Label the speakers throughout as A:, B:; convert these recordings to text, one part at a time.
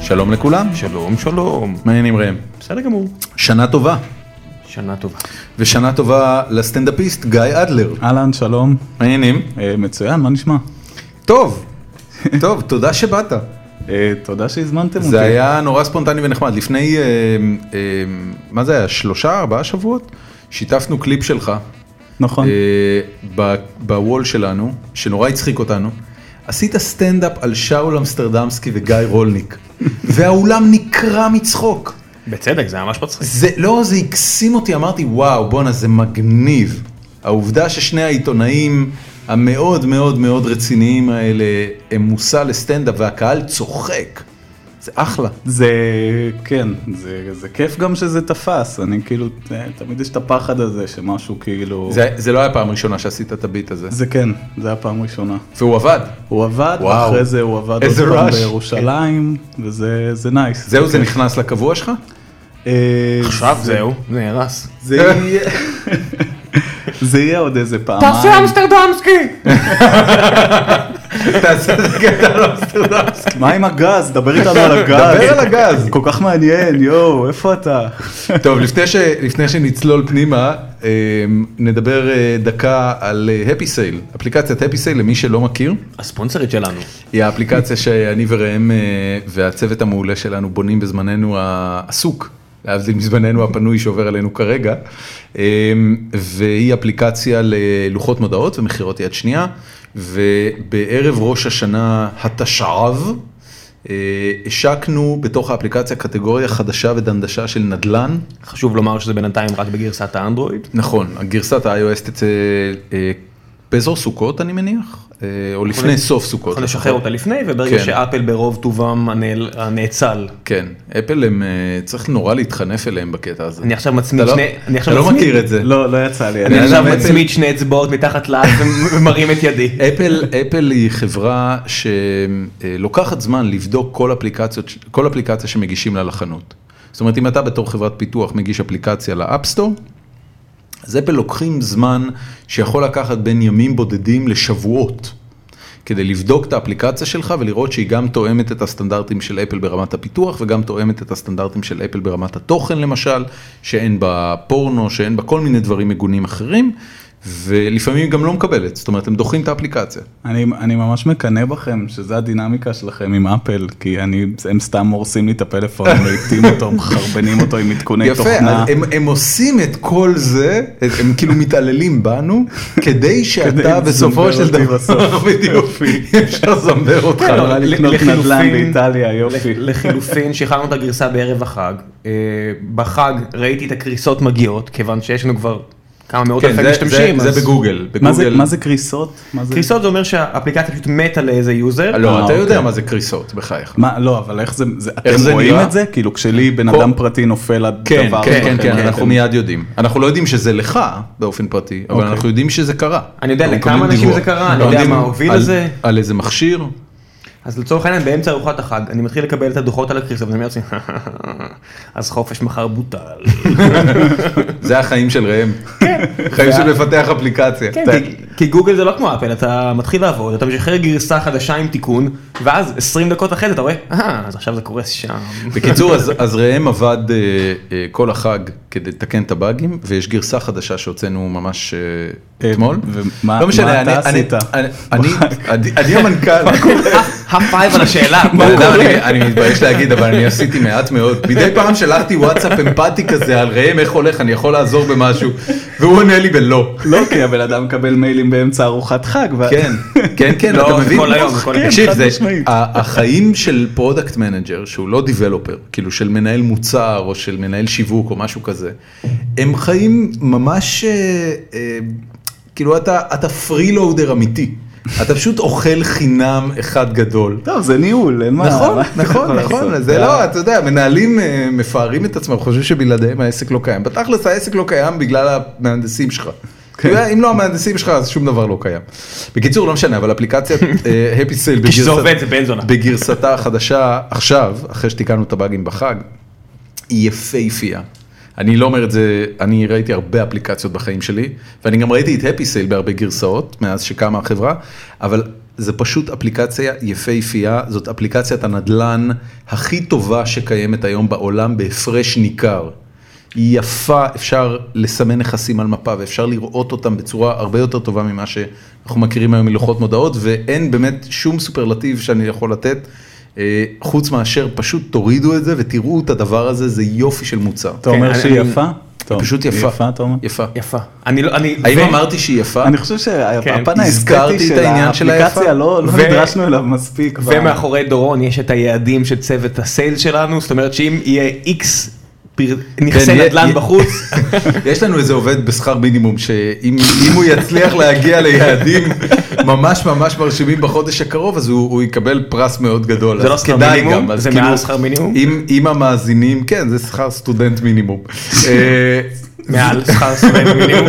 A: שלום לכולם,
B: שלום, שלום.
A: מעניינים ראם.
B: בסדר גמור.
A: שנה טובה,
B: שנה טובה.
A: ושנה טובה לסטנדאפיסט גיא אדלר.
C: אהלן, שלום.
A: מעניינים?
C: אה, מצוין, מה נשמע?
A: טוב, טוב, תודה שבאת.
B: אוקיי.
C: אה, תודה שהזמנתם אותי.
A: זה היה נורא ספונטני ונחמד. לפני, אה, אה, מה זה היה, שלושה, ארבעה שבועות? שיתפנו קליפ שלך
C: נכון.
A: אה, ב- בוול שלנו, שנורא הצחיק אותנו. עשית סטנדאפ על שאול אמסטרדמסקי וגיא רולניק, והאולם נקרע מצחוק.
B: בצדק, זה ממש מצחיק.
A: זה לא, זה הקסים אותי, אמרתי וואו בואנה זה מגניב. העובדה ששני העיתונאים המאוד מאוד מאוד רציניים האלה הם מושא לסטנדאפ והקהל צוחק. זה אחלה.
C: זה, כן, זה, זה כיף גם שזה תפס, אני כאילו, אה, תמיד יש את הפחד הזה שמשהו כאילו...
A: זה, זה לא היה פעם ראשונה שעשית את הביט הזה.
C: זה כן, זה היה פעם ראשונה.
A: והוא עבד.
C: הוא עבד,
A: וואו.
C: ואחרי זה הוא עבד
A: איזה
C: עוד פעם
A: rush.
C: בירושלים, וזה זה נייס.
A: זהו זה נכנס לקבוע שלך?
C: אה,
B: עכשיו זהו, נהרס.
C: זה יהיה... זה יהיה עוד איזה פעמיים.
B: אמסטרדמסקי!
A: תעשה את זה לא קטע על אמסטרדמסקי.
C: מה עם הגז? דבר איתנו על הגז.
A: דבר על הגז.
C: כל כך מעניין, יואו, איפה אתה?
A: טוב, לפני, ש, לפני שנצלול פנימה, אה, נדבר אה, דקה על הפי סייל, אפליקציית הפי סייל למי שלא מכיר.
B: הספונסרית שלנו.
A: היא האפליקציה שאני וראם אה, והצוות המעולה שלנו בונים בזמננו העסוק, להבדיל מזמננו הפנוי שעובר עלינו כרגע, אה, והיא אפליקציה ללוחות מודעות ומכירות יד שנייה, ובערב ראש השנה התשע"ב, אה, השקנו בתוך האפליקציה קטגוריה חדשה ודנדשה של נדל"ן.
B: חשוב לומר שזה בינתיים רק בגרסת האנדרואיד.
A: נכון, גרסת ה-iOS תצא אה, באזור סוכות אני מניח, אה, או לפני סוף סוכות.
B: יכול לשחרר אותה לפני, וברגע
A: כן.
B: שאפל ברוב טובם הנאל- הנאצל.
A: כן, אפל הם אה, צריך נורא להתחנף אליהם בקטע הזה.
B: אני עכשיו מצמיד
A: אתה לא-
B: שני- אני עכשיו
A: אתה לא
B: מצמיד-
A: מכיר את זה.
C: לא, לא יצא לי.
B: אני
A: אני
B: עכשיו
A: אדם אפל.
B: מצמיד שני אצבעות מתחת לאף ומ- ומרים את ידי.
A: אפל, אפל היא חברה שלוקחת זמן לבדוק כל אפליקציות, כל אפליקציה שמגישים לה לחנות. זאת אומרת, אם אתה בתור חברת פיתוח מגיש אפליקציה לאפסטור, אז אפל לוקחים זמן שיכול לקחת בין ימים בודדים לשבועות, כדי לבדוק את האפליקציה שלך ולראות שהיא גם תואמת את הסטנדרטים של אפל ברמת הפיתוח וגם תואמת את הסטנדרטים של אפל ברמת התוכן למשל, שאין בה פורנו, שאין בה כל מיני דברים מגונים אחרים, ולפעמים היא גם לא מקבלת, זאת אומרת הם דוחים את האפליקציה.
C: אני, אני ממש מקנא בכם שזה הדינמיקה שלכם עם אפל, כי אני, הם סתם הורסים לי את הפלאפון, מאיטים אותו, מחרבנים אותו עם עדכוני
A: יפה,
C: תוכנה.
A: אז הם, הם עושים את כל זה, הם- הם כאילו מתעללים בנו, כדי שאתה
C: לזמבר
A: בסופו של
C: אותי
A: דבר,
C: בסוף.
A: בדיוק, אפשר לזמבר אותך.
B: כן,
C: חזרה
B: ל-
C: לקנות
B: לחילופין-
C: נדל"ן באיטליה, אה, יופי.
B: לח- לחילופין, שחררנו את הגרסה בערב החג. אה, בחג ראיתי את הקריסות מגיעות, כיוון שיש לנו כבר כמה מאות
A: כן,
B: אלפי
A: זה,
B: משתמשים.
A: זה,
B: אז-
A: זה בגוגל.
C: מה זה,
A: בגוגל-
C: מה זה קריסות? מה זה...
B: קריסות זה אומר שהאפליקציה פשוט מתה לאיזה יוזר.
A: לא,
C: אה,
A: אתה יודע
C: אוקיי.
A: מה זה קריסות, בחייך.
C: מה, לא, אבל איך זה, זה אתם
A: זה
C: רואים
A: נראה?
C: את זה? כאילו כשלי בן
A: כל-
C: אדם פרטי נופל עד
A: כן,
C: דבר,
A: כן, כן,
C: אחר,
A: כן,
C: אתם-
A: אנחנו מיד יודעים. אנחנו לא יודעים שזה לך באופן פרטי, אבל
C: אוקיי.
A: אנחנו יודעים שזה קרה.
B: אני יודע
A: אנחנו
B: לכמה
A: מקבלים
B: אנשים
A: דיווח.
B: זה קרה, אני
A: לא
B: יודע
A: יודעים
B: מה הוביל
A: על-
B: לזה.
A: על איזה מכשיר.
B: אז לצורך העניין באמצע ארוחת החג אני מתחיל לקבל את הדוחות על הקריסות ואני אומר לעצמי אז חופש מחר בוטל.
A: זה החיים של ראם. חיים של מפתח אפליקציה.
B: כן,
A: אתה-
B: כי- כי גוגל זה לא כמו אפל אתה מתחיל לעבוד אתה משחרר גרסה חדשה עם תיקון ואז 20 דקות אחרי זה אתה רואה "אה, אז עכשיו זה קורס שם.
A: בקיצור, אז- אז ראם עבד אה, אה, כל החג כדי לתקן את הבאגים, ויש גרסה חדשה שהוצאנו ממש אה,
C: אה,
A: אתמול.
C: ומה-
A: לא משנה,
C: מה
A: אני-
C: אתה
A: אני-
C: עשית?
A: אני- אני- אני- אני המנכ"ל.
B: הפייב על השאלה.
A: מה קורה? אני מתבייש להגיד, אבל אני עשיתי מעט מאוד. מדי פעם שלחתי וואטסאפ אמפתי כזה על ראם, איך הולך, אני יכול לעזור במשהו, והוא עונה לי בלא.
C: לא, כי הבן אדם מקבל מיילים באמצע ארוחת חג. ו-
A: כן, כן, כן,
B: לא,
A: אתה
B: זה
A: מבין?
B: כל היום, זה כל היום.
A: תקשיב,
C: כן,
A: זה-
C: חד-משמעית.
A: ה- החיים של פרודקט מנג'ר, שהוא לא דיבלופר, כאילו של מנהל מוצר או של מנהל שיווק או משהו כזה, הם חיים ממש, אה, אה, כאילו אתה אתה פרילואודר אמיתי. אתה פשוט אוכל חינם אחד גדול.
C: טוב, זה ניהול, אין מה.
A: נכון,
C: מה אתה
A: נכון,
C: יכול
A: נכון,
C: לעשות?
A: זה לא, אתה יודע, מנהלים אה, מפארים את עצמם, חושבים שבלעדיהם העסק לא קיים. בתכלס העסק לא קיים בגלל המהנדסים שלך.
C: כן.
A: אתה יודע, אם לא המהנדסים שלך אז שום דבר לא קיים. בקיצור לא משנה אבל אפליקציית אה, Happy Sale
B: כשזה
A: בגרסת-
B: עובד, זה בן זונה.
A: בגרסתה החדשה עכשיו אחרי שתיקנו את הבאגים בחג היא יפהפייה. אני לא אומר את זה, אני ראיתי הרבה אפליקציות בחיים שלי, ואני גם ראיתי את הפי סייל בהרבה גרסאות מאז שקמה החברה, אבל זה פשוט אפליקציה יפהפייה, זאת אפליקציית הנדלן הכי טובה שקיימת היום בעולם בהפרש ניכר. היא יפה, אפשר לסמן נכסים על מפה ואפשר לראות אותם בצורה הרבה יותר טובה ממה שאנחנו מכירים היום מלוחות מודעות, ואין באמת שום סופרלטיב שאני יכול לתת, אה, חוץ מאשר פשוט תורידו את זה ותראו את הדבר הזה, זה יופי של מוצר.
C: אתה
B: כן,
C: אומר
B: אני-
C: שהיא
B: אני-
C: יפה? טוב,
A: פשוט
C: היא
A: יפה.
C: יפה, אתה אומר?
A: יפה.
B: יפה. אני לא, אני...
A: האם
B: ו-
A: אמרתי שהיא יפה? כן,
C: אני חושב שהפן
A: הזכרתי את
C: האסתטי של
A: העניין של היפה.
C: האפליקציה, לא לא
B: ו-
C: נדרשנו אליו מספיק.
B: ומאחורי דורון יש את היעדים של צוות הסיילס שלנו, זאת אומרת שאם יהיה איקס נכסי
A: יהיה-
B: נדל"ן
A: יהיה-
B: בחוץ,
A: יש לנו איזה עובד בשכר מינימום שאם אם הוא יצליח להגיע ליעדים ממש ממש מרשימים בחודש הקרוב אז הוא, הוא יקבל פרס מאוד גדול.
B: זה לא
A: אז
B: שכר
A: כדאי
B: מינימום?
A: אז כאילו,
B: זה מעל שכר מינימום?
A: אם, אם המאזינים, כן זה שכר סטודנט מינימום. אה,
B: מעל שכר סטודנט מינימום.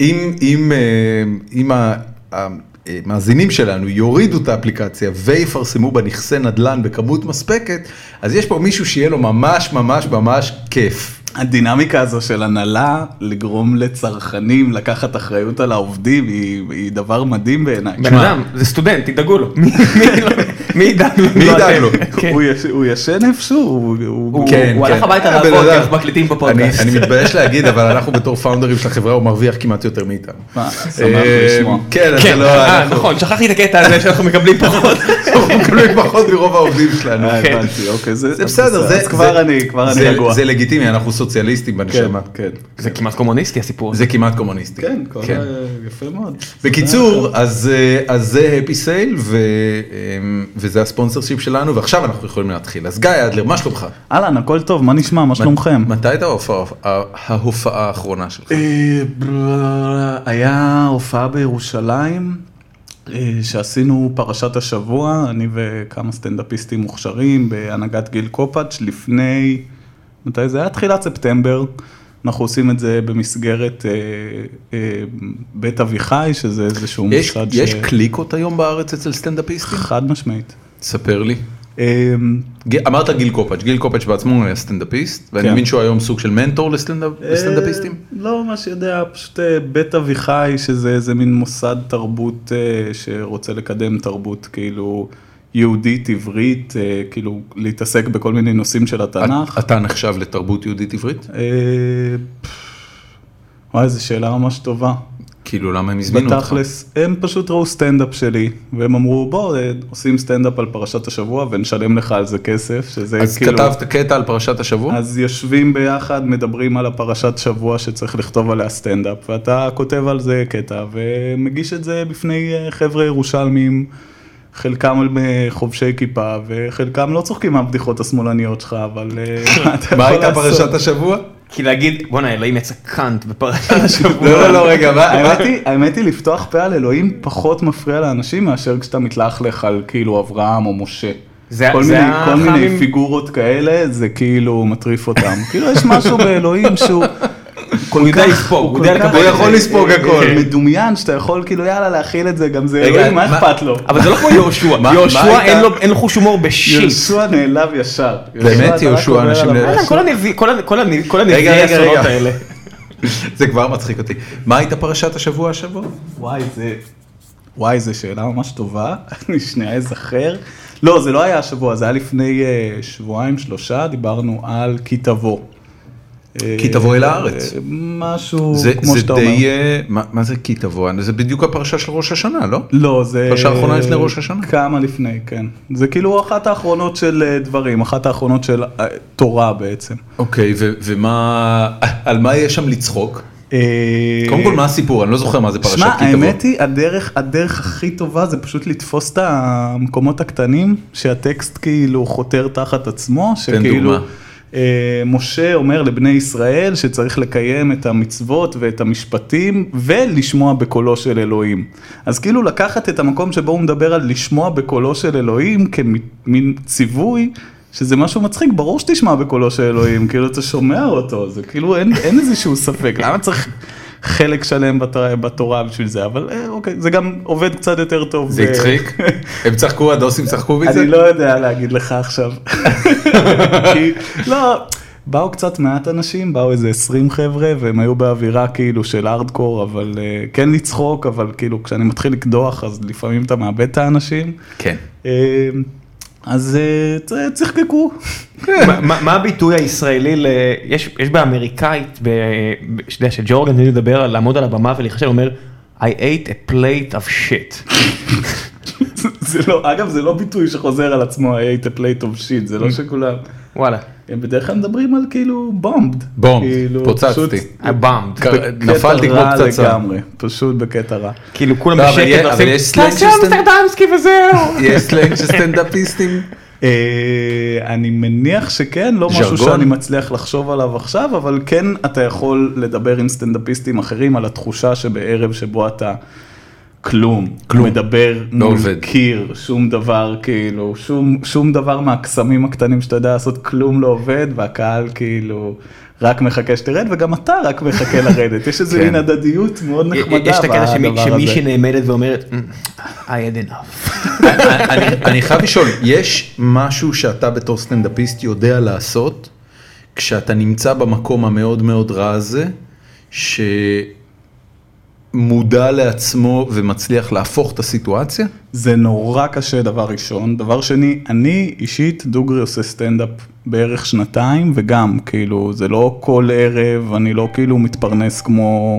A: אם, אם, אה, אם ה- המאזינים שלנו יורידו את האפליקציה ויפרסמו בנכסי נדל"ן בכמות מספקת אז יש פה מישהו שיהיה לו ממש ממש ממש כיף.
C: הדינמיקה הזו של הנהלה לגרום לצרכנים לקחת אחריות על העובדים היא, היא דבר מדהים בעיניי.
B: בן אדם, זה סטודנט, תדאגו לו. מי- מי לא- מי ידאג לו?
A: מי
B: לא
A: ידאג
B: אתם.
A: לו?
B: כן.
C: הוא, יש, הוא ישן איפשהו, הוא, הוא,
B: הוא-
A: כן,
B: הוא
A: כן.
B: הלך הביתה
A: אה,
B: לעבוד,
A: בן
B: כי
A: אדם.
B: אנחנו מקליטים בפודקאסט.
A: אני, אני מתבייש להגיד, אבל אנחנו בתור פאונדרים של החברה, הוא מרוויח כמעט יותר מאיתנו. אה,
C: מה, שמח לשמוע.
A: כן, אז זה
B: כן,
A: לא...
B: אה,
A: אנחנו-
B: נכון, שכחתי את הקטע הזה שאנחנו מקבלים פחות.
A: אנחנו מקבלים פחות מרוב העובדים שלנו.
C: אה,
B: כן.
C: הבנתי, אוקיי, זה,
A: זה בסדר,
C: אז
A: זה...
C: כבר
A: זה-
C: אני, כבר
A: זה-
C: אני רגוע.
A: זה לגיטימי, אנחנו סוציאליסטים בנשמה.
C: כן,
B: זה כמעט קומוניסטי הסיפור הזה.
A: זה כמעט קומוניסטי.
C: כן, כל
A: כן.
C: ה- יפה מאוד.
A: בקיצור, אז אה, אז זה הפי סייל, אה, וזה הספונסרשיפ שלנו, ועכשיו אנחנו יכולים להתחיל. אז גיא אדלר, מה שלומך?
C: אהלן, הכל טוב, מה נשמע, מה שלומכם?
A: מתי הייתה ההופעה- ההופעה האחרונה שלך?
C: אה, בר- היה הופעה בירושלים אה, שעשינו פרשת השבוע, אני וכמה סטנדאפיסטים מוכשרים בהנהגת גיל קופאץ' לפני, מתי זה היה? תחילת ספטמבר. אנחנו עושים את זה במסגרת אה, אה, בית אביחי, שזה איזשהו
A: יש-
C: משרד
A: יש קליקות היום בארץ אצל סטנדאפיסטים?
C: חד משמעית.
A: ספר לי.
C: אה,
A: ג- אמרת גיל קופץ', גיל קופץ' בעצמו היה סטנדאפיסט, ואני
C: כן.
A: מבין שהוא היום סוג של מנטור לסטנדאפ- לסטנדאפיסטים.
C: אה, לא ממש יודע, פשוט אה, בית אביחי, שזה איזה מין מוסד תרבות אה, שרוצה לקדם תרבות כאילו יהודית, עברית, אה, כאילו להתעסק בכל מיני נושאים של התנ"ך.
A: את- אתה נחשב לתרבות יהודית עברית?
C: אה, פפ, וואי, זו שאלה ממש טובה.
A: כאילו למה הם הזמינו אותך?
C: בתכלס, הם פשוט ראו סטנדאפ שלי, והם אמרו, בוא, אה, עושים סטנדאפ על פרשת השבוע ונשלם לך על זה כסף, שזה
A: אז
C: כאילו...
A: כתבת קטע על פרשת השבוע?
C: אז יושבים ביחד, מדברים על הפרשת שבוע שצריך לכתוב עליה סטנדאפ, ואתה כותב על זה קטע ומגיש את זה בפני אה, חבר'ה ירושלמים, חלקם על אה, חובשי כיפה, וחלקם לא צוחקים מהבדיחות השמאלניות שלך, אבל אה, מה אתה יכול
A: מה הייתה
C: לעשות? לא,
A: פרשת השבוע?
B: כי להגיד, בואנה אלוהים יצא קאנט בפרשת השבוע.
A: לא, לא, לא, רגע, מה?
C: האמת היא, האמת היא לפתוח פה על אלוהים פחות מפריע לאנשים מאשר כשאתה מתלכלך על כאילו אברהם או משה.
B: זה-
C: כל
B: זה
C: מיני, כל
B: החכמים-
C: מיני פיגורות כאלה זה כאילו מטריף אותם. כאילו יש משהו באלוהים שהוא כל
B: הוא יודע
C: כך-
B: לספוג,
C: כל
B: הוא יודע אה,
C: כך-
B: לקבל.
A: הוא יכול לספוג הכל.
C: מדומיין שאתה יכול כאילו יאללה להכיל את זה גם זה
A: רגע,
C: אלוהים מה
A: מה-
C: אכפת לו.
B: אבל זה לא כמו יהושע,
A: מה- מה
B: יהושע
A: הייתה-
B: אין לו- אין לו חוש הומור בשיט.
C: יהושע נעלב ישר.
A: באמת,
C: אתה רק
A: יהושע,
C: עובר
A: אנשים
C: עליו.
A: נעלבים.
B: וואלה, כל הנביא- כל הנ- כל הנביא- כל הנביאי
A: רגע, רגע,
B: האסונות
A: רגע.
B: האלה.
A: זה כבר מצחיק אותי. מה הייתה פרשת השבוע השבוע?
C: וואי, זה... וואי, זו שאלה ממש טובה, אני שנייה אזכר. לא, זה לא היה השבוע, זה היה לפני אה, שבועיים, שלושה, דיברנו על כי תבוא. אה,
A: כי תבוא אל הארץ.
C: אה, משהו
A: זה
C: כמו
A: זה
C: שאתה אומר.
A: די... אה, מה מה זה כי תבוא? זה בדיוק הפרשה של ראש השנה, לא?
C: לא, זה...
A: פרשה האחרונה לפני ראש השנה.
C: כמה לפני, כן. זה כאילו אחת האחרונות של אה, דברים, אחת האחרונות של אה, תורה בעצם.
A: אוקיי, ו- ומה... על מה יש שם לצחוק?
C: אה,
A: קודם כל, מה הסיפור? אני לא זוכר מה זה פרשת כי
C: שמע,
A: תבוא.
C: האמת היא, הדרך, הדרך הכי טובה זה פשוט לתפוס את המקומות הקטנים, שהטקסט כאילו חותר תחת עצמו, שכאילו...
A: דוגמה.
C: אה, משה אומר לבני ישראל שצריך לקיים את המצוות ואת המשפטים ולשמוע בקולו של אלוהים. אז כאילו לקחת את המקום שבו הוא מדבר על לשמוע בקולו של אלוהים כמין ציווי, שזה משהו מצחיק, ברור שתשמע בקולו של אלוהים, כאילו אתה שומע אותו, זה כאילו אין, אין איזשהו ספק, למה צריך חלק שלם בתורה, בתורה בשביל זה, אבל אה, אוקיי, זה גם עובד קצת יותר טוב.
A: זה
C: אה,
A: הצחיק? הם צחקו, הדוסים צחקו מזה?
C: אני לא יודע להגיד לך עכשיו. כי- לא, באו קצת מעט אנשים, באו איזה 20 חבר'ה, והם היו באווירה כאילו של ארדקור, אבל אה, כן לצחוק, אבל כאילו כשאני מתחיל לקדוח, אז לפעמים אתה מאבד את האנשים.
A: כן.
C: אה, אז אה, צ- צחקקו.
A: כן.
D: מה- מה מה הביטוי הישראלי ל... יש יש באמריקאית, ב- ב- שאתה יודע, שג'ורגן תמיד מדבר על לעמוד על הבמה ולהיחשב, הוא אומר, I ate a plate of shit.
C: זה לא, אגב, זה לא ביטוי שחוזר על עצמו, I ate a plate of shit, זה
A: Mm.
C: לא שכולם,
D: וואלה,
C: הם בדרך כלל מדברים על כאילו בומבד.
A: בום, פוצצתי.
D: I bombed.
A: קר- נפלתי כמו
C: פצצה.
A: פצצה.
C: לגמרי, פשוט בקטע רע.
D: כאילו כולם
A: לא, אבל יש-
D: בשקט
A: אבל
D: ועושים,
A: יש סלנג של
D: "תעשה אמסטרדמסקי וזהו.
A: יש סלנג של סטנדאפיסטים?
C: אה, אני מניח שכן, לא משהו
A: ז'רגון?
C: שאני מצליח לחשוב עליו עכשיו, אבל כן אתה יכול לדבר עם סטנדאפיסטים אחרים על התחושה שבערב שבו אתה כלום, כלום, מדבר
D: לא
C: מול
A: עובד.
C: קיר, שום דבר כאילו, שום, שום דבר מהקסמים הקטנים שאתה יודע לעשות, כלום לא עובד, והקהל כאילו רק מחכה שתרד, וגם אתה רק מחכה לרדת, יש איזה
A: כן.
C: מין הדדיות מאוד נחמדה
A: לא,
D: יש את הקטע שמי-
C: בדבר הזה.
D: שמישהי נעמדת ואומרת, "Mm, I had enough.
A: אני- אני חייב לשאול, יש משהו שאתה בתור סטנדאפיסט יודע לעשות כשאתה נמצא במקום המאוד מאוד רע הזה, שמודע לעצמו ומצליח להפוך את הסיטואציה?
C: זה נורא קשה דבר ראשון, דבר שני, אני אישית דוגרי עושה סטנדאפ בערך שנתיים וגם כאילו זה לא כל ערב, אני לא כאילו מתפרנס כמו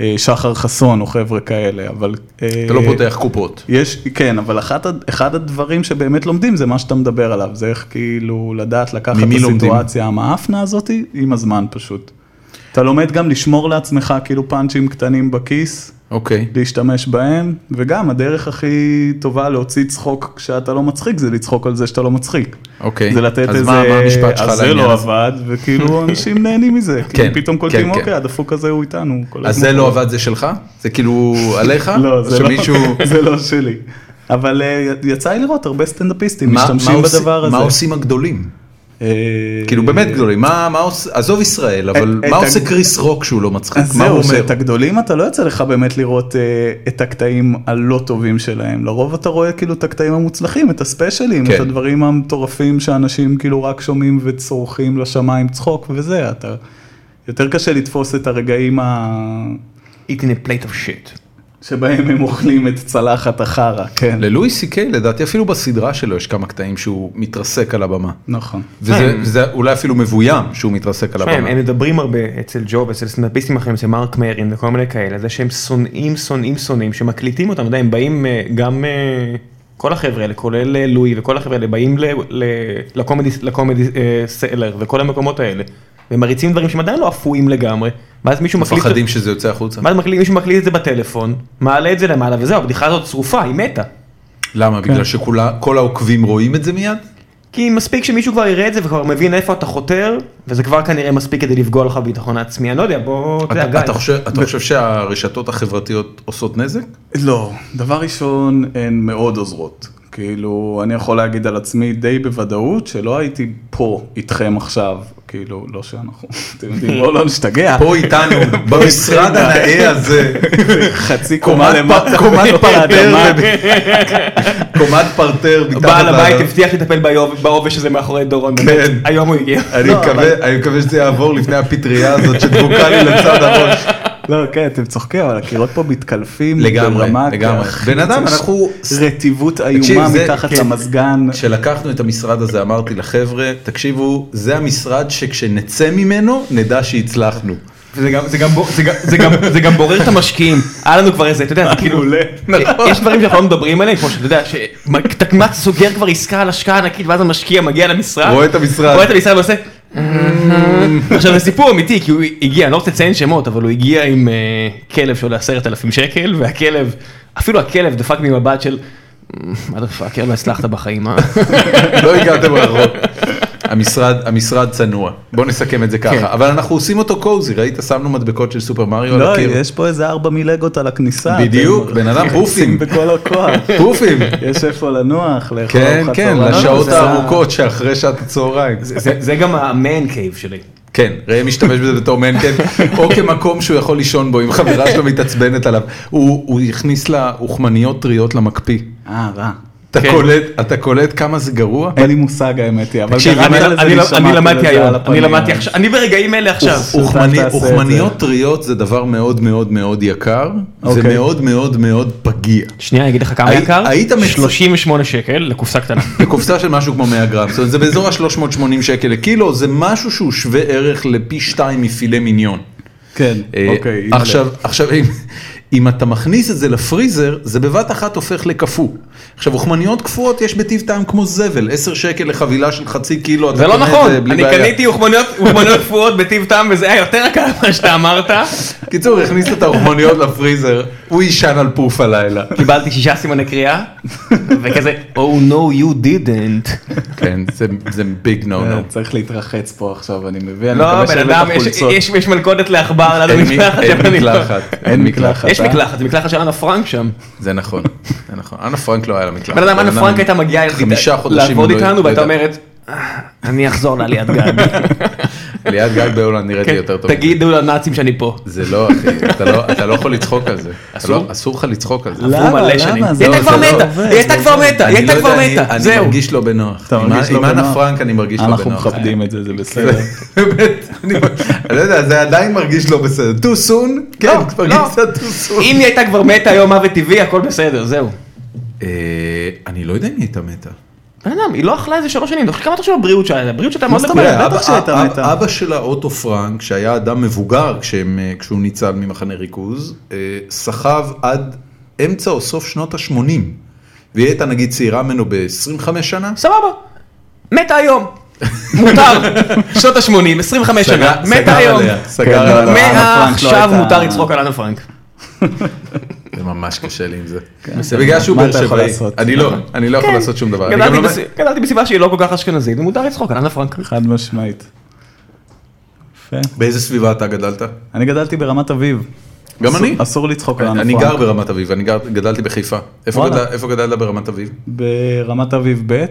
C: אה, שחר חסון או חבר'ה כאלה, אבל... אה,
A: אתה לא פותח קופות.
C: יש, כן, אבל אחת, ה- אחד הדברים שבאמת לומדים זה מה שאתה מדבר עליו, זה איך כאילו לדעת לקחת את
A: ממי לומדים?
C: הסיטואציה המאפנה הזאת עם הזמן פשוט. אתה לומד גם לשמור לעצמך כאילו פאנצ'ים קטנים בכיס,
A: אוקיי.
C: להשתמש בהם, וגם הדרך הכי טובה להוציא צחוק כשאתה לא מצחיק זה לצחוק על זה שאתה לא מצחיק.
A: אוקיי.
C: זה לתת
A: אז
C: איזה,
A: מה- מה המשפט שלך
C: אז זה
A: לעניין
C: לא
A: הזה?"
C: עבד, וכאילו אנשים נהנים מזה,
A: כן,
C: כאילו פתאום קולטים,
A: כן, כן.
C: אוקיי, הדפוק הזה הוא איתנו. כל
A: אז
C: הזמן."
A: זה לא עבד זה שלך? זה כאילו עליך?
C: לא, זה
A: שמישהו...
C: לא, זה לא שלי. אבל אה, יצא לי לראות הרבה סטנדאפיסטים
A: מה- מה
C: משתמשים
A: עושים-
C: בדבר הזה.
A: מה עושים הגדולים?
C: אה,
A: כאילו באמת גדולים, מה מה עושה, עזוב ישראל, אבל
C: את
A: מה עושה
C: הג-
A: קריס רוק שהוא לא מצחיק?
C: אז
A: מה הוא
C: זהו,
A: אומר?
C: שאת הגדולים אתה לא יוצא לך באמת לראות אה, את הקטעים הלא טובים שלהם, לרוב אתה רואה כאילו את הקטעים המוצלחים, את הספיישלים,
A: כן.
C: את הדברים המטורפים שאנשים כאילו רק שומעים וצורכים לשמיים צחוק וזה, אתה... יותר קשה לתפוס את הרגעים ה...
D: Eating a plate of shit.
C: שבהם הם אוכלים את צלחת החרא, כן.
A: ללואי סי קיי לדעתי אפילו בסדרה שלו יש כמה קטעים שהוא מתרסק על הבמה.
C: נכון.
A: וזה
D: כן.
A: וזה אולי אפילו מבוים שהוא מתרסק על
D: תשמע, הם
A: הבמה.
D: הם מדברים הרבה אצל ג'ו ואצל סטנדאפיסטים אחרים, אצל מרק מרין וכל מיני כאלה, זה שהם שונאים, שונאים, שונאים, שמקליטים אותם, אתה יודע, הם באים אה, גם, אה, כל החבר'ה האלה, כולל אה, לואי וכל החבר'ה האלה, באים ל- ל- לקומדי לקומדי, אה, סלר וכל המקומות האלה, ומריצים דברים שהם עדיין לא אפויים לגמרי, ואז מישהו מקליט,
A: מפחדים שזה יוצא החוצה.
D: ואז מקליט- מישהו מקליט את זה בטלפון, מעלה את זה למעלה וזהו, הבדיחה הזאת שרופה, היא מתה.
A: למה? בגלל שכל העוקבים רואים את זה מיד?
D: כי מספיק שמישהו כבר יראה את זה וכבר מבין איפה אתה חותר, וזה כבר כנראה מספיק כדי לפגוע לך בביטחון העצמי, אני לא יודע, בוא, אתה
A: אתה-
D: יודע,
A: אתה
D: גיא.
A: חושב- אתה חושב שהרשתות החברתיות עושות נזק?
C: לא, דבר ראשון, הן מאוד עוזרות. כאילו, אני יכול להגיד על עצמי די בוודאות שלא הייתי פה איתכם עכשיו. כאילו, לא שאנחנו, אתם יודעים, בואו לא נשתגע.
A: פה איתנו, במשרד הנאה הזה,
C: חצי קומה
A: קומת
C: למטה. כן.
A: פ- קומת פרטר,
C: האדמה.
A: וב- קומת פרטר, מתחת
D: בעל הבית
A: לאדמה.
D: הבטיח לטפל ביוב- בעובש הזה מאחורי דורון,
A: כן.
D: באמת, היום הוא הגיע.
A: אני
C: לא,
A: מקווה- אני מקווה שזה יעבור לפני הפטריה הזאת שדבוקה לי לצד הראש.
C: לא, כן, אתם צוחקים, אבל הקירות פה מתקלפים.
A: לגמרי,
C: ברמה
A: לגמרי.
C: הכי-
A: בן אדם, אנחנו-
C: רטיבות
A: תקשיב,
C: איומה
A: זה-
C: מתחת
A: כן.
C: למזגן.
A: כשלקחנו את המשרד הזה אמרתי לחבר'ה, תקשיבו, זה המשרד שכשנצא ממנו נדע שהצלחנו.
D: וזה גם- זה גם בור- זה גם- זה גם- זה גם בורר את המשקיעים, היה לנו כבר איזה, אתה יודע, זה כאילו,
C: מעולה.
D: יש דברים שאנחנו לא מדברים עליהם, כמו שאתה יודע, שתקמץ סוגר כבר עסקה על השקעה ענקית, ואז המשקיע מגיע למשרד,
A: אה? רואה את המשרד.
D: רואה את המשרד ועושה, "אה." עכשיו זה סיפור אמיתי, כי הוא הגיע, אני לא רוצה לציין שמות, אבל הוא הגיע עם אה, כלב שעולה עשרת אלפים שקל, והכלב, אפילו הכלב דפק ממבט של, מה דה פאק, לא הצלחת בחיים, אה?
A: לא הגעתם רחוק. המשרד, המשרד צנוע, בוא נסכם את זה
D: כן.
A: ככה, אבל אנחנו עושים אותו קוזי, ראית? שמנו מדבקות של סופר מריו על
C: לא,
A: הקיר.
C: יש פה איזה ארבע מילגות על הכניסה.
A: כאילו- בדיוק,
C: אתם
A: בן אדם
C: נכנסים
A: פופים.
C: בכל הכוח.
A: פופים.
C: יש איפה לנוח, לאכול
A: כן,
C: ארוחת
A: כן,
C: צהריים.
A: לשעות
C: זה ה-
A: הארוכות שאחרי שעת הצהריים.
D: זה- זה גם המן קייב שלי.
A: כן, ראם משתמש בזה בתור מנקן, או כמקום שהוא יכול לישון בו אם חברה שלו מתעצבנת עליו. הוא הוא הכניס לה אוכמניות טריות למקפיא.
C: אה, רע.
A: אתה
D: כן.
A: קולט, אתה קולט כמה זה גרוע?
C: אין לי מושג האמת היא, אבל
D: תקשיב,
C: קראת
D: אני- לא-
C: לזה
D: אני-
C: ושמעתי
D: אני למדתי
C: לזה על
D: היום, אני
C: הפנים.
D: למדתי עכשיו, אני ברגעים אלה עכשיו.
C: אוף.
A: אוכמני-
C: תעשה את זה.
A: אוכמניות טריות זה דבר מאוד מאוד מאוד יקר, זה
C: אוקיי.
A: מאוד מאוד מאוד פגיע.
D: שנייה, אני אגיד לך כמה
A: הי-
D: יקר?
A: היית מצ-
D: 38 שקל לקופסה קטנה.
A: בקופסה של משהו כמו 100 גרם, זאת אומרת זה באזור ה-380 שקל לקילו, זה משהו שהוא שווה ערך לפי 2 מפילה מיניון.
C: כן,
A: אה,
C: אוקיי. הנה.
A: עכשיו, עכשיו אם, אם אתה מכניס את זה לפריזר, זה בבת אחת הופך לקפוא. עכשיו, אוכמניות קפואות יש בטיב טעם כמו זבל, 10 שקל לחבילה של חצי קילו, אתה
D: זה לא
A: קונה את
D: נכון,
A: בלי
D: אני
A: בעיה.
D: קניתי אוכמניות אוכמניות קפואות בטיב טעם וזה היה יותר יקר ממה שאתה אמרת.
A: קיצור, הכניס את האוכמניות לפריזר, הוא יישן על פוף הלילה.
D: קיבלתי שישה סימני קריאה, וכזה, Oh no you didn't.
A: כן, זה- זה ביג נו נו.
C: אה, צריך להתרחץ פה עכשיו, אני מבין.
D: לא, בן אדם, יש- יש- יש מלכודת לעכבר ליד
A: אין מי-
D: המקלחת.
A: אין
D: שאני- לא-
A: מקלחת, אין מקלחת.
D: יש מקלחת, זה מקלחת של אנה פרנק שם.
A: זה נכון, זה נכון. אנה פרנק לא היה לה מקלחת.
D: בן אדם, אנה
A: אבל
D: פרנק הייתה מגיעה
A: חמישה
D: איתי-
A: חודשים
D: לעבוד
A: לא-
D: איתנו,
A: לא
D: והייתה
A: יודע.
D: אומרת, "אה, אני אחזור לה ליד גג.
A: ליד גג בהולנד נראית
D: כן,
A: לי יותר טוב.
D: תגידו לנאצים שאני פה.
A: זה לא, אחי, אתה לא- אתה לא יכול לצחוק על זה. אתה
D: אסור?
A: לא- אסור לך לצחוק על זה.
C: למה?
D: עברו מלא שנים.
C: למה?
D: היא
C: זה
D: הייתה
A: לא-
D: כבר
A: זה לא
D: מתה,
C: עובד,
D: היא הייתה
C: זה
D: כבר
C: לא
D: מתה, היא
A: אני לא
D: הייתה כבר
A: יודע, אני-
D: מתה,
A: אני
D: זהו.
A: מרגיש לא בנוח.
C: אתה
A: עם
C: מרגיש
A: ה-
C: לא
A: עם אנה
C: בנוח?
A: פרנק אני מרגיש לא
C: אנחנו
A: בנוח.
C: מכבדים את זה,
D: כן.
C: זה בסדר.
A: באמת, אני- אני לא יודע, זה עדיין מרגיש לא בסדר. too soon? כן,
D: לא,
A: כבר
D: לא.
A: גרסה too soon.
D: אם היא הייתה כבר מתה היום מוות טבעי, הכל בסדר, זהו.
A: אה, אני לא יודע אם היא הייתה מתה.
D: בן אדם, היא לא אכלה איזה שלוש שנים, אתה חושב כמה אתה חושב הבריאות שלה, הבריאות שלה מאוד
C: זאת
D: לכולם.
C: אומרת?
A: תראה,
C: בטח
A: אבא-
C: שהייתה
A: אבא-
C: מתה.
A: אבא שלה, אוטו פרנק, שהיה אדם מבוגר כשהם, אה, כשהוא ניצל ממחנה ריכוז, אה, סחב עד אמצע או סוף שנות ה-80. והיא הייתה נגיד צעירה ממנו ב-25 שנה.
D: סבבה, מתה היום. מותר, שנות ה-80, 25 שנה,
A: סגר- סגר
D: מתה היום.
A: עליה,
C: כן,
A: סגר עליה.
C: אבל- אנה פרנק לא
D: מעכשיו
C: הייתה-
D: מותר לצחוק על אנה
A: לא
D: פרנק.
A: זה ממש קשה לי עם זה. זה בגלל שהוא
C: כן. מה
A: באר
C: אתה יכול
A: שבעי.
C: לעשות? נכון.
A: אני לא, אני לא יכול
D: כן.
A: לעשות שום דבר. אני
D: גדלתי
A: גם לא-
D: בס- גדלתי בסביבה שהיא לא כל כך אשכנזית, ומותר לצחוק על אנה פרנק.
C: חד משמעית. יפה.
A: באיזה סביבה אתה גדלת?
C: אני גדלתי ברמת אביב.
A: גם
C: אסור-
A: אני.
C: אסור לצחוק על אנה
A: אני
C: פרנק.
A: גר ברמת אביב, אני גר- גדלתי בחיפה. איפה
C: נכון. וואלה.
A: גדל- איפה גדלת ברמת אביב?
C: ברמת אביב ב',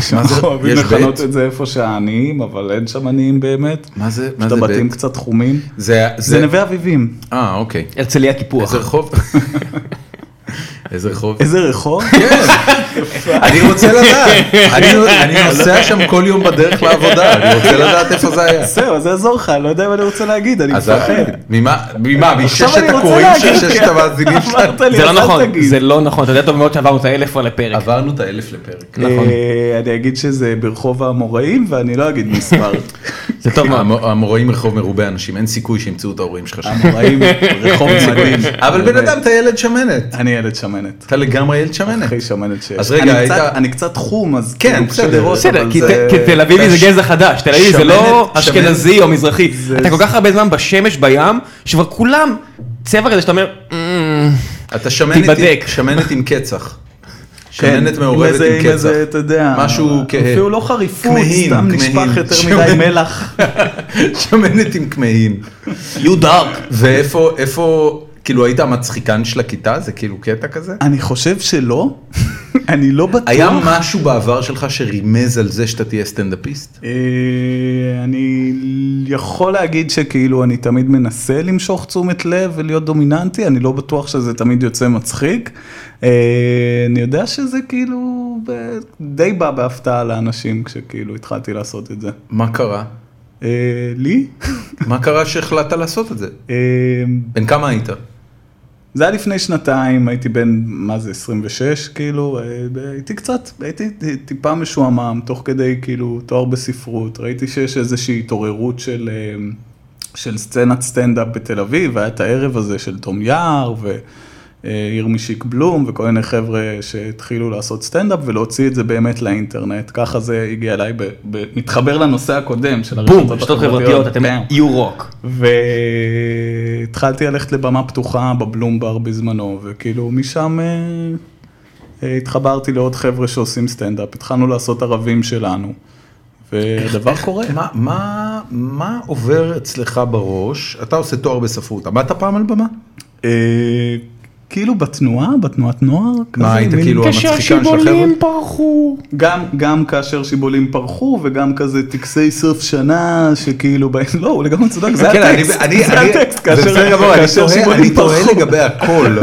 C: שאנחנו אוהבים
A: יש
C: לכנות
A: ב'?
C: את זה איפה שהעניים, אבל אין שם עניים באמת.
A: מה זה? מה
C: יש
A: זה
C: את הבתים
A: ב'?
C: קצת חומים.
A: זה...
C: זה נווה אביבים.
A: אה, אוקיי.
D: הרצליה קיפוח.
A: איזה רחוב? איזה רחוב?
C: איזה רחוב?
A: כן, אני רוצה לדעת, אני- אני נוסע שם כל יום בדרך לעבודה, אני רוצה לדעת איפה זה היה.
C: זהו, זה יעזור לך, אני לא יודע אם אני רוצה להגיד, אני
A: אז
C: מפחד.
A: ממה, ממה,
C: עכשיו
A: מששת
C: אני רוצה
A: הקוראים של
C: להגיד,
A: ששת
C: כן.
A: המאזינים שלנו?
C: אמרת לי,
D: זה
C: אז
D: לא
C: אל
D: נכון,
C: תגיד.
D: זה לא נכון, אתה יודע טוב מאוד שעברנו את האלף על הפרק.
A: עברנו את האלף לפרק.
D: נכון.
C: אה, אני אגיד שזה ברחוב האמוראים, ואני לא אגיד מספר.
D: זה טוב מאוד.
A: המ- המוראים רחוב מרובה אנשים, אין סיכוי שימצאו את ההורים שלך שם.
C: האמוראים, רחוב
A: אין סיכוי.
C: מדהים.
A: אבל בן
C: באמת.
A: אדם, אתה ילד שמנת.
C: אני ילד שמנת.
A: אתה לגמרי ילד שמנת.
C: הכי שמנת שיש.
A: אז רגע,
C: אני
A: היית-
C: קצת- אני קצת חום, אז
A: כן,
C: כאילו,
A: בסדר,
C: שדרות,
D: בסדר,
C: אבל
D: כי
C: זה-
D: ת- כי תל אביבי זה גזע חדש, תל אביבי זה לא
A: שמנת-
D: אשכנזי או מזרחי.
C: זה-
D: אתה כל כך הרבה זמן בשמש, בים, שכבר כולם צבע כזה שאתה אומר, "אמ,
A: אתה שמנת
D: תיבדק.
A: עם- שמנת עם קצח.
C: כן,
A: שמנת מעורבת
C: איזה-
A: עם קצח.
C: איזה, אתה יודע,
A: משהו כהה.
C: אפילו לא חריפות,
A: כמהים,
C: סתם
A: כמהים.
C: נשפך יותר
A: שמנת-
C: מדי מלח.
A: שמנת עם כמהים.
D: you dark.
A: ואיפה, איפה, כאילו היית המצחיקן של הכיתה? זה כאילו קטע כזה?
C: אני חושב שלא, אני לא בטוח.
A: היה משהו בעבר שלך שרימז על זה שאתה תהיה סטנדאפיסט?
C: אה, אני יכול להגיד שכאילו אני תמיד מנסה למשוך תשומת לב ולהיות דומיננטי, אני לא בטוח שזה תמיד יוצא מצחיק. אה, אני יודע שזה כאילו ב- די בא בהפתעה לאנשים כשכאילו התחלתי לעשות את זה.
A: מה קרה?
C: אה, לי?
A: מה קרה שהחלטת לעשות את זה?
C: אה,
A: בן כמה היית?
C: זה היה לפני שנתיים, הייתי בן, מה זה, 26, כאילו, אה, הייתי קצת, הייתי טיפה משועמם, תוך כדי, כאילו, תואר בספרות, ראיתי שיש איזושהי התעוררות של, אה, של סצנת סטנדאפ בתל אביב, והיה את הערב הזה של תום יער, וירמישיק בלום, וכל מיני חבר'ה שהתחילו לעשות סטנדאפ, ולהוציא את זה באמת לאינטרנט, ככה זה הגיע אליי, ב, ב, מתחבר לנושא הקודם של
A: לא,
C: הרשתות כן.
D: בום, רשתות חברתיות, אתם
A: כן.
C: בום.
D: you rock.
C: והתחלתי ללכת לבמה פתוחה בבלומבר בזמנו, וכאילו משם אה, אה, התחברתי לעוד חבר'ה שעושים סטנדאפ, התחלנו לעשות ערבים שלנו, והדבר קורה.
A: מה, מה, מה עובר אצלך בראש? אתה עושה תואר בספרות, עמדת פעם על במה?
C: אה, כאילו בתנועה, בתנועת נוער, כזה,
A: מה, היית
C: מין-
A: כאילו המצחיקן של החבר'ה?
D: פרחו.
C: גם, גם כאשר שיבולים פרחו וגם כזה טקסי סוף שנה שכאילו באים, לא, הוא לגמרי צודק, זה
A: כן, אני-
C: הטקסט,
A: אני-
C: זה
A: אני-
C: הטקסט,
A: זה בסדר גמור, אני
C: כאשר
A: תוהה-
C: שיבולים
A: אני תוהה
C: פרחו.
A: לגבי הקול.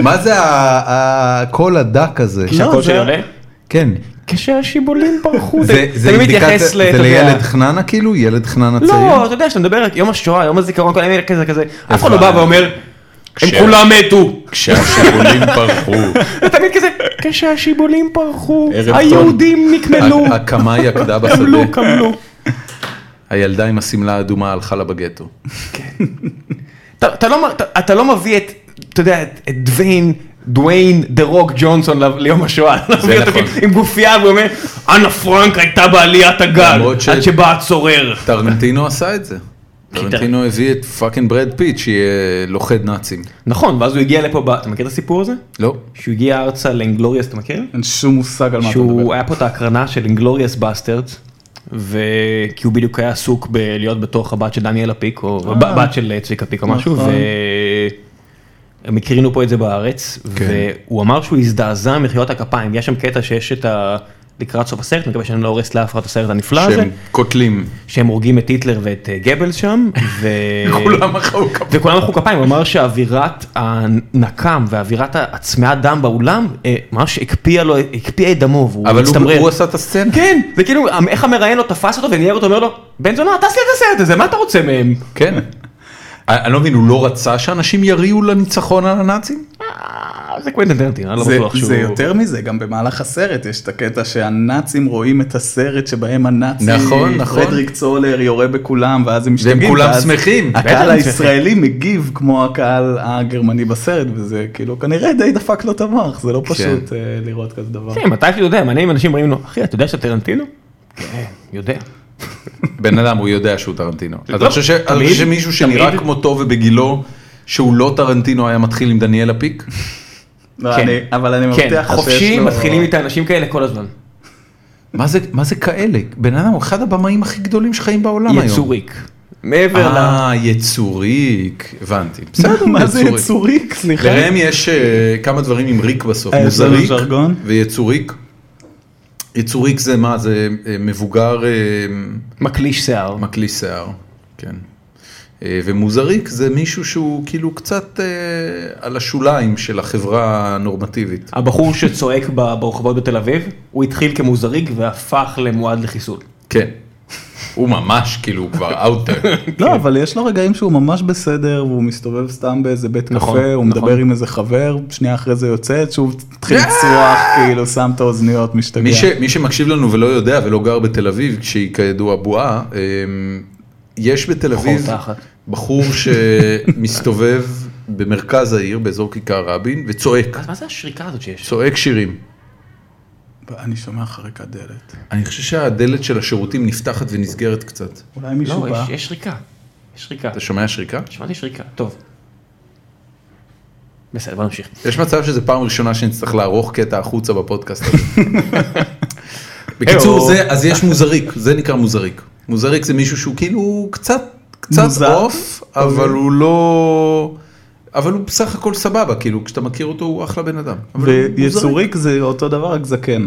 A: מה זה ה- ה- הקול הדק הזה?
D: שהקול
C: לא, זה-
D: שלי עולה?
A: כן.
D: כשהשיבולים ברחו,
A: זה-
D: אתה-
A: זה
C: לא
D: אתה
A: אינדיקציה,
D: מתייחס ל...
A: זה
D: אתה יודע-
A: לילד חננה כאילו? ילד חננה צעיר?
D: לא, אתה יודע, כשאתה מדבר על יום השואה, יום הזיכרון, כל מיני כזה כזה, אף אחד לא בא
A: הבנתי.
D: ואומר, הם
A: כש-
D: כולם מתו.
A: כשהשיבולים ברחו.
D: אתה תמיד כזה, כשהשיבולים פרחו,
C: ערב טוב.
D: היהודים
C: לא.
D: נקמלו,
A: הקמה יקדה
D: קמלו,
A: בשדה.
D: קמלו.
A: הילדה עם השמלה האדומה הלכה לה בגטו.
D: אתה- אתה לא מ- אתה- אתה לא מביא את, אתה יודע, את את דוויין, דוויין דה רוק ג'ונסון ל- ליום השואה, אתה לא מביא אותו
A: נכון.
D: עם גופייה ואומר, אנה פרנק הייתה בעליית הגל,
A: למרות ש-
D: עד שבא הצורר.
A: טרנטינו עשה את זה. טרנטינו הביא את פאקינג ברד פיט שיהיה לוכד נאצים.
D: נכון, ואז הוא הגיע לפה, ב- אתה מכיר את הסיפור הזה?
A: לא.
D: שהוא הגיע ארצה לאינגלוריאס, אתה מכיר?
C: אין שום מושג על מה אתה מדבר.
D: שהוא היה פה את ההקרנה של אינגלוריאס בסטרדס. וכי הוא בדיוק היה עסוק בלהיות בתוך הבת של דניאל הפיק או הב- בת של אה, צביקה פיק או משהו
C: נכון.
D: והם הקרינו פה את זה בארץ
A: כן.
D: והוא אמר שהוא הזדעזע מחיאות הכפיים יש שם קטע שיש את ה... לקראת סוף הסרט אני מקווה שאני לא הורס לאף אחד את הסרט הנפלא הזה
A: שהם קוטלים.
D: שהם הורגים את היטלר ואת אה, גבלס שם ו...
A: כולם מחאו כפיים.
D: וכולם מחאו כפיים, הוא אמר שאווירת הנקם ואווירת הצמאת דם באולם, אה, ממש הקפיאה לו, הקפיאה את דמו, והוא
A: אבל הוא-
D: הצטמרר.
A: הוא עשה את הסצנה.
D: כן, זה כאילו, איך המראיין לו תפס אותו וניער אותו, אומר לו, בן זונה, טס לי את הסרט הזה, מה אתה רוצה מהם?
A: כן. אני אני לא מבין, הוא לא רצה שאנשים יריעו לניצחון על הנאצים?
D: אה, זה קווינטן טרנטינו, אני לא
C: זה,
D: בטוח שהוא...
C: זה יותר מזה, גם במהלך הסרט יש את הקטע שהנאצים רואים את הסרט שבהם הנאצי,
A: נכון, נכון.
C: פרדריק צולר יורה בכולם ואז הם משתגעים,
A: כולם
C: ואז
A: שמחים.
D: בטח
C: הקהל
D: הם
C: הישראלי מגיב כמו הקהל הגרמני בסרט וזה כאילו כנראה די דפק לו את המוח, זה לא פשוט אה, לראות כזה דבר.
D: כן, מתי שאתה יודע, מעניין אם אנשים אומרים לו, אחי, אתה יודע שאתה טרנטינו? כן, יודע.
A: בן אדם, הוא יודע שהוא טרנטינו. אתה
D: לא,
A: חושב ש- אתה
D: תמיד,
A: חושב שמישהו שנראה
D: תמיד.
A: כמותו ובגילו, שהוא לא טרנטינו, היה מתחיל עם דניאל הפיק?
C: לא,
D: כן.
C: אני- אבל אני מבטיח
D: כן,
C: לך שיש
D: חופשי,
C: לו-
D: מתחילים איתה אנשים כאלה כל הזמן.
A: מה זה, מה זה כאלה? בן אדם הוא אחד הבמאים הכי גדולים שחיים בעולם היום.
D: יצוריק. מעבר ל...
A: אה, יצוריק, הבנתי. בסדר,
C: מה זה יצוריק? סליחה.
A: לראם יש אה, כמה דברים עם ריק בסוף,
C: כן. אה, יש לנו
A: מוזריק
C: ז'רגון?
A: ויצוריק. יצוריק זה מה? זה אה, מבוגר אה,
D: מקליש שיער.
A: מקליש שיער, כן. אה, ומוזריק זה מישהו שהוא כאילו קצת אה, על השוליים של החברה הנורמטיבית.
D: הבחור שצועק ב- ברחובות בתל אביב, הוא התחיל כמוזריג והפך למועד לחיסול.
A: כן. הוא ממש כאילו הוא כבר אאוטר.
C: לא, אבל יש לו רגעים שהוא ממש בסדר, והוא מסתובב סתם באיזה בית
D: נכון,
C: קפה, הוא
D: נכון.
C: מדבר עם איזה חבר, שנייה אחרי זה יוצא, שוב התחיל לצרוח, כאילו, שם את האוזניות, משתגע.
A: אה! מי, ש, מי שמקשיב לנו ולא יודע ולא גר בתל אביב, שהיא כידוע בועה, אמ, יש בתל אביב
D: תחת.
A: בחור שמסתובב במרכז העיר, באזור כיכר רבין, וצועק,
D: מה זה השריקה הזאת שיש?
A: צועק שירים.
C: אני שומע חריקת דלת.
A: אני חושב שהדלת של השירותים נפתחת ונסגרת קצת.
C: אולי מישהו
D: לא,
C: בא.
D: יש- יש שריקה. יש שריקה.
A: אתה שומע שריקה?
D: שמעתי שריקה. טוב. בסדר, בוא נמשיך.
A: יש מצב שזו פעם ראשונה שנצטרך לערוך קטע החוצה בפודקאסט הזה. בקיצור,
D: היו.
A: זה, אז יש מוזריק, זה נקרא מוזריק. מוזריק זה מישהו שהוא כאילו קצת, קצת
C: מוזר.
A: עוף, אבל הוא לא... אבל הוא בסך הכל סבבה, כאילו, כשאתה מכיר אותו הוא אחלה בן אדם. אבל הוא מוזריק.
C: ויצוריק זה אותו דבר, רק זקן.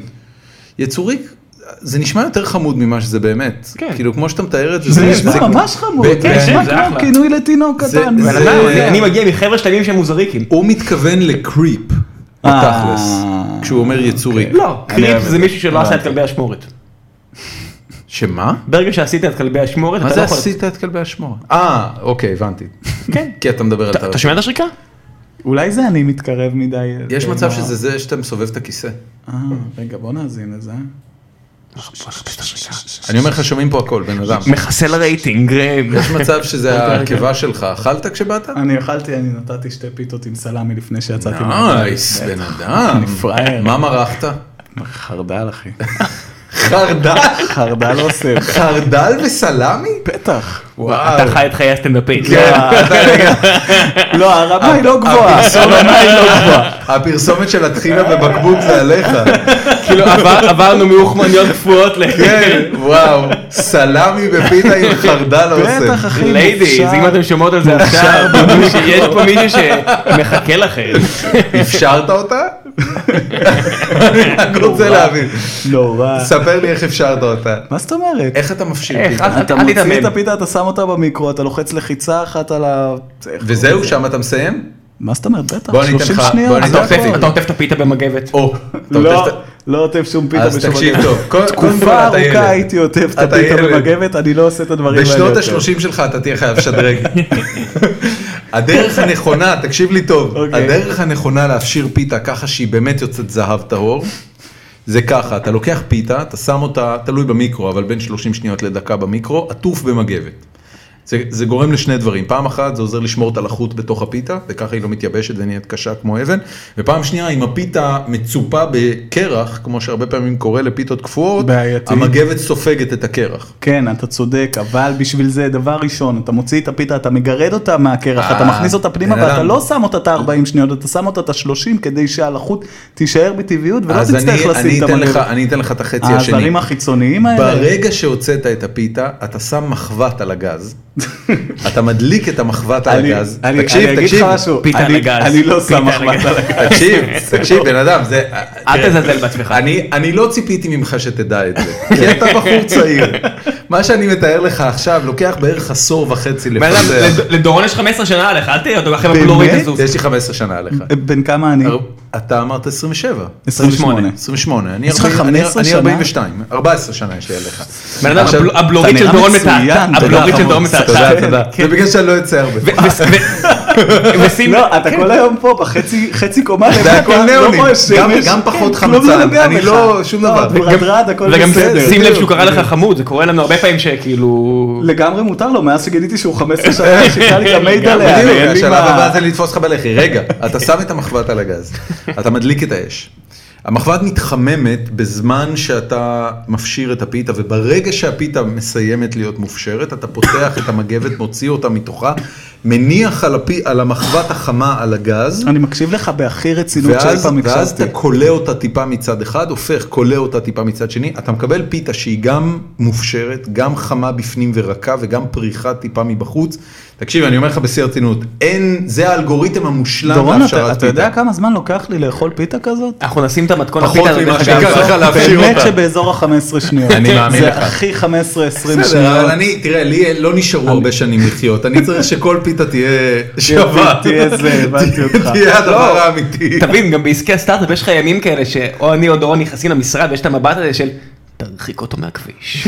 A: יצוריק, זה נשמע יותר חמוד ממה שזה באמת.
D: כן.
A: כאילו, כמו שאתה מתאר את זה,
C: זה נשמע ממש חמוד,
A: ב-
C: זה
A: ב-
C: נשמע
D: זה
C: כמו
D: אחלה.
C: כינוי לתינוק
A: זה-
C: קטן.
A: זה-
D: בן אדם, אני- אני מגיע מחבר'ה שלמים שהם מוזריקים.
A: הוא מתכוון לקריפ,
C: אה.
A: בתכלס, כשהוא אומר יצוריק.
D: לא,
C: אני
D: קליפ
C: אוהב
D: זה
C: את
D: מישהו
C: זה.
D: שלא עשה את
C: הבנתי.
D: כלבי אשמורת.
A: שמה?
D: ברגע שעשית את כלבי אשמורת,
A: מה
D: אתה לא
A: זה
D: יכול...
A: עשית את כלבי השמורה? אה, אוקיי, הבנתי.
D: כן.
A: כי אתה מדבר על
D: אתה-
A: טרנטינו.
D: אתה שומע את השריקה?
C: אולי זה אני מתקרב מדי.
A: יש
D: אה,
C: זה
A: מצב
C: לא-
A: שזה זה שאתה מסובב את הכיסא.
C: אה, רגע, בוא נאזין לזה.
A: אני אומר לך, שומעים פה הכל, בן אדם.
D: מחסל הרייטינג, אה, אוקיי, ראם.
A: יש מצב שזה העקבה שלך, אכלת כשבאת?
C: אני אכלתי, אני נתתי שתי פיתות עם סלמי לפני שיצאתי
A: נייס, בן אדם.
C: אני פראייר.
A: מה מרחת?
C: חרדל אחי.
A: חרדל?
C: חרדל עושה.
A: חרדל וסלמי?
C: בטח.
D: אתה חי את חיי הסטנדאפיסט.
A: כן.
C: לא, הרמה היא לא גבוהה.
A: הרמה היא לא גבוהה. הפרסומת של הטחינה בבקבוק זה עליך.
D: כאילו עבר- עברנו מאוכמניות קפואות ל...
A: כן, וואו. סלמי בפיתה עם חרדל אוסם.
C: בטח אחי.
D: ליידיז,
C: מוכשר.
D: אם אתם שומעות על זה עכשיו, יש פה מישהו שמחכה לכם.
A: אפשרת אותה? אני רק רוצה להבין.
C: נורא.
A: ספר לי איך אפשרת אותה.
C: לא, מה זאת אומרת?
A: איך אתה מפשיר
D: איך?
A: פיתה?
D: אל-
C: אתה
D: אל
C: מוציא
D: תיתמם.
C: את הפיתה, אתה שם אותה במיקרו, אתה לוחץ לחיצה אחת על ה... איך
A: וזהו,
C: קוראים לזה?
A: שם אתה מסיים?
C: מה זאת אומרת? בטח.
A: בוא אני אתן
C: 30
A: לך-
C: שניות,
A: בוא אני
C: זה
A: אתן לך-
C: הכל.
D: אתה עוטף את הפיתה במגבת.
A: או, אתה
C: לא.
A: רוצה-
C: לא עוטף שום פיתה
A: אז
C: בשום
A: תקשיב טוב, קודם כל
C: תקופה
A: אתה ילד.
C: ארוכה הייתי עוטף את
A: אתה
C: הפיתה
A: ילד.
C: במגבת, אני לא עושה את הדברים האלה
A: בשנות
C: יותר.
A: ה-30 שלך אתה תהיה חייב לשדרג. הדרך הנכונה, תקשיב לי טוב,
C: אוקיי.
A: הדרך הנכונה להפשיר פיתה ככה שהיא באמת יוצאת זהב טהור, זה ככה, אתה לוקח פיתה, אתה שם אותה, תלוי במיקרו, אבל בין 30 שניות לדקה במיקרו, עטוף במגבת. זה, זה גורם לשני דברים, פעם אחת זה עוזר לשמור את הלחות בתוך הפיתה, וככה היא לא מתייבשת ונהיית קשה כמו אבן, ופעם שנייה אם הפיתה מצופה בקרח, כמו שהרבה פעמים קורה לפיתות קפואות,
C: בעייתי.
A: המגבת סופגת את הקרח.
C: כן, אתה צודק, אבל בשביל זה, דבר ראשון, אתה מוציא את הפיתה, אתה מגרד אותה מהקרח,
A: אה,
C: אתה מכניס אותה פנימה,
A: בן
C: ואתה
A: אדם.
C: לא שם אותה את ה-40 שניות, אתה שם אותה את ה-30 כדי שהלחות תישאר בטבעיות, ולא
A: אז
C: לא תצטרך
A: אני- אני
C: לשים את אה,
A: אתן לך-
C: המגבת.
A: אני אתן לך את החצי השני.
C: העזרים החיצוניים האלה,
A: ברגע שהוצאת את הפיתה, אתה שם מחבת על הגז, אתה מדליק את המחבת על
C: אני-
A: הגז,
C: אני
A: תקשיב,
C: אני אגיד לך
A: תקשיב,
C: משהו,
B: פיתה
C: אני-
B: על הגז.
C: אני לא שם
B: פיתה על
C: מחבת
B: הגז.
C: על הגז.
A: תקשיב, תקשיב בן אדם, זה... תראה,
B: תזלזל בעצמך.
A: אני- אני לא ציפיתי ממך שתדע את זה,
C: כן.
A: כי אתה בחור צעיר. מה שאני מתאר לך עכשיו לוקח בערך עשור וחצי
D: בן אדם,
A: לפזר.
D: לד- לדורון יש 15 שנה עליך, אל תהיה אותו, אחרי
C: באמת?
D: בלורית הזו.
A: יש לי 15 שנה עליך.
C: אה, בן כמה אני?
A: אתה אמרת 27.
C: 28.
A: 28, אני
C: יש לך
A: 40 אני-
C: 15
A: אני
C: שנה?
A: 42, 14 שנה יש לי עליך.
D: בן אדם,
A: עכשיו-
D: הבלו- הבלורית
C: אתה
D: של
C: נראה
D: דורון
C: מצוין,
D: מתעתעת,
C: תודה,
D: הבלורית של
C: חמוד.
D: דורון
A: תודה,
D: מתעתעת.
A: תודה. זה בגלל שאני לא יוצא הרבה.
D: כן, ו- ו- ו- ושים,
C: לא, אתה כל היום פה בחצי חצי קומה,
A: זה
C: למטה,
A: הכל
C: לא
A: נאונים,
C: רואה שמש.
A: גם- גם פחות
C: כלום לא
A: חמצן,
C: נוגע
A: אני
C: בך.
A: לא- שום דבר.
C: וגם רד, הכל
D: וגם
C: בסדר.
D: שים לב
A: בדיוק,
D: שהוא קרא לך חמוד, זה קורה לנו הרבה פעמים שכאילו...
C: לגמרי מותר לו, מאז שגיליתי שהוא 15 שנה, שיקרא לי גם מידע עליה.
A: בדיוק,
C: לא, אין לי
A: השלב
C: מה-
A: הבא זה לתפוס לך בלחי. רגע, אתה שם את המחבת על הגז, אתה מדליק את האש. המחבת מתחממת בזמן שאתה מפשיר את הפיתה, וברגע שהפיתה מסיימת להיות מופשרת, אתה פותח את המגבת, מוציא אותה מתוכה, מניח על, הפי, על המחבת החמה על הגז,
C: אני מקשיב לך בהכי רצינות שאי
A: ואז,
C: פעם
A: ואז
C: הקשבתי.
A: אתה כולא אותה טיפה מצד אחד, הופך, כולא אותה טיפה מצד שני, אתה מקבל פיתה שהיא גם מופשרת, גם חמה בפנים ורכה וגם פריחה טיפה מבחוץ. תקשיב, אני אומר לך בשיא הרצינות, אין, זה האלגוריתם המושלם
C: דורון,
A: להפשרת
C: אתה-
A: פיתה.
C: אתה יודע כמה זמן לוקח לי לאכול פיתה כזאת?
B: אנחנו נשים את המתכון
A: פחות
B: הפיתה,
A: ממה
B: דרך
A: שיקח
B: אגב.
A: לך להפשיר
C: באמת
A: אותה.
C: שבאזור ה-15 שניות.
A: אני מאמין לך.
C: זה הכי 15-20
A: בסדר, אבל
C: שניות.
A: אני, תראה, לי לא נשארו הרבה שנים לחיות, אני צריך שכל פיתה תהיה שווה.
C: תהיה זה, הבנתי אותך.
A: תהיה הדבר האמיתי.
D: תבין, גם בעסקי הסטארט-אפ יש לך ימים כאלה שאו אני או דורון נכנסים למשרד ויש את המבט הזה של תרחיק אותו מהכביש.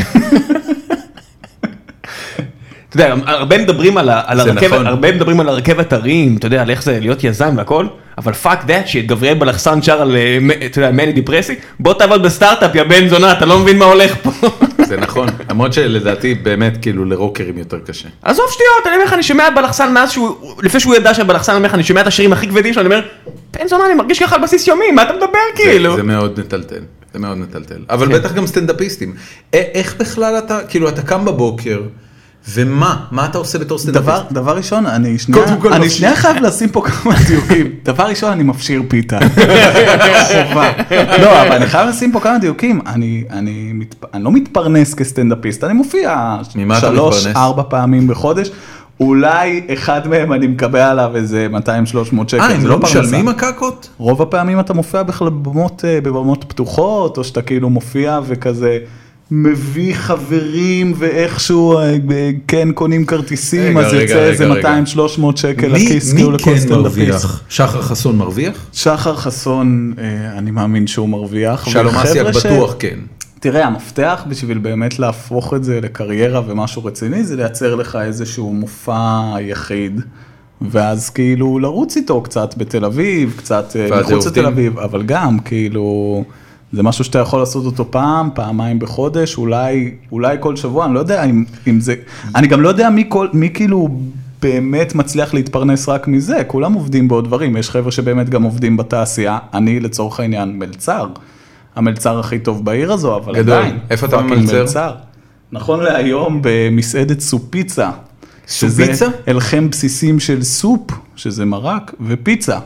D: אתה יודע, הרבה מדברים על ה- על
A: זה
D: הרכבת,
A: נכון.
D: הרבה מדברים על הרכבת הרים, אתה יודע, על איך זה להיות יזם והכל, אבל פאק דאט שגבריאל בלחסן שר על, אה, מ- אתה יודע, מני דיפרסי, בוא תעבוד בסטארט-אפ, יא בן זונה, אתה לא מבין מה הולך פה.
A: זה נכון, למרות שלדעתי באמת כאילו לרוקרים יותר קשה.
D: עזוב שטויות, אני אומר לך, אני שומע את בלחסן מאז שהוא, לפני שהוא ידע שבלחסן אומר לך, אני שומע את השירים הכי כבדים שלו, אני אומר, בן זונה, אני מרגיש ככה על בסיס יומי, מה אתה מדבר כאילו?
A: זה, זה מאוד מטלטל, זה מאוד מטלטל. אבל בטח גם סטנדאפיסטים. א- איך בכלל אתה, כאילו, אתה קם בבוקר, ומה? מה אתה עושה בתור סטנדאפיסט?
C: דבר, דבר ראשון, אני שנייה,
A: קודם כל
C: אני
A: מפשיר.
C: שנייה חייב לשים פה כמה דיוקים. דבר ראשון, אני מפשיר פיתה. חובה. לא, אבל אני חייב לשים פה כמה דיוקים. אני, אני, מתפ... אני לא מתפרנס כסטנדאפיסט, אני מופיע
A: ממה אתה
C: שלוש,
A: מתפרנס?
C: ארבע פעמים בחודש. אולי אחד מהם אני מקבל עליו איזה 200-300 שקל.
A: אה, הם
C: זה
A: לא
C: פרנסה.
A: משלמים הקקות?
C: רוב הפעמים אתה מופיע בכלל בבמות, אה, בבמות פתוחות, או שאתה כאילו מופיע וכזה מביא חברים ואיכשהו אה, אה, כן קונים כרטיסים,
A: רגע,
C: אז
A: רגע,
C: יוצא
A: רגע,
C: איזה
A: רגע.
C: 200-300 שקל
A: מי-
C: לכיס,
A: מי
C: כאילו לכל
A: כן
C: סטנדאפיסט.
A: מרוויח? שחר חסון מרוויח?
C: שחר חסון, אה, אני מאמין שהוא מרוויח.
A: שלום
C: וחבר'ה
A: אסיאק
C: ש-
A: בטוח כן.
C: תראה, המפתח בשביל באמת להפוך את זה לקריירה ומשהו רציני, זה לייצר לך איזשהו מופע יחיד. ואז כאילו לרוץ איתו קצת בתל אביב, קצת אה,
A: ועדי
C: מחוץ
A: עובדים.
C: לתל אביב, אבל גם כאילו, זה משהו שאתה יכול לעשות אותו פעם, פעמיים בחודש, אולי, אולי כל שבוע, אני לא יודע אם, אם זה, אני גם לא יודע מי, כל, מי כאילו באמת מצליח להתפרנס רק מזה, כולם עובדים בעוד דברים, יש חבר'ה שבאמת גם עובדים בתעשייה, אני לצורך העניין מלצר, המלצר הכי טוב בעיר הזו, אבל
A: גדול.
C: עדיין.
A: איפה אתה
C: פאקינג
A: ממלצר?
C: נכון להיום במסעדת סופיצה. שזה
A: סופיצה?
C: הלחם בסיסים של סופ, שזה מרק, ופיצה.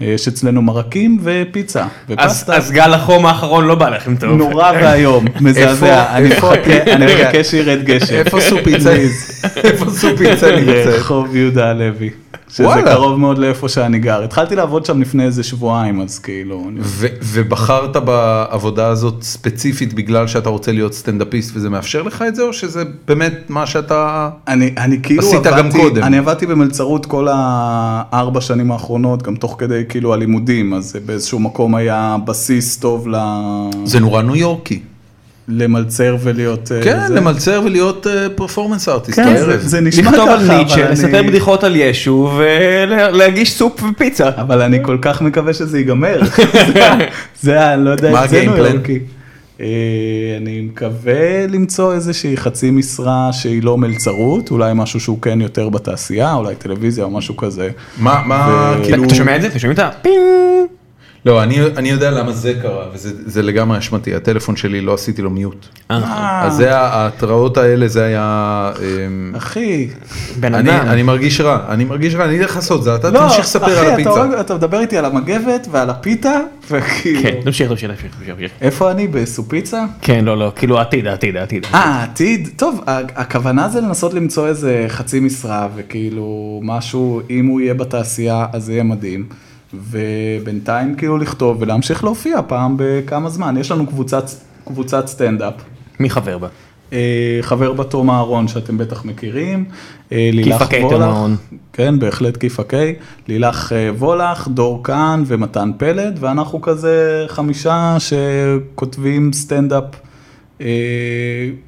C: יש אצלנו מרקים ופיצה,
D: אז,
C: ופסטה.
D: אז גל החום האחרון לא בא לכם טוב.
C: נורא ואיום, מזעזע,
A: איפה-
C: אני
A: איפה-
C: מחכה, אני
A: רגע.
C: מחכה שירד גשם.
A: איפה סופיצה? איפה סופיצה נמצאת?
C: רחוב יהודה הלוי. שזה
A: וואלה.
C: קרוב מאוד לאיפה שאני גר. התחלתי לעבוד שם לפני איזה שבועיים, אז כאילו... אני-
A: ו- ובחרת בעבודה הזאת ספציפית בגלל שאתה רוצה להיות סטנדאפיסט וזה מאפשר לך את זה, או שזה באמת מה שאתה...
C: אני, אני כאילו
A: עשית גם קודם.
C: אני עבדתי במלצרות כל הארבע שנים האחרונות, גם תוך כדי כאילו הלימודים, אז זה באיזשהו מקום היה בסיס טוב ל...
A: זה נורא ניו יורקי.
C: למלצר ולהיות... אה,
A: כן,
C: זה.
A: למלצר ולהיות אה, פרפורמנס ארטיסט.
C: כן, זה- זה נשמע ככה,
D: לכתוב על
C: אבל
D: ניטשה,
C: אני-
D: לספר בדיחות על ישו ולהגיש סופ ופיצה.
C: אבל אני כל כך מקווה שזה ייגמר. זה ה... לא יודע
A: מה
C: אם זה
A: ה-game
C: ניו
A: plan?
C: יורקי. אה, אני מקווה למצוא איזושהי חצי משרה שהיא לא מלצרות, אולי משהו שהוא כן יותר בתעשייה, אולי טלוויזיה או משהו כזה.
A: מה, מה,
C: ו-
A: כאילו...
D: כן, אתה שומע את זה? אתה שומע את ה... פינג.
A: לא, אני, אני יודע למה זה קרה, וזה זה לגמרי אשמתי, הטלפון שלי, לא עשיתי לו מיוט.
C: אה.
D: אה,
A: אז זה, ה- ההתראות האלה, זה היה... אמ,
C: אחי,
D: בן
A: אני,
D: אדם. לא,
A: אני מרגיש רע, אני מרגיש רע, אני אלך לעשות זה, אתה תמשיך לספר על
C: לא, אחי, אתה
A: הפיצה.
C: הורג- אתה מדבר איתי על המגבת ועל הפיתה,
D: כן,
C: וכאילו...
D: תמשיך, תמשיך, תמשיך, תמשיך, תמשיך.
C: איפה אני? בסופיצה?
D: כן, לא, לא, כאילו עתיד, עתיד, עתיד.
C: אה, עתיד? טוב, ה- הכוונה זה לנסות למצוא איזה חצי משרה, וכאילו משהו, אם הוא יהיה בתעשייה, אז זה יהיה מדהים. ובינתיים כאילו לכתוב ולהמשיך להופיע פעם בכמה זמן. יש לנו קבוצת, קבוצת סטנדאפ.
D: מי חבר בה?
C: אה, חבר בה תום אהרון שאתם בטח מכירים, אה,
D: כיפה
C: לילך
D: קיי, תום
C: וולך,
D: אהרון.
C: כן בהחלט כיפה קיי, לילך אה, וולך, דור כהן ומתן פלד ואנחנו כזה חמישה שכותבים סטנדאפ, אה,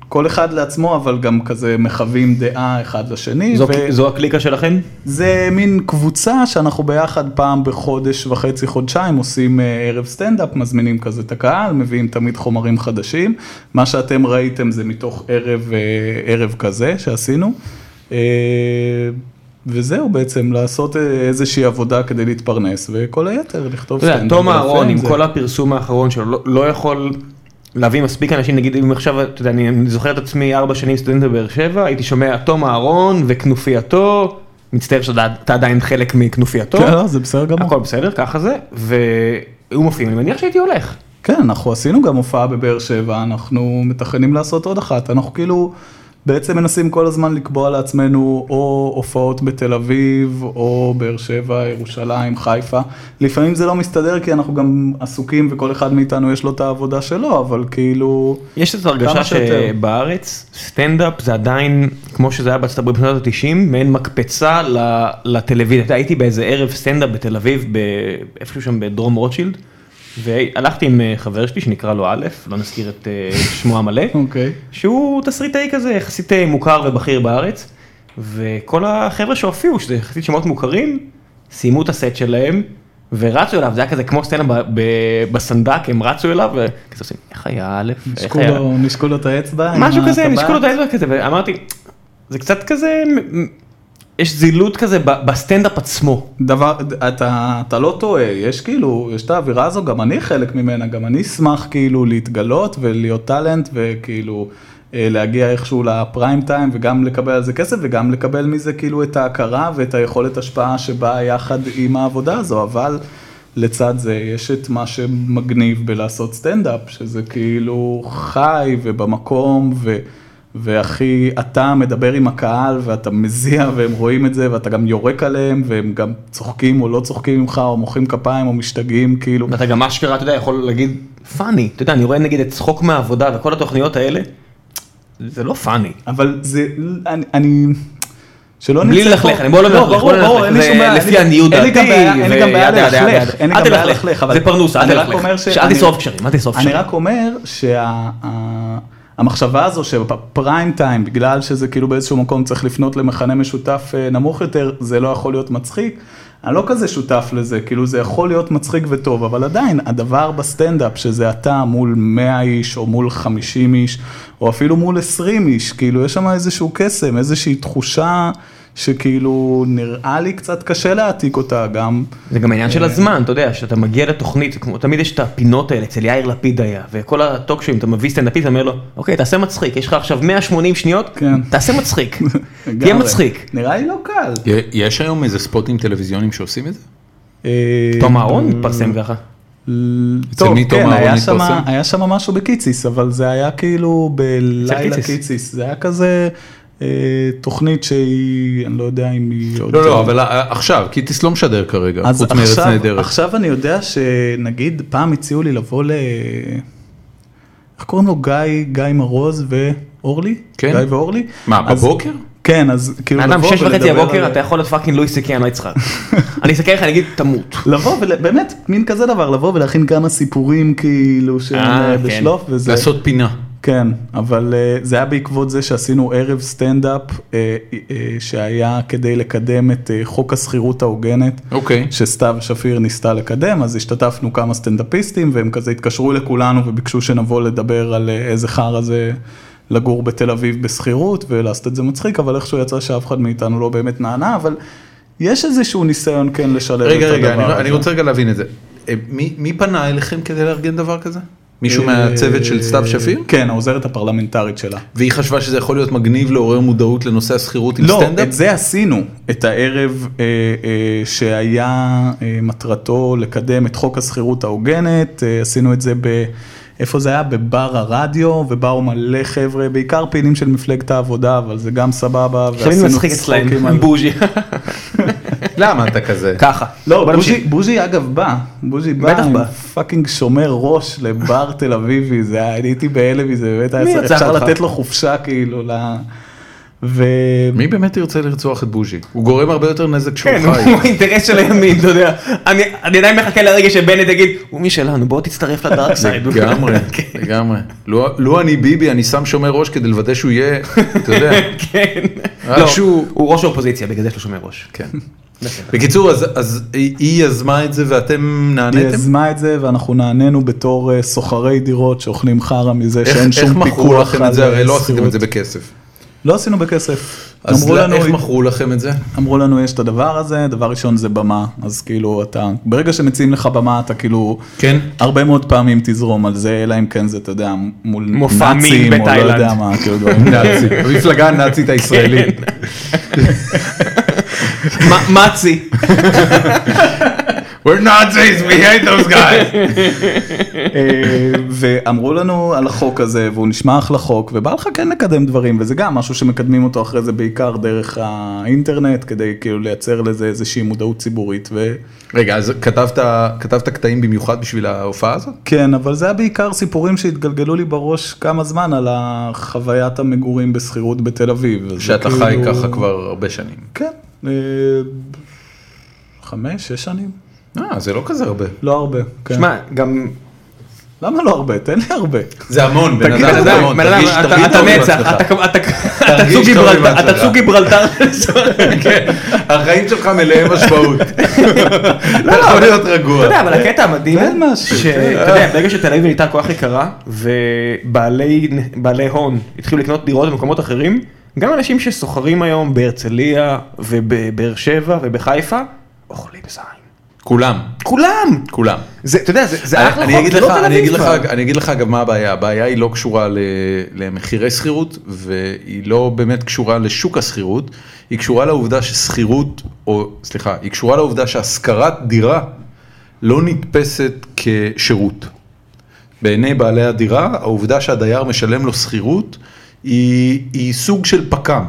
C: כל אחד לעצמו אבל גם כזה מחווים דעה אחד לשני.
D: זו-
C: ו-
D: זו הקליקה שלכם?
C: זה מין קבוצה שאנחנו ביחד פעם בחודש וחצי חודשיים עושים אה, ערב סטנדאפ, מזמינים כזה את הקהל, מביאים תמיד חומרים חדשים. מה שאתם ראיתם זה מתוך ערב, אה, ערב כזה שעשינו. אה, וזהו בעצם, לעשות אה, איזושהי עבודה כדי להתפרנס, וכל היתר לכתוב
D: אתה לא יודע, תום
C: ולהופיע
D: אהרון עם
C: כן, זה.
D: כל הפרסום האחרון שלו לא- לא יכול להביא מספיק אנשים נגיד אם עכשיו אתה יודע אני אני זוכר את עצמי ארבע שנים סטודנט בבאר שבע הייתי שומע תום אהרון וכנופייתו מצטער שאתה עדיין חלק מכנופייתו
C: כן, לא, זה בסדר גמור.
D: הכל בסדר ככה זה והיו מופיעים אני מניח שהייתי הולך.
C: כן, אנחנו עשינו גם הופעה בבאר שבע, אנחנו מתכננים לעשות עוד אחת, אנחנו כאילו בעצם מנסים כל הזמן לקבוע לעצמנו או הופעות בתל אביב, או באר שבע, ירושלים, חיפה. לפעמים זה לא מסתדר כי אנחנו גם עסוקים וכל אחד מאיתנו יש לו את העבודה שלו, אבל כאילו...
D: יש איזו
C: כמה
D: הרגשה
C: שיותר.
D: שבארץ סטנדאפ זה עדיין כמו שזה היה בארצות הברית בשנות ה-90 מעין מקפצה ל- לטלוויזיה. אתה יודע, הייתי באיזה ערב סטנדאפ בתל אביב ב- איפשהו שם בדרום רוטשילד והלכתי עם אה, חבר שלי שנקרא לו א', לא נזכיר את אה, שמו המלא,
C: אוקיי.
D: שהוא תסריטאי כזה יחסית אה, מוכר ובכיר בארץ וכל החבר'ה שהופיעו שזה יחסית שמות מוכרים סיימו את הסט שלהם. ורצו אליו זה היה כזה כמו סטנדאפ ב- ב- בסנדק הם רצו אליו וכזה עושים איך היה א', איך
C: נשקול
D: היה
C: לו- נשקול לו את האצבע. אה, עם
D: משהו כזה,
C: הטבעת.
D: נשקול את האצבע כזה, ואמרתי, זה קצת כזה, מ- מ- יש זילות כזה ב- בסטנדאפ עצמו.
C: דבר, אתה, אתה לא טועה, יש כאילו, יש את האווירה הזו, גם אני חלק ממנה, גם אני אשמח כאילו להתגלות ולהיות טאלנט וכאילו אה, להגיע איכשהו לפריים טיים וגם לקבל על זה כסף וגם לקבל מזה כאילו את ההכרה ואת היכולת השפעה שבאה יחד עם העבודה הזו, אבל לצד זה יש את מה שמגניב בלעשות סטנדאפ, שזה כאילו חי ובמקום ו... והכי, אתה מדבר עם הקהל ואתה מזיע והם רואים את זה ואתה גם יורק עליהם והם גם צוחקים או לא צוחקים ממך או מוחאים כפיים או משתגעים כאילו.
D: ואתה גם אשכרה, אתה יודע, יכול להגיד, פאני, אתה יודע, אני רואה נגיד את צחוק מהעבודה וכל התוכניות האלה, זה לא פאני.
C: אבל זה, אני, אני שלא
D: בלי
C: נצא פה-
D: ללכלך, אני בוא לא
C: לא,
D: ללכלך, בוא
C: ברור,
D: לא
C: ברור,
D: ללכלך,
C: אין לי
D: זה
C: שום בעיה,
D: לפי
C: אין לי-
D: עניות
C: אין לי גם
D: דעתי,
C: בעיה- אין לי גם בעיה
D: וידה, ידה, ידה,
C: ללכלך, אין לי
D: אל
C: גם בעיה
D: תלכלך.
C: ללכלך, אבל-
D: זה פרנוס, אל
C: אני רק
D: תלכלך.
C: אומר ש-
D: שאל
C: אני-
D: תשרוף קשרים, אל תשרוף
C: אני
D: קשרים.
C: רק אומר שהמחשבה הזו שבפריים טיים, בגלל שזה כאילו באיזשהו מקום צריך לפנות למכנה משותף אה, נמוך יותר, זה לא יכול להיות מצחיק. אני לא כזה שותף לזה, כאילו זה יכול להיות מצחיק וטוב, אבל עדיין הדבר בסטנדאפ שזה אתה מול 100 איש או מול 50 איש או אפילו מול 20 איש, כאילו יש שם איזשהו קסם, איזושהי תחושה שכאילו נראה לי קצת קשה להעתיק אותה גם.
D: זה גם עניין של
C: אה.
D: הזמן, אתה יודע, שאתה מגיע לתוכנית, זה כמו, תמיד יש את הפינות האלה, אצל יאיר לפיד היה, וכל הטוקשואים, אתה מביא סטנדאפיסט, אתה אומר לו, אוקיי, תעשה מצחיק, יש לך עכשיו 180 שניות,
C: כן.
D: תעשה מצחיק, תהיה
C: לגמרי.
D: מצחיק.
C: נראה לי לא קל.
A: יש היום איזה ספוטים טלוויזיונים שעושים את זה?
C: אה,
D: תום אהרון מתפרסם ככה.
C: כאילו
A: אצל מי תום
C: כן,
A: אהרון
C: היה
A: התפרסם?
C: שמה- היה שם משהו בקיציס, אבל זה היה כאילו בלילה
D: קיציס.
C: קיציס, זה היה כזה אה, תוכנית שהיא, אני לא יודע אם היא עוד...
A: לא, לא, אבל אה, עכשיו, כי טיס לא משדר כרגע,
C: אז
A: חוץ מארץ
C: עכשיו-
A: נהדרת.
C: עכשיו אני יודע שנגיד פעם הציעו לי לבוא ל... איך קוראים לו? גיא, גיא מרוז ואורלי?
A: כן.
C: גיא ואורלי?
A: מה,
C: אז-
A: בבוקר?
C: כן, אז כאילו
D: אדם
C: לבוא
D: שש וחצי
C: ולדבר
D: הבוקר
C: על-
D: אתה יכול להיות פאקינג לואי סי קיי, אני לא אצחק. אני אסתכל עליך, אני אגיד תמות.
C: לבוא ובאמת מין כזה דבר לבוא ולהכין כמה סיפורים כאילו שהם
D: אה,
C: אה,
D: כן.
C: בשלוף וזה
A: לעשות פינה.
C: כן אבל אה, זה היה בעקבות זה שעשינו ערב סטנדאפ אה, אה, שהיה כדי לקדם את אה, חוק השכירות ההוגנת
A: אוקיי.
C: שסתיו שפיר ניסתה לקדם, אז השתתפנו כמה סטנדאפיסטים והם כזה התקשרו לכולנו וביקשו שנבוא לדבר על אה, איזה חרא זה לגור בתל אביב בשכירות ולעשות את זה מצחיק, אבל איכשהו יצא שאף אחד מאיתנו לא באמת נענה, אבל יש איזשהו ניסיון כן לשלב את
A: רגע,
C: הדבר
A: רגע, אני- לא-
C: הזה.
A: אני רוצה רגע להבין את זה. אה, מי מי פנה אליכם כדי לארגן דבר כזה? מישהו
C: אה,
A: מהצוות של סתיו שפיר?
C: כן, העוזרת הפרלמנטרית שלה.
A: והיא חשבה שזה יכול להיות מגניב לעורר מודעות לנושא השכירות עם
C: לא,
A: סטנדאפ?
C: את זה עשינו, את הערב אה, אה, שהיה אה, מטרתו לקדם את חוק השכירות ההוגנת, אה, עשינו את זה ב... איפה זה היה? בבר הרדיו, ובאו מלא חבר'ה, בעיקר פעילים של מפלגת העבודה, אבל זה גם סבבה,
D: תמיד מצחיק אצלהם,
C: על-
D: בוז'י.
A: למה אתה כזה?
D: ככה.
C: לא,
D: בוא
C: בוז'י,
D: נמשיך.
C: בוז'י אגב בא, בוז'י בא,
D: בטח
C: עם
D: בא.
C: פאקינג שומר ראש לבר תל אביבי, זה היה, אני הייתי בהלם מזה, באמת,
D: מי
C: היה
D: יצר
C: אפשר
D: אותך?
C: לתת לו חופשה כאילו, ל... ו...
A: מי באמת ירצה לרצוח את בוז'י? הוא גורם הרבה יותר נזק שהוא
D: כן,
A: חי.
D: הוא האינטרס של הימין, אתה יודע. אני אני עדיין מחכה לרגע שבנט יגיד, הוא משלנו, בוא תצטרף לדארק סייד. כן.
A: לגמרי,
C: כן.
A: לגמרי. לו- לו אני ביבי, אני שם שומר ראש כדי לוודא שהוא יהיה, אתה יודע. אה,
D: כן.
A: רק
D: לא,
A: שהוא-
D: הוא ראש האופוזיציה, בגלל זה יש לו שומר ראש.
A: כן. בקיצור, אז- אז היא היא יזמה את זה ואתם
C: היא
A: נעניתם?
C: יזמה את זה ואנחנו נענינו בתור אה, סוחרי דירות שאוכלים חרא מזה
A: איך-
C: שאין
A: איך
C: שום
A: מכרו
C: פיקוח אה,
A: לכם את זה? הרי לא
C: שכירות.
A: עשיתם את זה בכסף.
C: לא עשינו בכסף.
A: אז
C: אמרו
A: לא-
C: לנו,
A: איך מכרו לכם את זה?
C: אמרו לנו יש את הדבר הזה, דבר ראשון זה במה, אז כאילו אתה, ברגע שמציעים לך במה אתה כאילו,
A: כן.
C: הרבה מאוד פעמים תזרום על זה, אלא אם כן זה אתה יודע, מול
D: מופע מין
C: נאצים או לא
D: בתאילנד.
C: יודע מה, כאילו דברים.
A: נאצית, המפלגה הנאצית הישראלית.
D: מה- מצי.
A: כן. We're Nazis, we hate those guys.
C: אה, ואמרו לנו על החוק הזה, והוא נשמע אחלה חוק, ובא לך כן לקדם דברים, וזה גם משהו שמקדמים אותו אחרי זה בעיקר דרך האינטרנט, כדי כאילו לייצר לזה איזושהי מודעות ציבורית, וכן,
A: רגע, אז כתבת, כתבת קטעים במיוחד בשביל ההופעה הזאת?
C: אבל זה היה בעיקר סיפורים שהתגלגלו לי בראש כמה זמן על החוויית המגורים בשכירות בתל אביב. אז
A: שאתה
C: זה
A: חי
C: כאילו-
A: ככה כבר הרבה שנים.
C: כן, אה, חמש, שש שנים,
A: אה, זה לא כזה הרבה.
C: לא הרבה, כן.
D: שמע, גם...
C: למה לא הרבה? תן לי הרבה.
A: זה המון, בן
D: בן
A: אדם, זה המון.
D: אדם, בן אדם,
A: תרגיש-
D: אתה-
A: תרגיש
D: אתה
A: טוב עם
D: נצח,
A: עצמך.
D: אתה- אתה- אתה
A: תרגיש
D: צוק
A: טוב עם
D: גיברלטר,
A: עצמך.
D: אתה צוק גיברלטר.
A: כן, החיים שלך מלאי משמעות. לא, אתה יכול להיות
D: אתה
A: רגוע.
D: יודע, אבל הקטע המדהים,
C: תן משהו,
D: שאתה
C: כן.
D: יודע, ברגע שתל אביב נהייתה כל כך יקרה, ובעלי בעלי הון התחילו לקנות דירות במקומות אחרים, גם אנשים שסוחרים היום בהרצליה ובבאר שבע ובחיפה, אוכלים זין.
A: כולם,
D: כולם!
A: כולם.
D: זה, אתה יודע, זה זה אחלה
A: אני
D: חוק,
A: אגיד
D: זה
A: לך,
D: לא תל
A: אני אגיד
D: אביב
A: לך,
D: כבר.
A: אני אגיד לך גם מה הבעיה, הבעיה היא לא קשורה ל- למחירי שכירות והיא לא באמת קשורה לשוק השכירות, היא קשורה לעובדה ששכירות, או סליחה, היא קשורה לעובדה שהשכרת דירה לא נתפסת כשירות. בעיני בעלי הדירה, העובדה שהדייר משלם לו שכירות היא, היא סוג של פק"ם.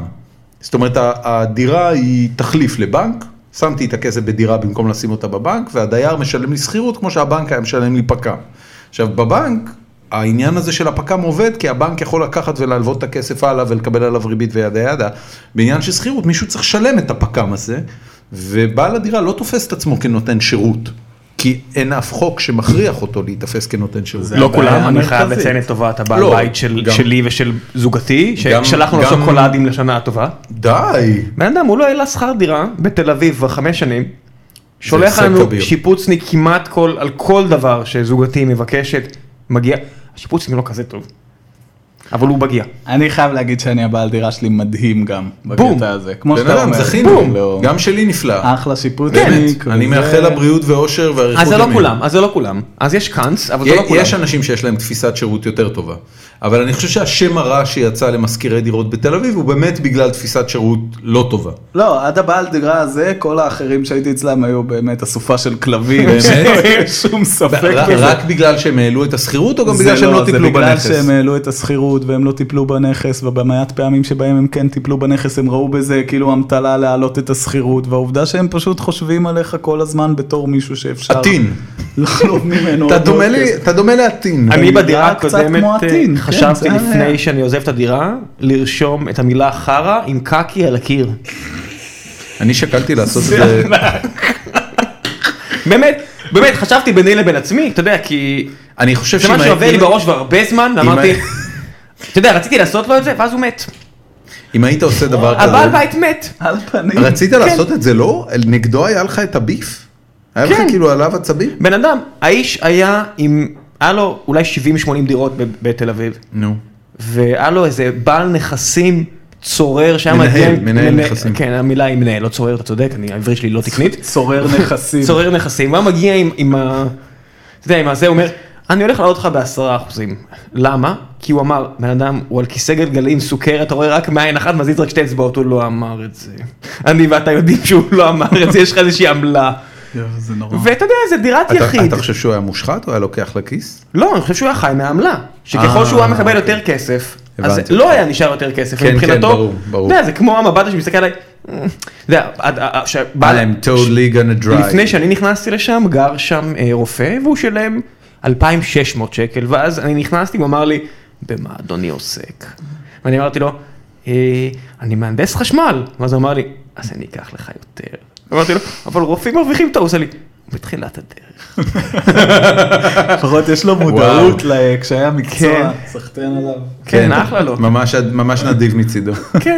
A: זאת אומרת, ה- הדירה היא תחליף לבנק, שמתי את הכסף בדירה במקום לשים אותה בבנק, והדייר משלם לי שכירות כמו שהבנק היה משלם לי פק"ם. עכשיו, בבנק, העניין הזה של הפק"ם עובד, כי הבנק יכול לקחת ולהלוות את הכסף הלאה ולקבל עליו ריבית וידה ידה. בעניין של שכירות, מישהו צריך לשלם את הפק"ם הזה, ובעל הדירה לא תופס את עצמו כנותן שירות. כי אין אף חוק שמכריח אותו להיתפס כנותן שירות.
D: לא
C: הבעיה
D: כולם, אני חייב
C: המרכזית.
D: לציין לטובה את הבעל
A: לא,
D: בית של-
A: גם-
D: שלי ושל זוגתי,
A: גם-
D: ששלחנו לו
A: גם-
D: שוקולדים לשנה הטובה.
A: די.
D: בן אדם, הוא לא העלה שכר דירה בתל אביב כבר חמש שנים, שולח
A: הישג
D: לנו
A: כביר.
D: שיפוצניק כמעט כל, על כל דבר שזוגתי מבקשת, מגיע, השיפוצניק לא כזה טוב, אבל הוא מגיע.
C: אני חייב להגיד שאני הבעל דירה שלי מדהים גם,
D: בום.
C: בקטע הזה. כמו
A: בן
C: שאתה
A: אדם,
C: אומר,
A: זכינו,
C: לא.
A: גם שלי נפלא.
C: אחלה שיפוטניק.
A: באמת, אני מאחל לה בריאות ואושר ואריכות
D: אז זה לא כולם, אז זה לא כולם, אז יש קאנץ, אבל זה
A: יה-
D: לא כולם.
A: יש אנשים שיש להם תפיסת שירות יותר טובה. אבל אני חושב שהשם הרע שיצא למשכירי דירות בתל אביב הוא באמת בגלל תפיסת שירות לא טובה.
C: לא, עד הבעל דירה הזה, כל האחרים שהייתי אצלם היו באמת אסופה של כלבים,
A: באמת?
C: שלא יהיה שום ספק
A: ר-
C: בזה.
A: רק בגלל שהם העלו את השכירות או גם
C: זה
A: בגלל שהם לא
C: זה
A: טיפלו
C: בגלל
A: בנכס?
C: שהם העלו את השכירות והם לא טיפלו בנכס ובמעט פעמים שבהם הם כן טיפלו בנכס הם ראו בזה כאילו אמתלה להעלות את השכירות והעובדה שהם פשוט חושבים עליך כל הזמן בתור מישהו שאפשר
A: עטין.
C: לחלוב ממנו.
A: אתה
C: עוד
A: דומה
C: ועוד
A: לי-
C: כסף.
A: אתה דומה לעטין.
D: אני
C: נראה
D: בדירה
C: קצת
D: הקודמת
C: כמו
D: אה,
C: עטין, כן,
D: חשבתי
C: זה היה-
D: לפני שאני עוזב את הדירה לרשום את המילה חרא עם קקי על הקיר.
A: אני שקלתי לעשות את זה.
D: באמת, באמת חשבתי ביני לבין עצמי, אתה יודע, כי
A: אני חושב
D: זה
A: שאם
D: משהו שעובר לי
A: הייתי-
D: בראש כבר הרבה זמן,
A: אם
D: ואמרתי,
A: ה-
D: אתה יודע, רציתי לעשות לו את זה, ואז הוא מת.
A: אם היית עושה דבר כזה.
D: הבעל בית מת.
C: על פנים.
A: רצית
D: כן.
A: לעשות את זה לא? נגדו היה לך את הביף? היה לך
D: כן.
A: כאילו עליו עצבים?
D: בן אדם, האיש היה עם, היה לו אולי 70-80 דירות ב- בתל אביב,
A: נו.
D: והיה לו איזה בעל נכסים צורר שהיה
A: מנהל,
D: מגיע עם-
A: מנהל נכסים.
D: כן, המילה היא מנהל, לא צורר, אתה צודק, אני, העברית שלי לא תקנית.
C: צורר נכסים.
D: צורר נכסים, והוא מגיע עם, עם ה... אתה יודע, עם הזה, הוא אומר, אני הולך להעלות לך בעשרה אחוזים. למה? כי הוא אמר, בן אדם, הוא על כיסא גלגלים, סוכר, אתה רואה רק מעין אחת, מזיז רק שתי אצבעות, הוא לא אמר את זה. אני ואתה יודעים שהוא לא אמר את זה, יש לך איזושהי עמלה.
C: יואו, זה נורא.
D: ואתה יודע, זה דירת
A: אתה-
D: יחיד.
A: אתה חושב שהוא היה מושחת או היה לוקח לכיס?
D: לא, אני חושב שהוא היה חי מהעמלה. שככל
A: אה,
D: שהוא היה מקבל יותר כסף, אז
A: הבנתי.
D: לא היה נשאר יותר כסף.
A: כן,
D: מבחינתו,
A: כן, ברור, ברור.
D: אתה יודע, זה כמו המבט שמסתכל עליי. אה, אתה יודע, עד- ה- ה- אה, שבא-
A: I'm totally gonna drive.
D: לפני שאני נכנסתי לשם, גר שם אה, רופא, והוא שילם 2,600 שקל, ואז אני נכנסתי, הוא אמר לי, במה אדוני עוסק? ואני אמרתי לו, "אה, אני מהנדס חשמל. ואז הוא אמר לי, אז אני אקח לך יותר. אמרתי לו, אבל רופאים מרוויחים טוב, הוא עושה לי, בתחילת הדרך.
C: לפחות יש לו מודעות לקשיי המקצוע.
D: כן.
C: סחטיין עליו.
D: כן, אחלה לו.
A: ממש- ממש נדיב מצידו.
D: כן.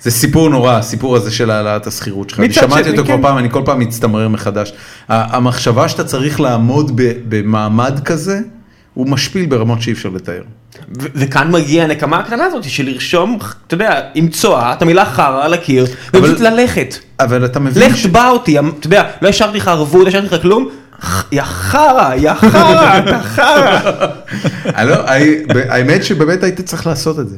A: זה סיפור נורא, הסיפור הזה של העלאת השכירות שלך. אני
D: מצד
A: שמעתי
D: שני,
A: אותו כבר
D: כן.
A: פעם, אני כל פעם מצטמרר מחדש. ה- המחשבה שאתה צריך לעמוד ב- במעמד כזה, הוא משפיל ברמות שאי אפשר לתאר.
D: ו- וכאן מגיע הנקמה הקטנה הזאת של לרשום, אתה יודע, עם צואה, את המילה חרא על הקיר,
A: אבל-
D: ופשוט ללכת.
A: אבל אתה מבין
D: לך תבע אותי, אמ- אתה יודע, לא השארתי לך ערבות, לא השארתי לך כלום, ח- יא חרא, יא חרא, אתה חרא.
A: אני לא- אני- ב- האמת שבאמת היית צריך לעשות את זה.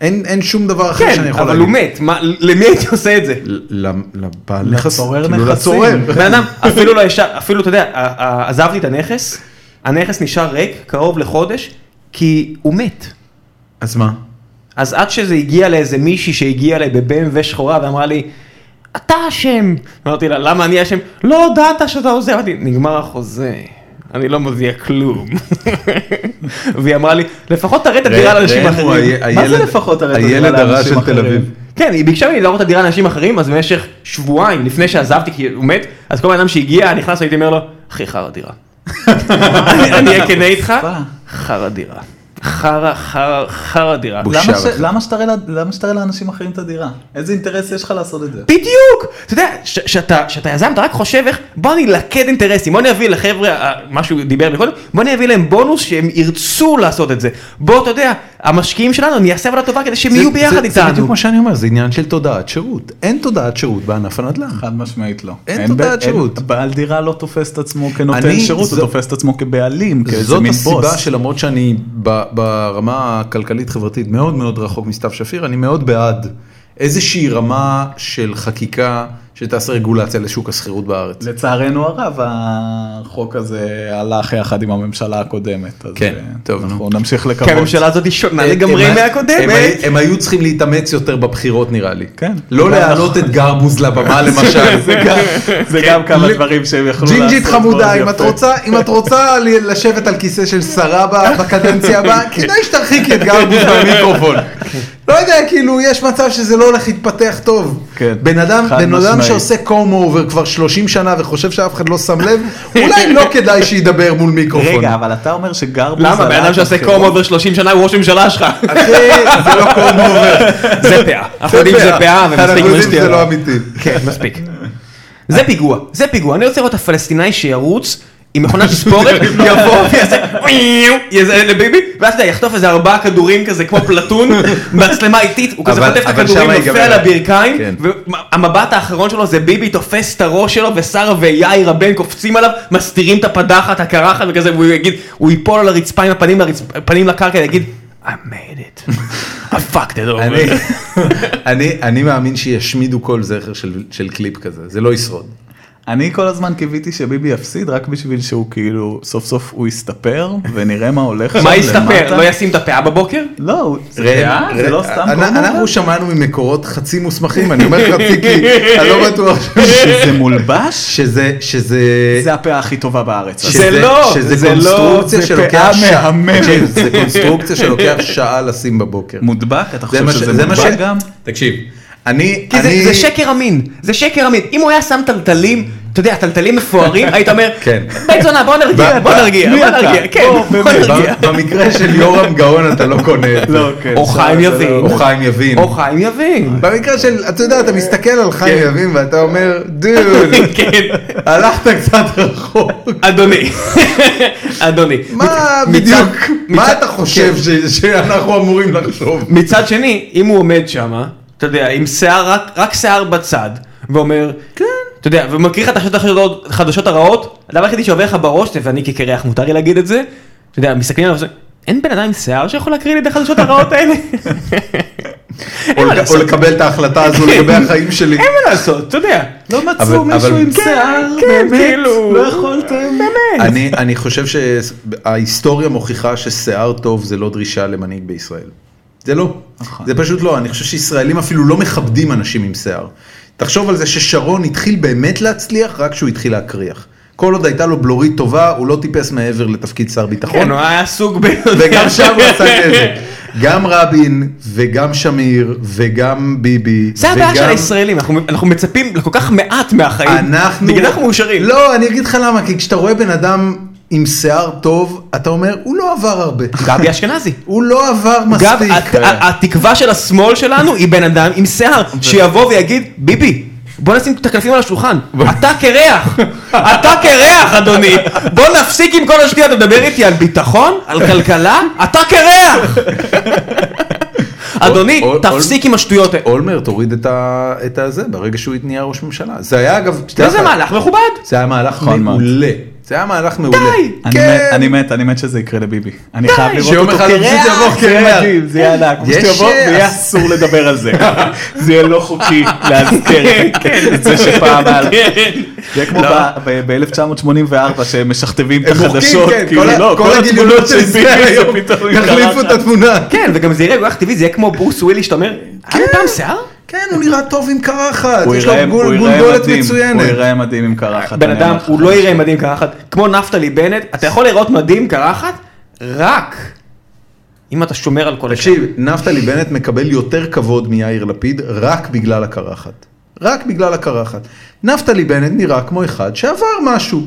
A: אין אין שום דבר אחר
D: כן,
A: שאני יכול
D: אבל
A: להגיד.
D: הוא מת, מה- למי הייתי עושה את זה?
A: ל- ל- לבעל נכס,
C: לצורר
A: כאילו
C: נכסים.
A: לצורר.
D: בן אדם, אפילו לא ישר, אפילו, אתה יודע, ה- ה- עזבתי את הנכס, הנכס נשאר ריק קרוב לחודש, כי הוא מת.
A: אז מה?
D: אז עד שזה הגיע לאיזה מישהי שהגיעה אליי בבמ"ו שחורה ואמרה לי, אתה אשם. אמרתי לה, למה אני אשם? לא הודעת שאתה עוזב. אמרתי, נגמר החוזה, אני לא מודיע כלום. והיא אמרה לי, לפחות תראה את הדירה
A: ראם
D: לאנשים
A: הוא
D: אחרים.
A: ה-
C: מה זה
A: הילד-
C: לפחות הרי אתה
A: הילד
C: יודע
A: הרע
C: לאנשים
A: של תל
C: אחרים?
A: אביב.
D: כן, היא ביקשה ממני להראות את הדירה לאנשים אחרים, אז במשך שבועיים לפני שעזבתי כי הוא מת, אז כל בן אדם שהגיע, נכנס, הייתי אומר לו, אחי חרא דירה. אני אני אהיה כנה איתך,
C: יפה.
D: חרא דירה. חרא, חרא, חרא דירה.
A: בושה.
C: למה ש-
A: בכלל.
C: למה שתראה ל- למה שתראה לאנשים אחרים את הדירה? איזה אינטרס יש לך לעשות את זה?
D: בדיוק! אתה יודע, ש- שאתה שאתה יזם, אתה רק חושב איך, בוא נלכד אינטרסים, בוא נביא לחבר'ה, אה, מה שהוא דיבר מקודם, בוא נביא להם בונוס שהם ירצו לעשות את זה. בוא, אתה יודע, המשקיעים שלנו, אני אעשה עבודה טובה כדי שהם יהיו
A: זה-
D: ביחד
A: זה- זה
D: איתנו.
A: בדיוק מה שאני אומר, זה עניין של תודעת שירות. אין תודעת שירות בענף הנדל"ן.
C: חד משמעית לא.
A: אין
C: ב-
A: תודעת שירות.
C: בעל דירה לא תופס את עצמו כנותן
A: אני-
C: שירות, הוא
A: זו-
C: תופס את עצמו כבעלים, כאיזה
A: זאת
C: מין
A: הסיבה
C: בוס.
A: שלמרות שאני ב- ברמה הכלכלית-חברתית מאוד מאוד רחוק מסתיו שפיר, אני מאוד בעד איזושהי רמה של חקיקה שתעשה רגולציה לשוק השכירות בארץ.
C: לצערנו הרב, החוק הזה הלך יחד עם הממשלה הקודמת. אז,
A: כן,
C: אה,
A: טוב,
C: אנחנו
A: נו. כן,
C: נמשיך לקוות.
D: כי הממשלה הזאת היא שונה לגמרי
A: אה, הם- הם
D: מהקודמת.
A: היו- הם היו צריכים להתאמץ יותר בבחירות נראה לי.
C: כן.
A: לא
C: אבל
A: להעלות את גרבוז לבמה למשל.
C: זה גם- זה גם כמה
A: ל-
C: דברים שהם יכלו לעשות.
A: כן, ג'ינג'ית
C: מאוד
A: חמודה, אם
C: יפה.
A: את רוצה, אם את רוצה ל- לשבת על כיסא של שרה
C: כן.
A: ב- בקדנציה הבאה, כדאי שתרחיקי את גרבוז מהמיקרופון.
C: כן.
A: לא יודע, כאילו, יש מצב שזה לא הולך להתפתח טוב.
C: כן,
A: בן אדם,
C: חד
A: בן אדם
C: משמעית.
A: שעושה קום אובר כבר 30 שנה וחושב שאף אחד לא שם לב, אולי לא כדאי שידבר מול מיקרופון.
C: רגע, אבל אתה אומר שגרבוז...
D: למה? בן
A: אה,
C: עלה
D: אדם שעושה
C: בבחירות?
D: קום אובר 30 שנה הוא ראש ממשלה שלך.
A: אחי, זה לא קום אובר.
D: זה
A: אה,
D: פאה. אנחנו יודעים שזה פאה
A: אנחנו
D: ומספיק עם
A: יודעים שזה
D: השטויות.
A: לא אמיתי.
D: כן, מספיק. זה פיגוע, זה פיגוע. אני רוצה לראות את הפלסטינאי שירוץ עם מכונת תספורת, יבוא ויעשה "מיו", יזה אה, לביבי, ואז אתה יודע, יחטוף איזה ארבעה כדורים כזה כמו פלטון, מצלמה איטית, הוא כזה
A: אבל-
D: חוטף את
A: אבל
D: הכדורים,
A: שמה
D: נופל
A: ייגמר.
D: על הברכיים,
A: כן.
D: והמבט האחרון שלו זה ביבי תופס את הראש שלו, ושרה ויאיר הבן קופצים עליו, מסתירים את הפדחת, הקרחת וכזה, והוא יגיד, הוא ייפול על הרצפה עם הפנים לרצפ- הפנים לקרקע, יגיד, I made it. I fucked it over.
A: אני- אני- אני מאמין שישמידו כל זכר של- של קליפ כזה, זה לא ישרוד.
C: אני כל הזמן קיוויתי שביבי יפסיד רק בשביל שהוא כאילו סוף סוף הוא יסתפר ונראה מה הולך שם
D: מה
C: למטה.
D: יסתפר? לא ישים את הפאה בבוקר?
C: לא, הוא- זה
A: ראם,
C: דעה? זה
A: ראם,
C: לא סתם
A: אנ-
C: קוראים
A: אנחנו
C: לזה?
A: שמענו ממקורות חצי מוסמכים, אני אומר חצי כי אני לא בטוח
C: שזה מולבש?
A: שזה, שזה,
C: זה הפאה הכי טובה בארץ.
A: שזה-
C: שזה-
D: לא,
A: שזה
C: זה לא,
A: קונסטרוקציה
C: זה
A: שלוקח
C: פאה
A: שעה,
C: מהממת.
A: תקשיב, זה קונסטרוקציה שלוקח שעה לשים בבוקר.
C: מודבק? אתה
A: זה
C: חושב
A: מה ש-
C: שזה
A: זה מה ש...
C: מודבק גם?
A: תקשיב, אני,
D: כי זה,
A: אני,
D: זה שקר אמין, זה שקר אמין. אם הוא היה שם טלטלים, אתה יודע, טלטלים מפוארים, היית אומר,
A: כן.
D: בית זונה, בוא נרגיע,
A: ב-
D: בוא
A: ב- לא,
D: נרגיע,
C: מי
D: בוא
C: אתה?
D: נרגיע, כן,
C: בוא,
D: בוא
C: באמת.
D: נרגיע.
A: ב- במקרה של יורם גאון אתה לא קונה את זה.
C: לא, כן.
D: או
C: שם
D: חיים
C: זה
D: יבין.
C: לא-
A: או חיים יבין.
D: או חיים יבין.
A: במקרה של, אתה יודע, אתה מסתכל על חיים יבין ואתה אומר, דוד,
D: כן,
A: הלכת קצת רחוק.
D: אדוני, אדוני.
A: מה
D: מצ-
A: בדיוק,
D: מצד-
A: מה
D: מצד-
A: אתה חושב כן, ש- שאנחנו אמורים לחשוב?
D: מצד שני, אם הוא עומד שם, אתה יודע, עם שיער, רק- רק שיער בצד, ואומר, כן, אתה יודע, ומקריא לך את החדשות החדשות- החדשות הרעות, הדבר היחידי שעובר לך בראש, ואני כקרח מותר לי להגיד את זה, אתה יודע, מסתכלים עליו, ועושים, אין בן אדם עם שיער שיכול להקריא לי את החדשות הרעות האלה?
A: או
D: מה
A: לק-
D: לעשות.
A: או לקבל את ההחלטה הזו לגבי החיים שלי.
D: אין מה לעשות, אתה יודע.
C: לא
A: אבל-
C: מצאו מישהו
A: אבל-
C: עם
A: כן,
C: שיער,
D: כן,
C: באמת,
D: כאילו.
C: לא יכולתם.
A: אני, אני חושב שההיסטוריה מוכיחה ששיער טוב זה לא דרישה למנהיג בישראל. זה לא.
D: נכון.
A: זה פשוט לא. אני חושב שישראלים אפילו לא מכבדים אנשים עם שיער. תחשוב על זה ששרון התחיל באמת להצליח רק כשהוא התחיל להקריח. כל עוד הייתה לו בלורית טובה, הוא לא טיפס מעבר לתפקיד שר ביטחון.
D: כן, הוא היה עסוק ב...
A: וגם שם הוא עשה נזק. גם רבין, וגם שמיר, וגם ביבי.
D: זה הבעיה של
A: וגם-
D: הישראלים, אנחנו- אנחנו מצפים לכל כך מעט מהחיים,
A: אנחנו...
D: בגלל זה אנחנו מאושרים.
A: לא, אני אגיד לך למה, כי כשאתה רואה בן אדם עם שיער טוב, אתה אומר, הוא לא עבר הרבה.
D: גבי אשכנזי.
A: הוא לא עבר
D: אגב,
A: מספיק.
D: הת- ה- התקווה של השמאל שלנו היא בן אדם עם שיער, שיבוא ויגיד, ביבי, בוא נשים את הקלפים על השולחן, אתה קרח, אתה קרח אדוני, בוא נפסיק עם כל השטויות, אתה מדבר איתי על ביטחון, על כלכלה, אתה קרח! אדוני,
A: אול-
D: תפסיק עם השטויות האלה.
A: אולמרט הוריד את ה- את הזה ברגע שהוא נהיה ראש ממשלה. זה היה אגב...
D: איזה מהלך מכובד.
A: זה היה מהלך
C: נכון מאוד.
A: מעולה. זה היה מהלך מעולה.
D: די!
C: אני
A: כן.
C: מת- אני מת, אני מת שזה יקרה לביבי. אני חייב לראות
A: שיום
C: אותו
A: אחד הוא פשוט יבוא
C: זה יהיה
A: קרח.
C: מדהים, זה יהיה ענק. הוא פשוט
A: יש,
C: יבוא
A: אה,
C: ויהיה אסור לדבר על זה. זה יהיה לא חוקי
A: כן,
C: להזכיר את זה שפעם היה...
D: כן.
C: זה כמו ב-1984 שהם משכתבים את
A: לא. הם מוחקים,
C: החדשות,
A: כן,
C: כאילו
A: כל ה-
C: לא,
A: כל הגיליונות של
C: ביבי
A: ישראל היום,
C: זה פתאום
A: יחליפו את
C: התקרחת.
A: התמונה.
D: כן, וגם זה יראה, הוא היה טבעי, זה יהיה כמו ברוס ווילי שאתה אומר, היה לו פעם שיער?
A: כן, הוא נראה טוב עם קרחת,
C: הוא
A: יש לו
C: יראה- הוא
A: גול-
C: יראה
A: גולגולת
C: מדהים, הוא
A: מצוינת.
C: יראה מדהים עם קרחת.
D: בן
C: אני
D: אדם,
C: אומר לך.
D: הוא לא יראה מדהים קרחת, כמו נפתלי בנט, אתה יכול לראות מדהים קרחת, רק אם אתה שומר על כל השאר.
A: תקשיב, נפתלי בנט מקבל יותר כבוד מיאיר לפיד רק בגלל הקרחת. רק בגלל הקרחת. נפתלי בנט נראה כמו אחד שעבר משהו,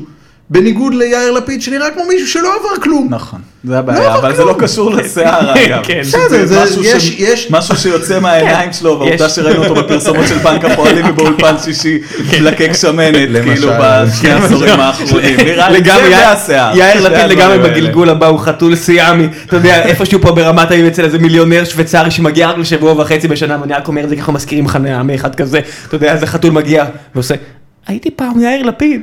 A: בניגוד ליאיר לפיד שנראה כמו מישהו שלא עבר כלום.
C: נכון, זה הבעיה, אבל זה לא
A: כלום.
C: קשור לשיער אגב.
D: כן.
A: בסדר, זה-
C: משהו
A: יש-
C: ש-
A: יש-
C: משהו שיוצא מהעיניים שלו, והעובדה
D: יש.
C: שראינו אותו בפרסומות של בנק הפועלים ובאולפן שישי, פלקק שמנת,
A: למשל.
C: כאילו בשני העשורים האחרונים. נראה לי
D: לגמרי,
C: זה
D: יאיר-
C: והשיער.
D: יאיר
C: זה
D: לפיד
C: הדברים
D: לגמרי
C: האלה.
D: בגלגול הבא, הוא חתול סיאמי, אתה יודע, איפשהו פה ברמת האם אצל איזה מיליונר שוויצרי שמגיע רק לשבוע וחצי בשנה, ואני רק אומר את זה ככה מזכירים חניה מאחד כזה, אתה יודע, איזה חתול מגיע ועושה, הייתי פעם יאיר לפיד.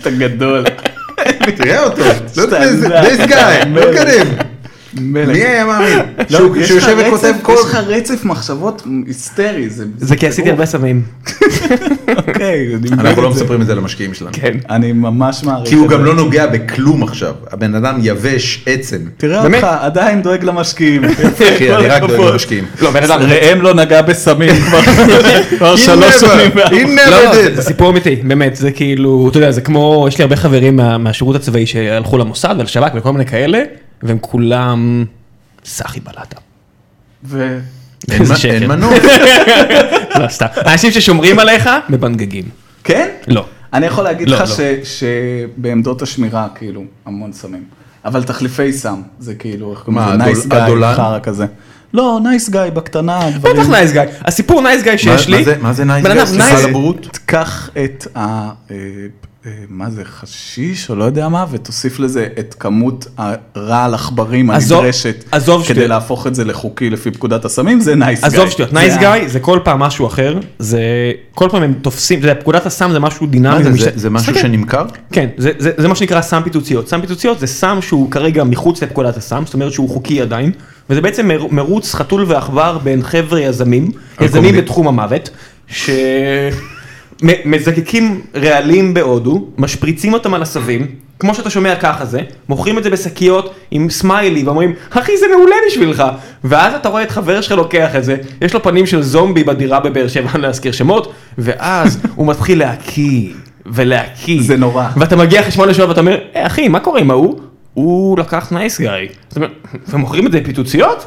C: אתה גדול.
A: תראה אותו, look at
C: שטנדאפ.
A: this guy, look at him.
C: מלך.
A: מי היה מאמין?
C: לא,
A: שהוא
C: יש לך
A: שיושב
C: רצף-
A: וכותב כל...
C: יש לך רצף מחשבות היסטרי.
D: זה כי עשיתי הרבה סמים.
C: אוקיי, אני מבין
A: אנחנו לא
C: את זה.
A: מספרים את זה למשקיעים שלנו.
D: כן.
C: אני ממש מעריך.
A: כי הוא
C: את זה.
A: גם לא נוגע בכלום עכשיו, הבן אדם יבש עצם.
C: תראה
D: באמת?
C: אותך, עדיין דואג למשקיעים.
A: אחי, אני רק דואג
C: הכבוד.
A: למשקיעים.
D: לא, בן אדם,
C: ראם לא נגע בסמים כבר- כבר
A: He
C: שלוש
A: never,
C: שנים.
A: he
D: לא,
A: never
D: לא, זה-
A: did.
D: זה סיפור אמיתי, באמת, זה כאילו, אתה יודע, זה כמו, יש לי הרבה חברים מה- מהשירות הצבאי שהלכו למוסד ולשב"כ וכל מיני כאלה, והם כולם סחי בלטה.
C: ו-
A: אין
D: זה
A: מה-
D: שקר.
A: אין מנוף.
D: לא, סתם. אנשים ששומרים עליך, מבנגגים.
C: כן?
D: לא.
C: אני יכול להגיד
D: לא,
C: לך
D: לא.
C: ש- שבעמדות השמירה, כאילו, המון סמים. אבל תחליפי סם, זה כאילו, איך קוראים
A: מה,
C: לזה? נייס
A: הדול-
C: גיא,
A: הדולן?
C: חרא כזה. לא, נייס גיא, בקטנה, דברים.
D: בטח נייס גיא, הסיפור נייס גיא שיש
A: מה
D: לי,
A: זה- מה זה nice
D: בן
A: guy?
D: אדם
A: סליחה
D: nice-
A: על הבורות.
C: תקח את אה, ה... אה, אה, מה זה, חשיש או לא יודע מה, ותוסיף לזה את כמות הרעל עכברים
D: עזוב-
C: הנדרשת,
D: עזוב
C: כדי
D: שטויות.
C: להפוך את זה לחוקי לפי פקודת הסמים, זה נייס גאי.
D: עזוב שטויות, נייס גאי זה כל פעם משהו אחר, זה כל פעם הם תופסים, אתה יודע, פקודת הסם זה משהו דינמי.
A: מה זה, זה,
D: ומשת-
A: זה משהו
D: תסתכל.
A: שנמכר?
D: כן, זה, זה, זה מה שנקרא סם פיצוציות. סם פיצוציות זה סם שהוא כרגע מחוץ לפקודת הסם, זאת אומרת שהוא חוקי עדיין, וזה בעצם מר, מרוץ חתול ועכבר בין חבר'ה יזמים, יזמים
A: קומדי.
D: בתחום המוות, שמזקקים רעלים בהודו, משפריצים אותם על עשבים, כמו שאתה שומע ככה זה, מוכרים את זה בשקיות עם סמיילי ואומרים, אחי זה מעולה בשבילך, ואז אתה רואה את חבר שלך לוקח את זה, יש לו פנים של זומבי בדירה בבאר שבע, אני לא אזכיר שמות, ואז הוא מתחיל להקיא. ולהקיא.
C: זה נורא.
D: ואתה מגיע אחרי שמונה שעות ואתה אומר, "אה, אחי, מה קורה עם ההוא? הוא לקח נייס גאי. זאת אומרת, ומוכרים את זה בפיצוציות?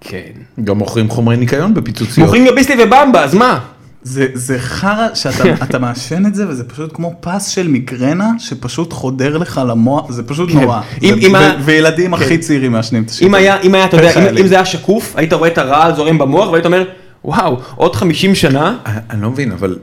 D: כן.
A: גם מוכרים חומרי ניקיון בפיצוציות.
C: לא.
D: מוכרים גם ביסלי ובמבה, אז מה?
C: זה, זה חרא
D: כן.
C: שאתה אתה מעשן את זה וזה פשוט כמו פס של מיגרנה שפשוט חודר לך למוח, זה פשוט
D: כן.
C: נורא.
D: אם-
C: זה-
D: אם
C: ו-
D: ה- כן.
C: וילדים הכי צעירים מעשנים את
D: אם היה, אם היה, אתה יודע,
C: ככה
D: אם-
C: היה לי.
D: אם זה היה שקוף, היית רואה את הרעל זורם במוח והיית אומר, וואו, עוד 50 שנה,
A: אני אני לא מבין, אבל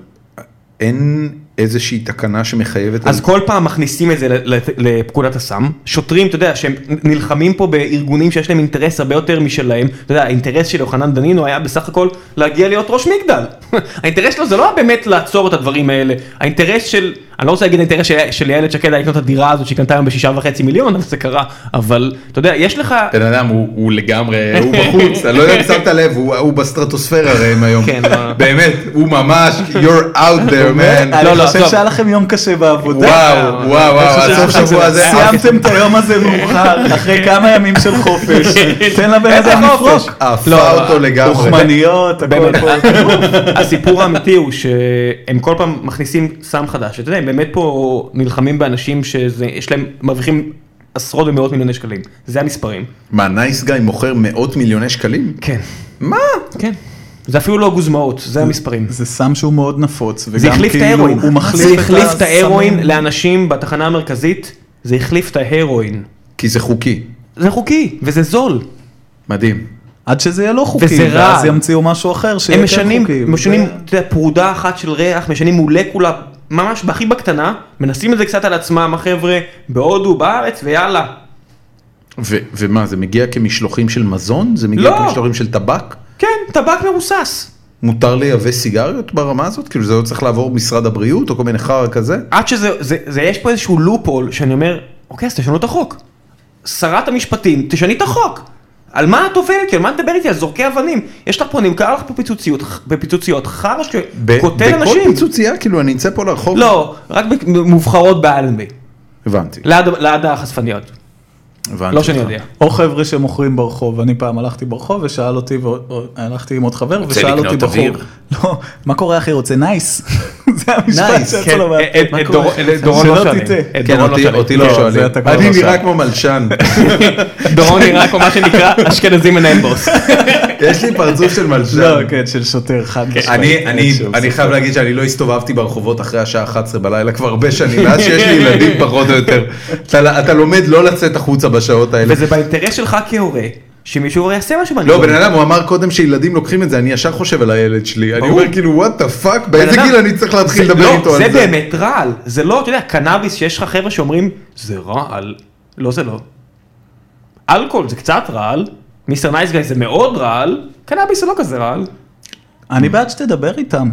A: אין איזושהי תקנה שמחייבת...
D: אז
A: על-
D: כל פעם מכניסים את זה ל- ל- לפקודת הסם. שוטרים, אתה יודע, שהם נלחמים פה בארגונים שיש להם אינטרס הרבה יותר משלהם. אתה יודע, האינטרס של יוחנן דנינו היה בסך הכל להגיע להיות ראש מגדל. האינטרס שלו זה לא היה באמת לעצור את הדברים האלה. האינטרס של, אני לא רוצה להגיד האינטרס של, של איילת שקד היה לקנות את הדירה הזאת שהיא קנתה היום בשישה וחצי מיליון, אבל זה קרה. אבל, אתה יודע, יש לך...
A: בן אדם הוא, הוא לגמרי, הוא בחוץ, אני לא יודע אם שמת לב, הוא, הוא בסטרטוספירה ראם היום.
D: כן, לא.
A: באמת, הוא ממש, you're out there man.
D: לא, לא,
C: כן, אני חושב
D: עזוב.
C: שהיה לכם יום קשה
D: לא
C: בעבודה.
A: וואו, וואו, וואו,
C: אני חושב
A: הסוף
C: שזה-
A: שבוע הזה,
D: אה, אוקיי.
C: סיימתם את היום הזה מאוחר, אחרי כמה ימים של חופש.
D: כן.
C: תן לבן אדם לפרוק.
A: עפה
D: לא,
A: אותו לגמרי.
C: לוחמניות, הכל
D: באמת,
C: פה.
D: הסיפור האמיתי הוא שהם כל פעם מכניסים סם חדש, אתה יודע, הם באמת פה נלחמים באנשים שיש להם, מרוויחים עשרות ומאות מיליוני שקלים, זה המספרים.
A: מה, נייס גיא מוכר מאות מיליוני שקלים?
D: כן.
A: מה?
D: כן. זה אפילו לא גוזמאות, זה המספרים.
C: זה סם שהוא מאוד נפוץ,
D: זה
C: וגם
D: החליף את
C: כאילו
D: ההרואין,
C: הוא
D: זה
C: מחליף
D: החליף את ההרואין
C: הסמים.
D: לאנשים בתחנה המרכזית, זה החליף את ההרואין.
A: כי זה חוקי.
D: זה חוקי, וזה זול.
A: מדהים.
C: עד שזה יהיה לא חוקי,
D: וזה רע.
C: ואז ימציאו משהו אחר שיהיה
D: הם
C: כן
D: משנים,
C: חוקי.
D: משנים,
C: זה-
D: אתה יודע, פרודה אחת של ריח, משנים מולקולה, ממש הכי בקטנה, מנסים את זה קצת על עצמם, החבר'ה, בהודו, בארץ, ויאללה.
A: ו- ומה, זה מגיע כמשלוחים של מזון? זה מגיע
D: לא.
A: כמשלוחים של טבק?
D: כן, טבק מרוסס.
A: מותר לייבא סיגריות ברמה הזאת? כאילו זה לא צריך לעבור משרד הבריאות או כל מיני חרא כזה?
D: עד שזה, זה, זה, יש פה איזשהו לופול שאני אומר, אוקיי, אז תשנו את החוק. שרת המשפטים, תשני את החוק. על מה את עובדת? על מה את מדברת איתי? על זורקי אבנים. יש לך פה, נמכר לך פה פיצוציות, בפיצוציות, חרא
A: ב-
D: שקוטל
A: בכל
D: אנשים.
A: פיצוצייה? כאילו אני אצא פה לרחוב?
D: לא, רק במובחרות באלנבי.
A: הבנתי,
D: ליד ליד החשפניות.
A: הבנתי.
D: לא שאני
A: אותך.
D: יודע.
C: או חבר'ה שמוכרים ברחוב, אני פעם הלכתי ברחוב ושאל אותי, והלכתי עם עוד חבר ושאל
A: לקנות
C: אותי בחור,
A: אוויר?
C: לא, מה קורה אחי רוצה נייס? זה המשפט
A: נייס,
C: שיצא
D: כן,
C: לו, מה-
D: אה, אה,
C: מה
D: אה,
C: קורה,
D: דור-
C: אחי,
D: אה,
C: רוצה?
D: דורון לא
C: שלא
D: שואלים.
C: תטעה.
D: אה,
A: כן,
D: דורון לא
A: אותי-
D: שואלים.
A: אותי לא
C: לא, זה
A: שואלים.
C: אתה כבר
A: אני
C: לא
A: נראה
C: שם.
A: כמו מלשן.
D: דורון נראה כמו מה שנקרא אשכנזי מנהל בוס.
A: יש לי פרצוף של מלשן.
C: לא, כן, של שוטר חד משמעית. כן,
A: אני,
C: אין
A: אני,
C: שום
A: אני
C: ספק.
A: חייב להגיד שאני לא הסתובבתי ברחובות אחרי השעה 11 בלילה כבר הרבה שנים, מאז שיש לי ילדים פחות או יותר. אתה, אתה לומד לא לצאת החוצה בשעות האלה.
D: וזה באינטרס שלך כהורה, שמישהו יעשה משהו
A: לא, בן
D: בנדון.
A: אדם, הוא אמר קודם שילדים לוקחים את זה, אני ישר חושב על הילד שלי. אני
D: ברור.
A: אומר כאילו, וואט דה פאק, באיזה
D: אדם-
A: גיל אני צריך להתחיל
D: זה-
A: לדבר
D: לא,
A: איתו על
D: זה
A: זה?
D: באמת רעל, זה לא, אתה יודע, קנאביס שיש לך חבר'ה שאומרים, זה רעל. לא, זה לא. אלכוהול זה קצת רעל, מיסטר נייסגאי זה מאוד רעל, קנאביס זה לא כזה רעל.
C: אני בעד שתדבר איתם.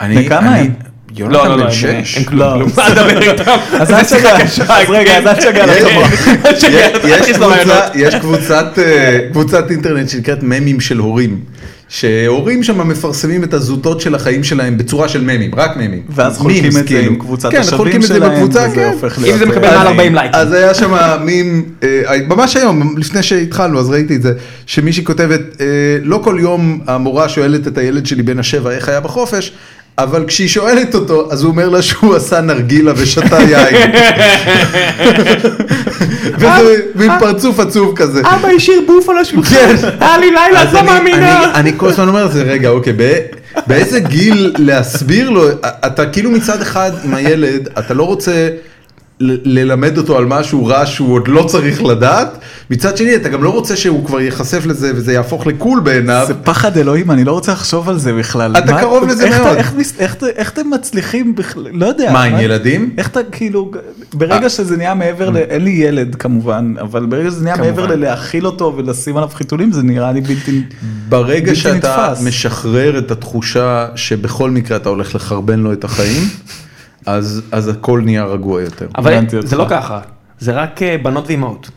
A: אני-
C: וכמה
A: אני-
C: הם?
D: לא,
A: יונתן
D: לא, לא,
A: בן
D: הם-
A: שש.
D: הם כלום,
C: לא.
D: כלום. מה לדבר איתם?
C: אז אל תשגע, אז רגע, אז אל תשגע
A: יש-
C: לחברה.
D: אל תשגע,
A: יש-
D: אל
A: יש
D: תכניס
A: קבוצה-
D: לרעיונות.
A: יש קבוצת אה, קבוצת אינטרנט שנקראת ממים של הורים. שהורים שם מפרסמים את הזוטות של החיים שלהם בצורה של ממים, רק ממים.
C: ואז חולקים
A: מימס,
C: את זה עם
A: כאילו.
C: קבוצת
A: כן, חולקים
C: השווים
A: את זה
C: שלהם,
A: בקבוצה,
C: וזה
A: כן.
C: הופך
D: אם זה
C: להיות-
D: מקבל מעל 40 לייקים.
A: אז היה שם מים, אה, ממש היום, לפני שהתחלנו, אז ראיתי את זה, שמישהי כותבת, אה, לא כל יום המורה שואלת את הילד שלי בן השבע איך היה בחופש, אבל כשהיא שואלת אותו, אז הוא אומר לה שהוא עשה נרגילה ושתה יין. וזה מין פרצוף עצוב כזה.
D: אבא השאיר בוף על השולחן, כן. היה לי לילה, את
A: אז
D: לא
A: אני-
D: מאמינה.
A: אני- אני כל הזמן אומר לזה, רגע, אוקיי, בא- באיזה גיל להסביר לו, אתה כאילו מצד אחד עם הילד, אתה לא רוצה ל- ללמד אותו על משהו רע שהוא עוד לא צריך לדעת, מצד שני אתה גם לא רוצה שהוא כבר ייחשף לזה וזה יהפוך לקול בעיניו.
C: זה פחד אלוהים, אני לא רוצה לחשוב על זה בכלל.
A: אה. אתה
C: מה-
A: קרוב לזה
C: איך אתה-
A: מאוד.
C: איך מס- איך אתה- איך אתם מצליחים בכלל, לא יודע.
A: מה, עם ילדים?
C: איך אתה כאילו,
A: אה.
C: ברגע שזה נהיה מעבר ל... אין לי ילד כמובן, אבל ברגע שזה נהיה מעבר ללהאכיל אותו ולשים עליו חיתולים, זה נראה לי בלתי...
A: ברגע
C: בלתי
A: שאתה
C: נתפס.
A: משחרר את התחושה שבכל מקרה אתה הולך לחרבן לו את החיים, אז, אז הכל נהיה רגוע יותר.
D: אבל
C: הבנתי
D: זה לא
C: אותך.
D: ככה, זה רק אה, בנות ואימהות.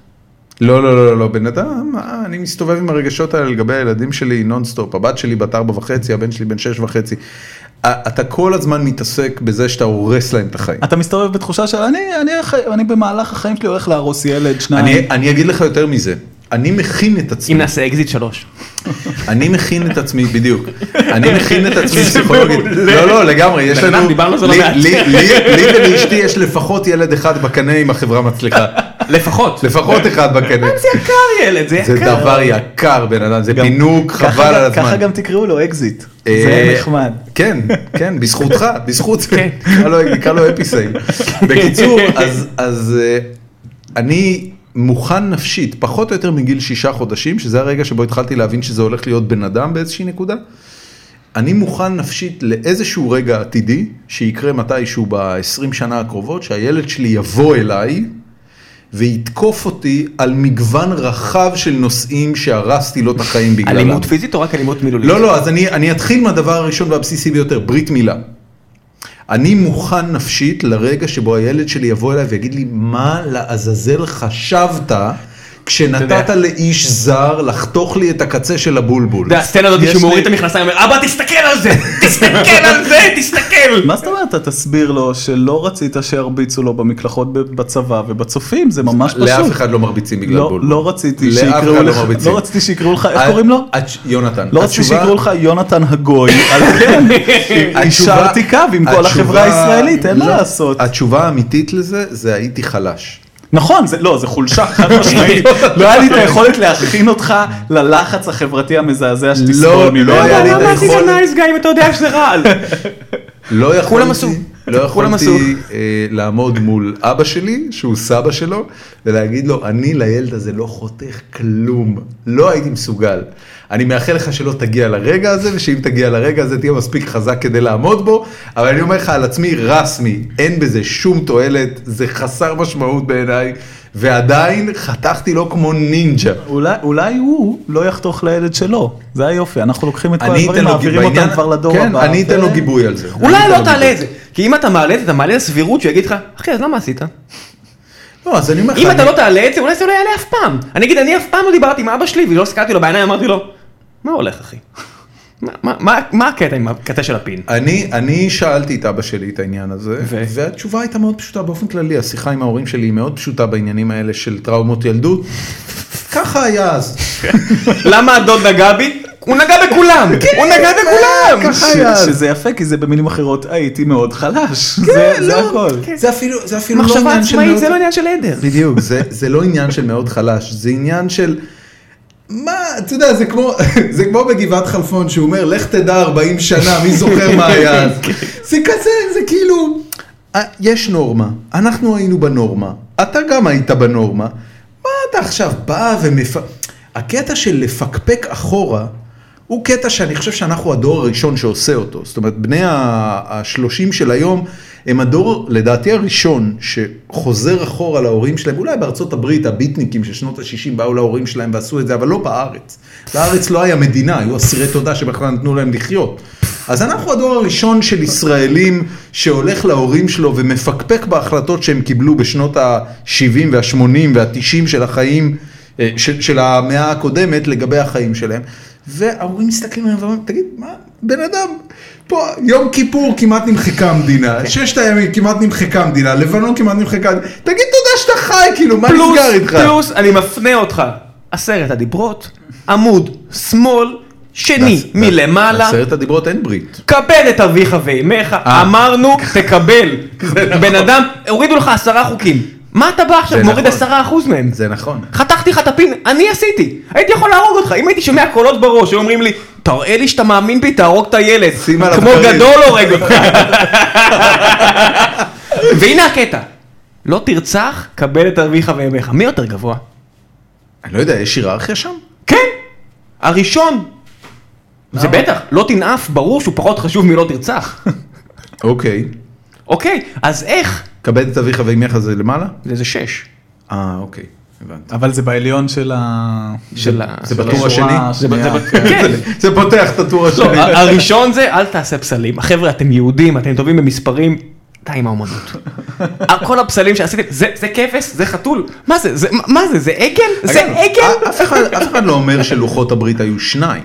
A: לא, לא, לא, לא, בן אדם, אה, אני מסתובב עם הרגשות האלה לגבי הילדים שלי נונסטופ, הבת שלי בת ארבע וחצי, הבן שלי בן שש וחצי. אה, אתה כל הזמן מתעסק בזה שאתה הורס להם את החיים.
C: אתה מסתובב בתחושה של אני, אני, הח- אני במהלך החיים שלי הולך להרוס ילד, שניים.
A: אני, אני אגיד לך יותר מזה, אני מכין את עצמי,
D: אם נעשה אקזיט שלוש.
A: אני מכין את עצמי, בדיוק, אני מכין את עצמי פסיכולוגית, לא לא לגמרי, יש
D: בן אדם,
A: לנו,
D: דיברנו על זה לא
A: לי-
D: מעט.
A: לי- לי- לי ולאשתי יש לפחות ילד אחד בקנה אם החברה מצליחה,
D: לפחות.
A: לפחות אחד בקנה,
D: זה יקר ילד, זה יקר.
A: זה דבר יקר בן אדם, זה פינוק
C: ככה
A: חבל
C: גם-
A: על הזמן,
C: ככה גם תקראו לו אקזיט,
A: אה,
C: זה יהיה נחמד. כן.
A: כן, כן, בזכותך, בזכות, זה. נקרא לו- נקרא לו אפיסייל. בקיצור, אז- אז אה, אני מוכן נפשית, פחות או יותר מגיל שישה חודשים, שזה הרגע שבו התחלתי להבין שזה הולך להיות בן אדם באיזושהי נקודה, אני מוכן נפשית לאיזשהו רגע עתידי, שיקרה מתישהו ב-20 שנה הקרובות, שהילד שלי יבוא אליי. ויתקוף אותי על מגוון רחב של נושאים שהרסתי לו את החיים בגללם.
D: אלימות פיזית או רק אלימות מילולית?
A: לא, לא, אז אני, אני אתחיל מהדבר הראשון והבסיסי ביותר, ברית מילה. אני מוכן נפשית לרגע שבו הילד שלי יבוא אליי ויגיד לי, מה לעזאזל חשבת כשנתת
D: יודע.
A: לאיש זר לחתוך לי את הקצה של הבולבול?
D: אתה יודע, הסצנה הזאת
C: יש
D: שהוא
C: לי-
D: מוריד את המכנסיים ואומר, אבא תסתכל על זה, תסתכל על זה, תסתכל.
C: מה זאת אומרת, אתה תסביר לו שלא רצית שירביצו לו במקלחות ב- בצבא ובצופים, זה ממש פשוט.
A: לאף אחד לא מרביצים בגלל
C: לא,
A: בולבול.
C: לא רציתי
A: לאף אחד
C: שיקראו
A: לא
C: לך,
A: מרביצים.
C: לא רציתי שיקראו לך, איך
A: אה,
C: קוראים לו?
A: התש- יונתן.
C: לא רציתי
A: התשובה-
C: שיקראו לך יונתן הגוי, אז כן,
A: התשובה-
C: יישרתי קו עם כל
A: התשובה-
C: החברה הישראלית, אין מה
A: לא.
C: לעשות.
A: התשובה האמיתית לזה, זה הייתי חלש.
C: נכון, זה לא, זה חולשה חד משמעית, לא היה לי את היכולת להכין אותך ללחץ החברתי המזעזע שתסבול
A: לא,
C: ממנו.
A: לא היה לי את
D: למה
A: היכולת.
D: עשית נייס גיא אם אתה יודע שזה רע?
A: לא יכולתי,
D: כולם עשו.
A: לא
D: כולם
A: יכולתי
D: עשו.
A: אה, לעמוד מול אבא שלי, שהוא סבא שלו, ולהגיד לו, אני לילד הזה לא חותך כלום. לא הייתי מסוגל. אני מאחל לך שלא תגיע לרגע הזה, ושאם תגיע לרגע הזה תהיה מספיק חזק כדי לעמוד בו, אבל אני אומר לך על עצמי, רסמי, אין בזה שום תועלת, זה חסר משמעות בעיניי, ועדיין חתכתי לו כמו נינג'ה.
C: אולי, אולי הוא לא יחתוך לילד שלו, זה היופי, אנחנו לוקחים את כל
A: אני אתן
C: הדברים,
A: לו
C: מעבירים
A: גיבוי,
C: אותם כבר לדור
A: כן,
C: הבא.
A: אני אתן
C: ו-
A: לו גיבוי על זה. אני
D: אולי
A: אתן
D: לא
A: לו
D: תעלה
A: גיבוי.
D: את זה. כי אם אתה מעלה את זה, אתה מעלה לסבירות שהוא יגיד לך, אחי, אז למה עשית?
A: לא, אז אני אומר לך,
D: אם אתה
A: אני-
D: לא תעלה את זה, אולי זה לא יעלה אף פעם. אני אגיד, אני אף פעם לא דיברתי עם אבא שלי ולא הסתכלתי לו בעיניים, אמרתי לו, מה הולך אחי? מה- מה- מה- מה הקטע עם הקטע של הפין?
A: אני, אני שאלתי את אבא שלי את העניין הזה, ו...
D: ו?
A: והתשובה הייתה מאוד פשוטה באופן כללי, השיחה עם ההורים שלי היא מאוד פשוטה בעניינים האלה של טראומות ילדות. ככה היה אז,
D: כן. למה הדוד נגע בי? הוא נגע בכולם! הוא נגע בכולם!
A: ככה היה
C: ש-
A: אז.
C: שזה יפה, כי זה במילים אחרות, אה, הייתי מאוד
A: כן,
C: חלש, זה זה
A: לא.
C: הכל.
A: זה אפילו, זה אפילו לא
D: מחשבה
A: עניין של
D: עצמאית
A: מאוד...
D: זה לא עניין של עדר.
A: בדיוק, זה, זה לא עניין של מאוד חלש, זה עניין של... מה, אתה יודע, זה כמו, זה כמו בגבעת חלפון, שהוא אומר, לך תדע 40 שנה, מי זוכר מה היה אז. זה כזה, זה כאילו, "אה, יש נורמה, אנחנו היינו בנורמה, אתה גם היית בנורמה, מה אתה עכשיו בא ומפ... הקטע של לפקפק אחורה, הוא קטע שאני חושב שאנחנו הדור הראשון שעושה אותו. זאת אומרת, בני ה-30 של היום, הם הדור, לדעתי, הראשון שחוזר אחורה להורים שלהם. אולי בארצות הברית, הביטניקים של שנות ה-60 באו להורים שלהם ועשו את זה, אבל לא בארץ. בארץ לא היה מדינה, היו אסירי תודה שבכלל נתנו להם לחיות. אז אנחנו הדור הראשון של ישראלים שהולך להורים שלו ומפקפק בהחלטות שהם קיבלו בשנות ה-70 וה-80 וה-90 של החיים. אה, של, של המאה הקודמת לגבי החיים שלהם. וההורים מסתכלים עליהם ואומרים, תגיד, מה, בן אדם, פה יום כיפור כמעט נמחקה המדינה,
D: כן.
A: ששת הימים כמעט נמחקה המדינה, לבנון כמעט נמחקה, תגיד תודה שאתה חי, כאילו, מה
D: פלוס,
A: נסגר איתך?
D: פלוס, אני מפנה אותך. עשרת הדיברות, עמוד שמאל, שני מלמעלה,
A: עשרת הדיברות אין ברית.
D: כבד את אביך ואימך,
A: אה.
D: אמרנו, תקבל. בן אדם, הורידו לך עשרה חוקים. מה אתה בא עכשיו,
A: לא נכון. זה
D: מוריד
A: נכון.
D: עשרה אחוז מהם?
A: זה נכון.
D: חתכתי לך את הפין, אני עשיתי. הייתי יכול להרוג אותך, אם הייתי שומע קולות בראש, היו אומרים לי, תראה לי שאתה מאמין בי, תהרוג את הילד.
A: שים עליו
D: כמו
A: כרית.
D: גדול הורג אותך. והנה הקטע. לא תרצח, קבל את אביך ואמך. מי יותר גבוה?
A: אני לא יודע, יש היררכיה שם?
D: כן! הראשון! זה בטח, לא תנאף, ברור שהוא פחות חשוב מלא תרצח.
A: אוקיי.
D: אוקיי, אז איך?
A: כבד את אביך ואימך זה למעלה?
D: זה איזה שש.
A: אה, אוקיי, הבנתי.
C: אבל זה בעליון של ה...
D: של ה...
A: זה
D: של
A: בטור
D: השורה.
A: השני?
D: זה ב- זה ב-
C: כן.
D: כן.
A: זה- זה פותח את הטור
D: לא,
A: השני.
D: ה- הראשון זה אל תעשה פסלים. חבר'ה, אתם יהודים, אתם טובים במספרים. די עם האומנות. ה- כל הפסלים שעשיתם, זה זה כבש, זה חתול. מה זה? זה- מה- מה זה? זה עגל? זה
A: אגב, אה,
D: עגל?
A: אף אחד- אף אחד לא אומר שלוחות הברית היו שניים.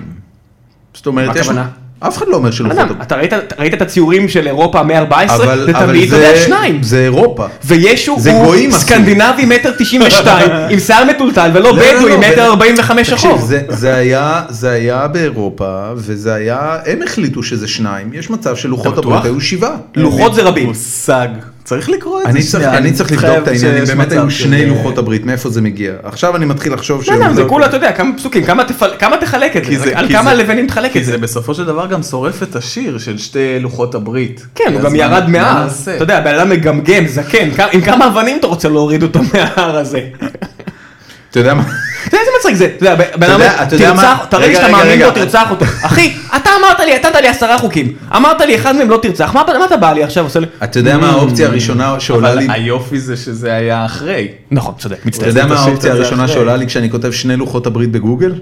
A: זאת אומרת,
D: מה
A: יש...
D: הכוונה?
A: אף אחד לא אומר שלוחות
D: אדם,
A: הברית.
D: אתה ראית- אתה ראית את הציורים של אירופה המאה ה-14?
A: אבל
D: זה
A: אבל
D: תמיד, אתה יודע,
A: זה-
D: שניים.
A: זה אירופה.
D: וישו
A: זה גויים
D: הוא
A: עשו.
D: סקנדינבי מטר 92 עם שיער מטולטל ולא
A: לא, לא,
D: בדואי
A: לא,
D: מטר
A: ו-
D: 45
A: תקשיב,
D: שחור.
A: זה- זה היה- זה היה באירופה, וזה היה... הם החליטו שזה שניים. יש מצב שלוחות הברית
D: בטוח?
A: היו שבעה.
C: לא.
D: לוחות זה רבים.
C: מושג. צריך לקרוא את זה
A: אני צריך-
C: שנייה,
A: אני צריך לבדוק
C: חייב
A: את העניין, אם
C: שיש
A: באמת
C: מצב
A: היו
C: של-
A: שני לוחות הברית, מאיפה זה מגיע. עכשיו אני מתחיל לחשוב ש...
D: לא, לא, זה כולה, אתה יודע, כמה פסוקים, כמה תפל- כמה תחלק את
C: כי
D: זה,
C: זה-
D: על
C: כי
D: כמה
C: זה-
D: לבנים תחלק
C: כי
D: את זה.
C: זה בסופו של דבר גם שורף את השיר של שתי לוחות הברית.
D: כן, הוא
C: אז
D: גם
C: מה-
D: ירד
C: מה
D: מאז.
C: נעשה?
D: אתה יודע, הבן אדם מגמגם, זקן, כ- עם כמה אבנים אתה רוצה להוריד אותו מההר הזה.
A: אתה יודע מה?
D: אתה יודע איזה מצחיק זה? אתה יודע, בן אדם,
A: יודע- אתה יודע מה?
D: תרצח, תראה לי
A: רגע,
D: שאתה
A: רגע,
D: מאמין
A: רגע.
D: בו, תרצח אותו. אחי, אתה אמרת לי, נתת לי עשרה חוקים. אמרת לי, אחד מהם לא תרצח, מה מה אתה בא לי עכשיו, עושה לי...
A: אתה יודע מה האופציה הראשונה שעולה
C: Mm. אבל
A: לי?
C: היופי זה שזה היה אחרי.
D: נכון, צודק,
A: אתה
D: מצטער.
A: יודע מה
C: תשאיר את
A: האופציה
C: זה
A: הראשונה
C: אחרי.
A: שעולה לי כשאני כותב שני לוחות הברית בגוגל?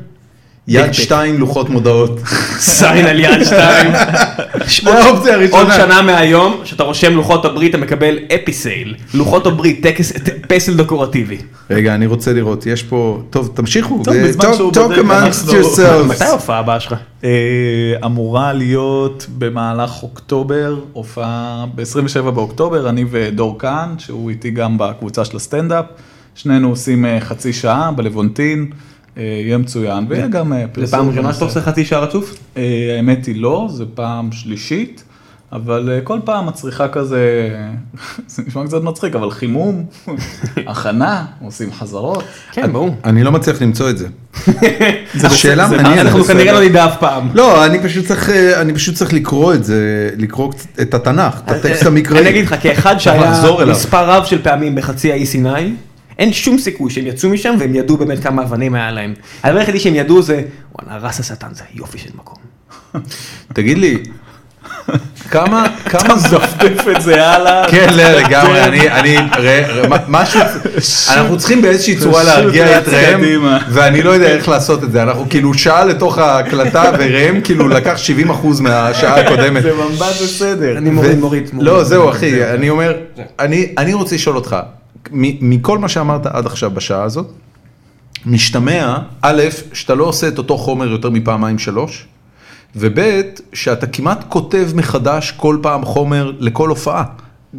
A: יד
D: פיק.
A: שתיים לוחות מודעות.
D: סיין על יד שתיים.
A: זה האופציה
D: עוד
A: הראשונה.
D: שנה מהיום, שאתה רושם לוחות הברית, אתה מקבל אפי סייל. לוחות הברית, טקס, ט- פסל דקורטיבי.
A: רגע, אני רוצה לראות, יש פה... טוב, תמשיכו.
C: טוב,
A: אה,
C: בזמן
A: talk-
C: שהוא
A: talk
C: בודק,
A: amongst
C: אנחנו-
A: yourselves.
D: מתי ההופעה הבאה שלך?
C: אה, אמורה להיות במהלך אוקטובר, הופעה ב-27 באוקטובר, אני ודור כהן, שהוא איתי גם בקבוצה של הסטנדאפ. שנינו עושים אה, חצי שעה בלוונטין, אה, יהיה מצוין, ויהיה גם אה, פרסום.
D: זה פעם ראשונה שאתה
C: בנושא.
D: עושה חצי שעה רצוף?
C: אה, האמת היא לא, זו פעם שלישית, אבל אה, כל פעם את צריכה כזה, זה נשמע קצת מצחיק, אבל חימום, הכנה, עושים חזרות.
D: כן, ברור.
A: אני לא מצליח למצוא את זה. אה, שאלה
C: זה-
A: מעניינת.
D: אנחנו
C: בסדר.
D: כנראה לא נדע אף פעם.
A: לא, אני פשוט צריך, אה, אני פשוט צריך לקרוא את זה, לקרוא קצת את התנ"ך, את
C: אה,
A: הטקסט המקראי.
D: אני אגיד לך, כאחד שהיה
A: לחזור אליו.
D: מספר רב של פעמים בחצי האי סיני, אין שום סיכוי שהם יצאו משם והם ידעו באמת כמה אבנים היה להם. הדבר היחידי שהם ידעו זה, וואלה, רס השטן זה יופי של מקום.
A: תגיד לי, כמה, כמה זמן...
C: דף את זה הלאה.
A: כן, לא, לגמרי, אני, אני, ר- ר- מה- משהו, אנחנו צריכים באיזושהי צורה
C: פשוט
A: להרגיע את
C: רץ
A: ראם,
C: קדימה.
A: ואני לא יודע איך לעשות את זה, אנחנו כאילו שעה לתוך ההקלטה, וראם כאילו לקח 70% מהשעה הקודמת.
C: זה ממש בסדר.
D: אני
A: ו-
D: מוריד, מוריד.
A: לא, זהו אחי, אני אומר, אני אני רוצה לשאול אותך, מ- מכל מה שאמרת עד עכשיו בשעה הזאת, משתמע, א', שאתה לא עושה את אותו חומר יותר מפעמיים שלוש, וב', שאתה כמעט כותב מחדש כל פעם חומר לכל הופעה.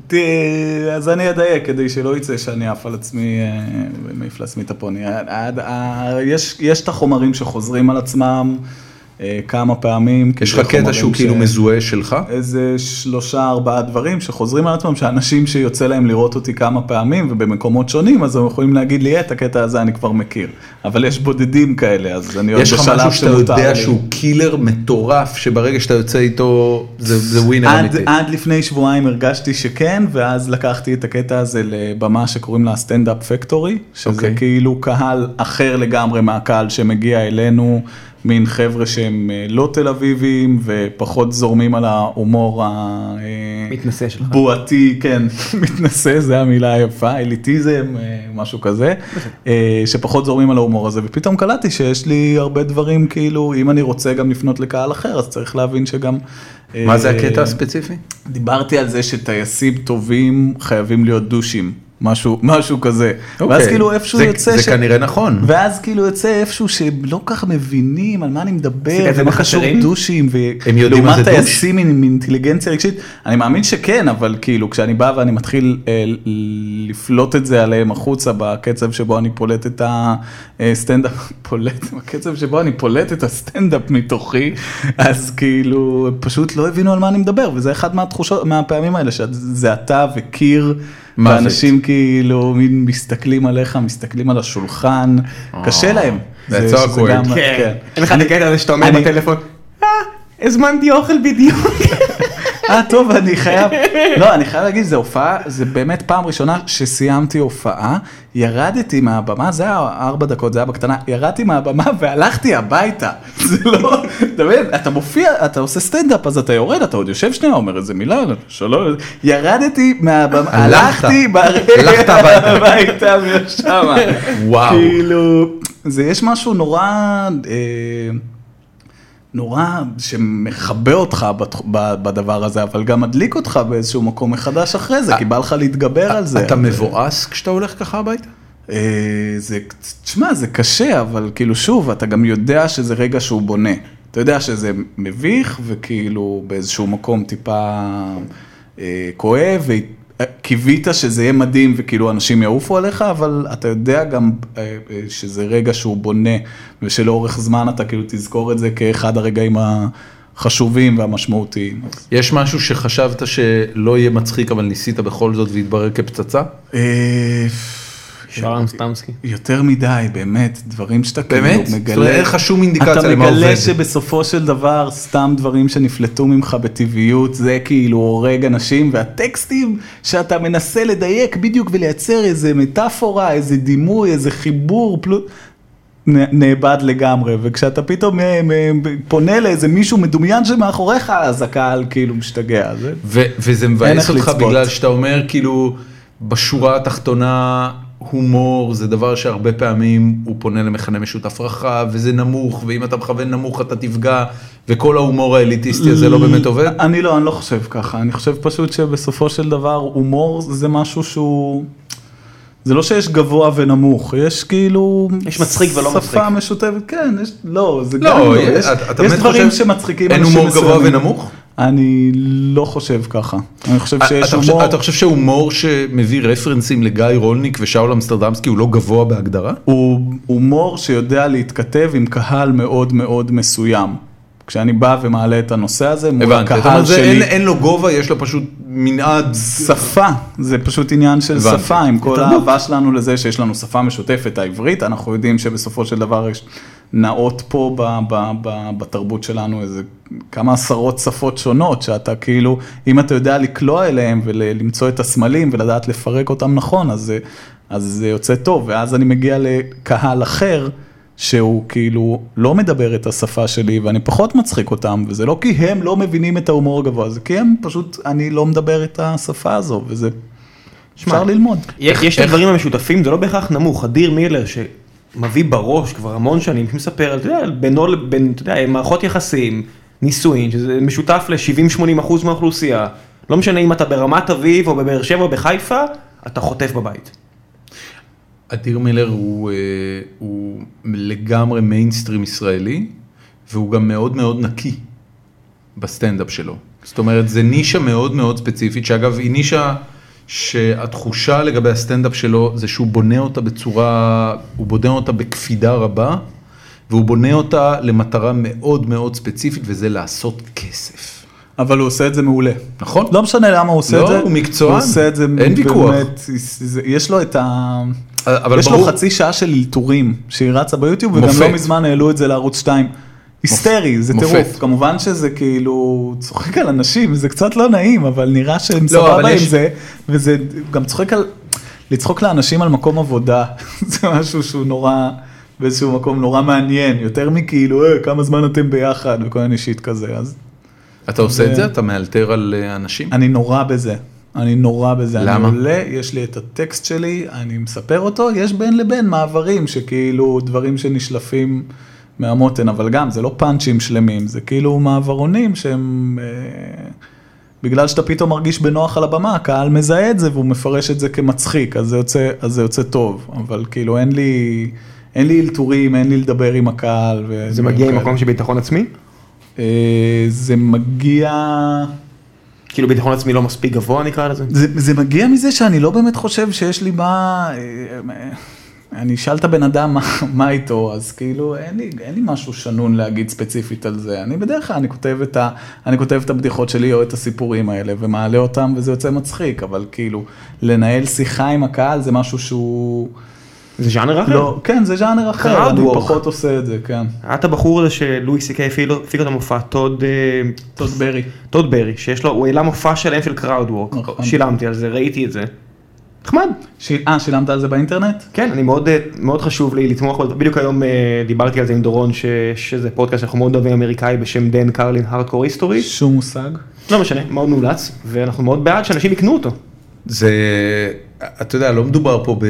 C: תראה, אז אני אדייק כדי שלא יצא שאני עף על עצמי, אה, מעיף לעצמי את הפוני. אה, אה, יש, יש את החומרים שחוזרים על עצמם אה, כמה פעמים.
A: יש
C: כי
A: לך
C: זה חומרים
A: קטע שהוא
C: ש-
A: כאילו מזוהה שלך?
C: איזה שלושה ארבעה דברים שחוזרים על עצמם, שאנשים שיוצא להם לראות אותי כמה פעמים ובמקומות שונים, אז הם יכולים להגיד לי, "אה, את הקטע הזה אני כבר מכיר. אבל יש בודדים כאלה, אז אני עוד
A: יש
C: בשלב
A: לך
C: שמותר לי.
A: משהו שאתה יודע שהוא קילר מטורף, שברגע שאתה יוצא איתו, זה זה ווינר
C: עד,
A: אמיתי.
C: עד לפני שבועיים הרגשתי שכן, ואז לקחתי את הקטע הזה לבמה שקוראים לה סטנדאפ פקטורי, שזה
A: אוקיי.
C: okay. כאילו קהל אחר לגמרי מהקהל שמגיע אלינו, מין חבר'ה שהם אה, לא תל אביבים ופחות זורמים על ההומור ה... אה,
D: מתנשא שלך.
C: בועתי, כן, מתנשא, זו המילה היפה, אליטיזם, אה, משהו כזה, אה, שפחות זורמים על ההומור הזה, ופתאום קלטתי שיש לי הרבה דברים, כאילו, אם אני רוצה גם לפנות לקהל אחר, אז צריך להבין שגם... אה,
A: מה זה הקטע הספציפי?
C: דיברתי על זה שטייסים טובים חייבים להיות דושים, משהו, משהו כזה. ואז
A: אוקיי.
C: כאילו איפשהו
A: זה-
C: יוצא...
A: זה כנראה נכון.
C: ואז כאילו יוצא איפשהו שלא כך מבינים על מה אני מדבר,
D: עשית את זה
C: ומה קשור
D: בחצרים?
C: דושים, ו...
A: הם יודעים מה זה דוש?
C: לעומת טייסים עם אינטליגנציה רגשית, אני מאמין שכן, אבל כאילו כשאני בא ואני מתחיל אה, ל- לפלוט את זה עליהם החוצה בקצב שבו אני פולט את הסטנדאפ, פולט, בקצב שבו אני פולט את הסטנדאפ מתוכי, אז כאילו הם פשוט לא הבינו על מה אני מדבר, וזה אחד מהתחושות, מהפעמים האלה, שזה אתה וקיר.
A: מוות.
C: ואנשים כאילו מין מסתכלים עליך, מסתכלים על השולחן, קשה להם.
A: אה, That's awkward.
C: גם- כן.
D: כן. אין לך את הקטע הזה שאתה אומר
C: אני-
D: בטלפון, אה, הזמנתי אוכל בדיוק.
C: אה, טוב, אני חייב, לא, אני חייב להגיד, זו הופעה, זה באמת פעם ראשונה שסיימתי הופעה, ירדתי מהבמה, זה היה ארבע דקות, זה היה בקטנה, ירדתי מהבמה והלכתי הביתה. זה לא, אתה מבין, אתה מופיע, אתה עושה סטנדאפ, אז אתה יורד, אתה עוד יושב שנייה, אומר איזה מילה, שלום, ירדתי מהבמה,
A: הלכת.
C: הלכתי
A: הלכת
C: ברגע
A: הביתה.
C: הביתה ושמה.
A: וואו.
C: כאילו, זה יש משהו נורא... אה, נורא שמכבה אותך בתח- ב- בדבר הזה, אבל גם מדליק אותך באיזשהו מקום מחדש אחרי זה, כי בא לך להתגבר על זה.
A: אתה
C: אז-
A: מבואס כשאתה הולך ככה הביתה?
C: אה, זה, תשמע, זה קשה, אבל כאילו, שוב, אתה גם יודע שזה רגע שהוא בונה. אתה יודע שזה מביך, וכאילו באיזשהו מקום טיפה אה, כואב, וקיווית שזה יהיה מדהים, וכאילו אנשים יעופו עליך, אבל אתה יודע גם אה, אה, שזה רגע שהוא בונה, ושלאורך זמן אתה כאילו תזכור את זה כאחד הרגעים החשובים והמשמעותיים. אז-
A: יש משהו שחשבת שלא יהיה מצחיק אבל ניסית בכל זאת והתברר כפצצה?
C: אה,
D: שרם סטמסקי.
C: יותר מדי, באמת, דברים שאתה
A: באמת?
C: כאילו
A: זאת אומרת, אין לך שום אינדיקציה למה
C: אתה
A: עובד.
C: מגלה שבסופו של דבר, סתם דברים שנפלטו ממך בטבעיות, זה כאילו הורג אנשים, והטקסטים שאתה מנסה לדייק בדיוק ולייצר איזה מטאפורה, איזה דימוי, איזה חיבור, פלוט... נ- נאבד לגמרי, וכשאתה פתאום אה, אה, פונה לאיזה מישהו מדומיין שמאחוריך, אז הקהל כאילו משתגע. זה...
A: ו- וזה
C: אין
A: מבאס
C: איך
A: אותך
C: לצפות.
A: בגלל שאתה אומר כאילו בשורה התחתונה הומור זה דבר שהרבה פעמים הוא פונה למכנה משותף רחב וזה נמוך ואם אתה מכוון נמוך אתה תפגע וכל ההומור האליטיסטי הזה לא באמת עובד.
C: אני לא, אני לא חושב ככה, אני חושב פשוט שבסופו של דבר הומור זה משהו שהוא... זה לא שיש גבוה ונמוך, יש כאילו...
D: יש מצחיק ולא מצחיק.
C: שפה משותפת, כן, יש, לא, זה גם
A: לא,
C: לא,
A: יש-
C: יש,
A: אתה- אתה
C: יש
A: באמת
C: דברים
A: חושב
C: שמצחיקים
A: אין
C: אנשים
A: הומור גבוה
C: מסוימים.
A: ונמוך? אה,
C: אני לא חושב ככה, אני חושב שיש
A: אתה חושב-
C: הומור,
A: אתה חושב שהומור שמביא רפרנסים לגיא רולניק ושאול אמסטרדמסקי הוא לא גבוה בהגדרה?
C: הוא הומור שיודע להתכתב עם קהל מאוד מאוד מסוים. כשאני בא ומעלה את הנושא הזה, מול
A: הבנתי, אתה
C: הקהל
A: אומר, זה
C: שלי,
A: אין- אין לו גובה, יש לו פשוט מנעד
C: שפה, זה פשוט עניין של
A: הבנתי.
C: שפה, עם כל
A: תרבות.
C: האהבה שלנו לזה שיש לנו שפה משותפת, העברית, אנחנו יודעים שבסופו של דבר יש נעות פה ב, ב, ב, בתרבות שלנו איזה כמה עשרות שפות שונות, שאתה כאילו, אם אתה יודע לקלוע אליהם ולמצוא את הסמלים ולדעת לפרק אותם נכון, אז, זה- אז זה יוצא טוב, ואז אני מגיע לקהל אחר. שהוא כאילו לא מדבר את השפה שלי ואני פחות מצחיק אותם וזה לא כי הם לא מבינים את ההומור הגבוה זה כי הם פשוט אני לא מדבר את השפה הזו וזה אפשר ללמוד.
D: יש יש את הדברים המשותפים, זה לא בהכרח נמוך, אדיר מילר שמביא בראש כבר המון שנים, שמספר על, אתה יודע, על בינו לבין, אתה יודע, מערכות יחסים, נישואין, שזה משותף ל-70-80% מהאוכלוסייה, לא משנה אם אתה ברמת אביב או בבאר שבע או בחיפה, אתה חוטף בבית.
A: אדיר מילר הוא, אה, הוא לגמרי מיינסטרים ישראלי, והוא גם מאוד מאוד נקי בסטנדאפ שלו. זאת אומרת, זה נישה מאוד מאוד ספציפית, שאגב, היא נישה שהתחושה לגבי הסטנדאפ שלו זה שהוא בונה אותה בצורה, הוא בונה אותה בקפידה רבה, והוא בונה אותה למטרה מאוד מאוד ספציפית, וזה לעשות כסף.
C: אבל הוא עושה את זה מעולה.
A: נכון?
C: לא משנה למה הוא עושה
A: לא,
C: את זה.
A: הוא מקצוען.
C: הוא עושה את זה
A: אין ויכוח.
C: באמת, זה- יש לו את ה...
A: אבל
C: יש
A: ברור-
C: לו חצי שעה של אלתורים שהיא רצה ביוטיוב וגם
A: מופת.
C: לא מזמן העלו את זה לערוץ 2. היסטרי, זה
A: מופת.
C: טירוף, כמובן שזה כאילו צוחק על אנשים, זה קצת לא נעים, אבל נראה שהם
A: לא, אבל
C: סבבה עם
A: יש-
C: זה, וזה גם צוחק על, לצחוק לאנשים על מקום עבודה, זה משהו שהוא נורא, באיזשהו מקום נורא מעניין, יותר מכאילו, אה, כמה זמן אתם ביחד, וכל מיני שיט כזה, אז
A: אתה עושה את
C: זה-
A: זה? אתה מאלתר על אה, אנשים?
C: אני נורא בזה. אני נורא בזה.
A: למה?
C: אני עולה, יש לי את הטקסט שלי, אני מספר אותו, יש בין לבין מעברים שכאילו דברים שנשלפים מהמותן, אבל גם זה לא פאנצ'ים שלמים, זה כאילו מעברונים שהם... אה, בגלל שאתה פתאום מרגיש בנוח על הבמה, הקהל מזהה את זה והוא מפרש את זה כמצחיק, אז זה יוצא, אז זה יוצא טוב, אבל כאילו אין לי... אין לי אלתורים, אין לי לדבר עם הקהל. אה,
B: זה מגיע ממקום של ביטחון עצמי?
C: זה מגיע...
D: כאילו ביטחון עצמי לא מספיק גבוה נקרא לזה.
C: זה, זה מגיע מזה שאני לא באמת חושב שיש לי מה... אה, אה, אני אשאל את הבן אדם מה, מה איתו, אז כאילו אין לי, אין לי משהו שנון להגיד ספציפית על זה. אני בדרך כלל, אני כותב, את ה, אני כותב את הבדיחות שלי או את הסיפורים האלה ומעלה אותם וזה יוצא מצחיק, אבל כאילו, לנהל שיחה עם הקהל זה משהו שהוא...
D: זה ז'אנר אחר?
C: לא, כן, זה ז'אנר אחר,
D: Crowd
C: אני
D: work.
C: פחות עושה את זה, כן.
D: היה את הבחור הזה שלואי סי קיי הפיל- הפיק אותו מופע, טוד, אה,
C: טוד ברי.
D: טוד ברי, שיש לו, הוא העלה מופע שלם של קראוד וורק,
C: נכון.
D: שילמתי על זה, ראיתי את זה. נחמד.
C: שיל- אה, שילמת על זה באינטרנט?
D: כן, אני מאוד, אה, מאוד חשוב לי לתמוך, בו. בדיוק היום אה, דיברתי על זה עם דורון, ש, שזה פודקאסט שאנחנו מאוד אוהבים אמריקאי בשם דן קרלין הארדקור היסטורי,
C: שום מושג.
D: לא משנה, אה, מאוד מומלץ, ואנחנו מאוד בעד שאנשים יקנו אותו.
A: זה, אתה יודע, לא מדובר פה ב,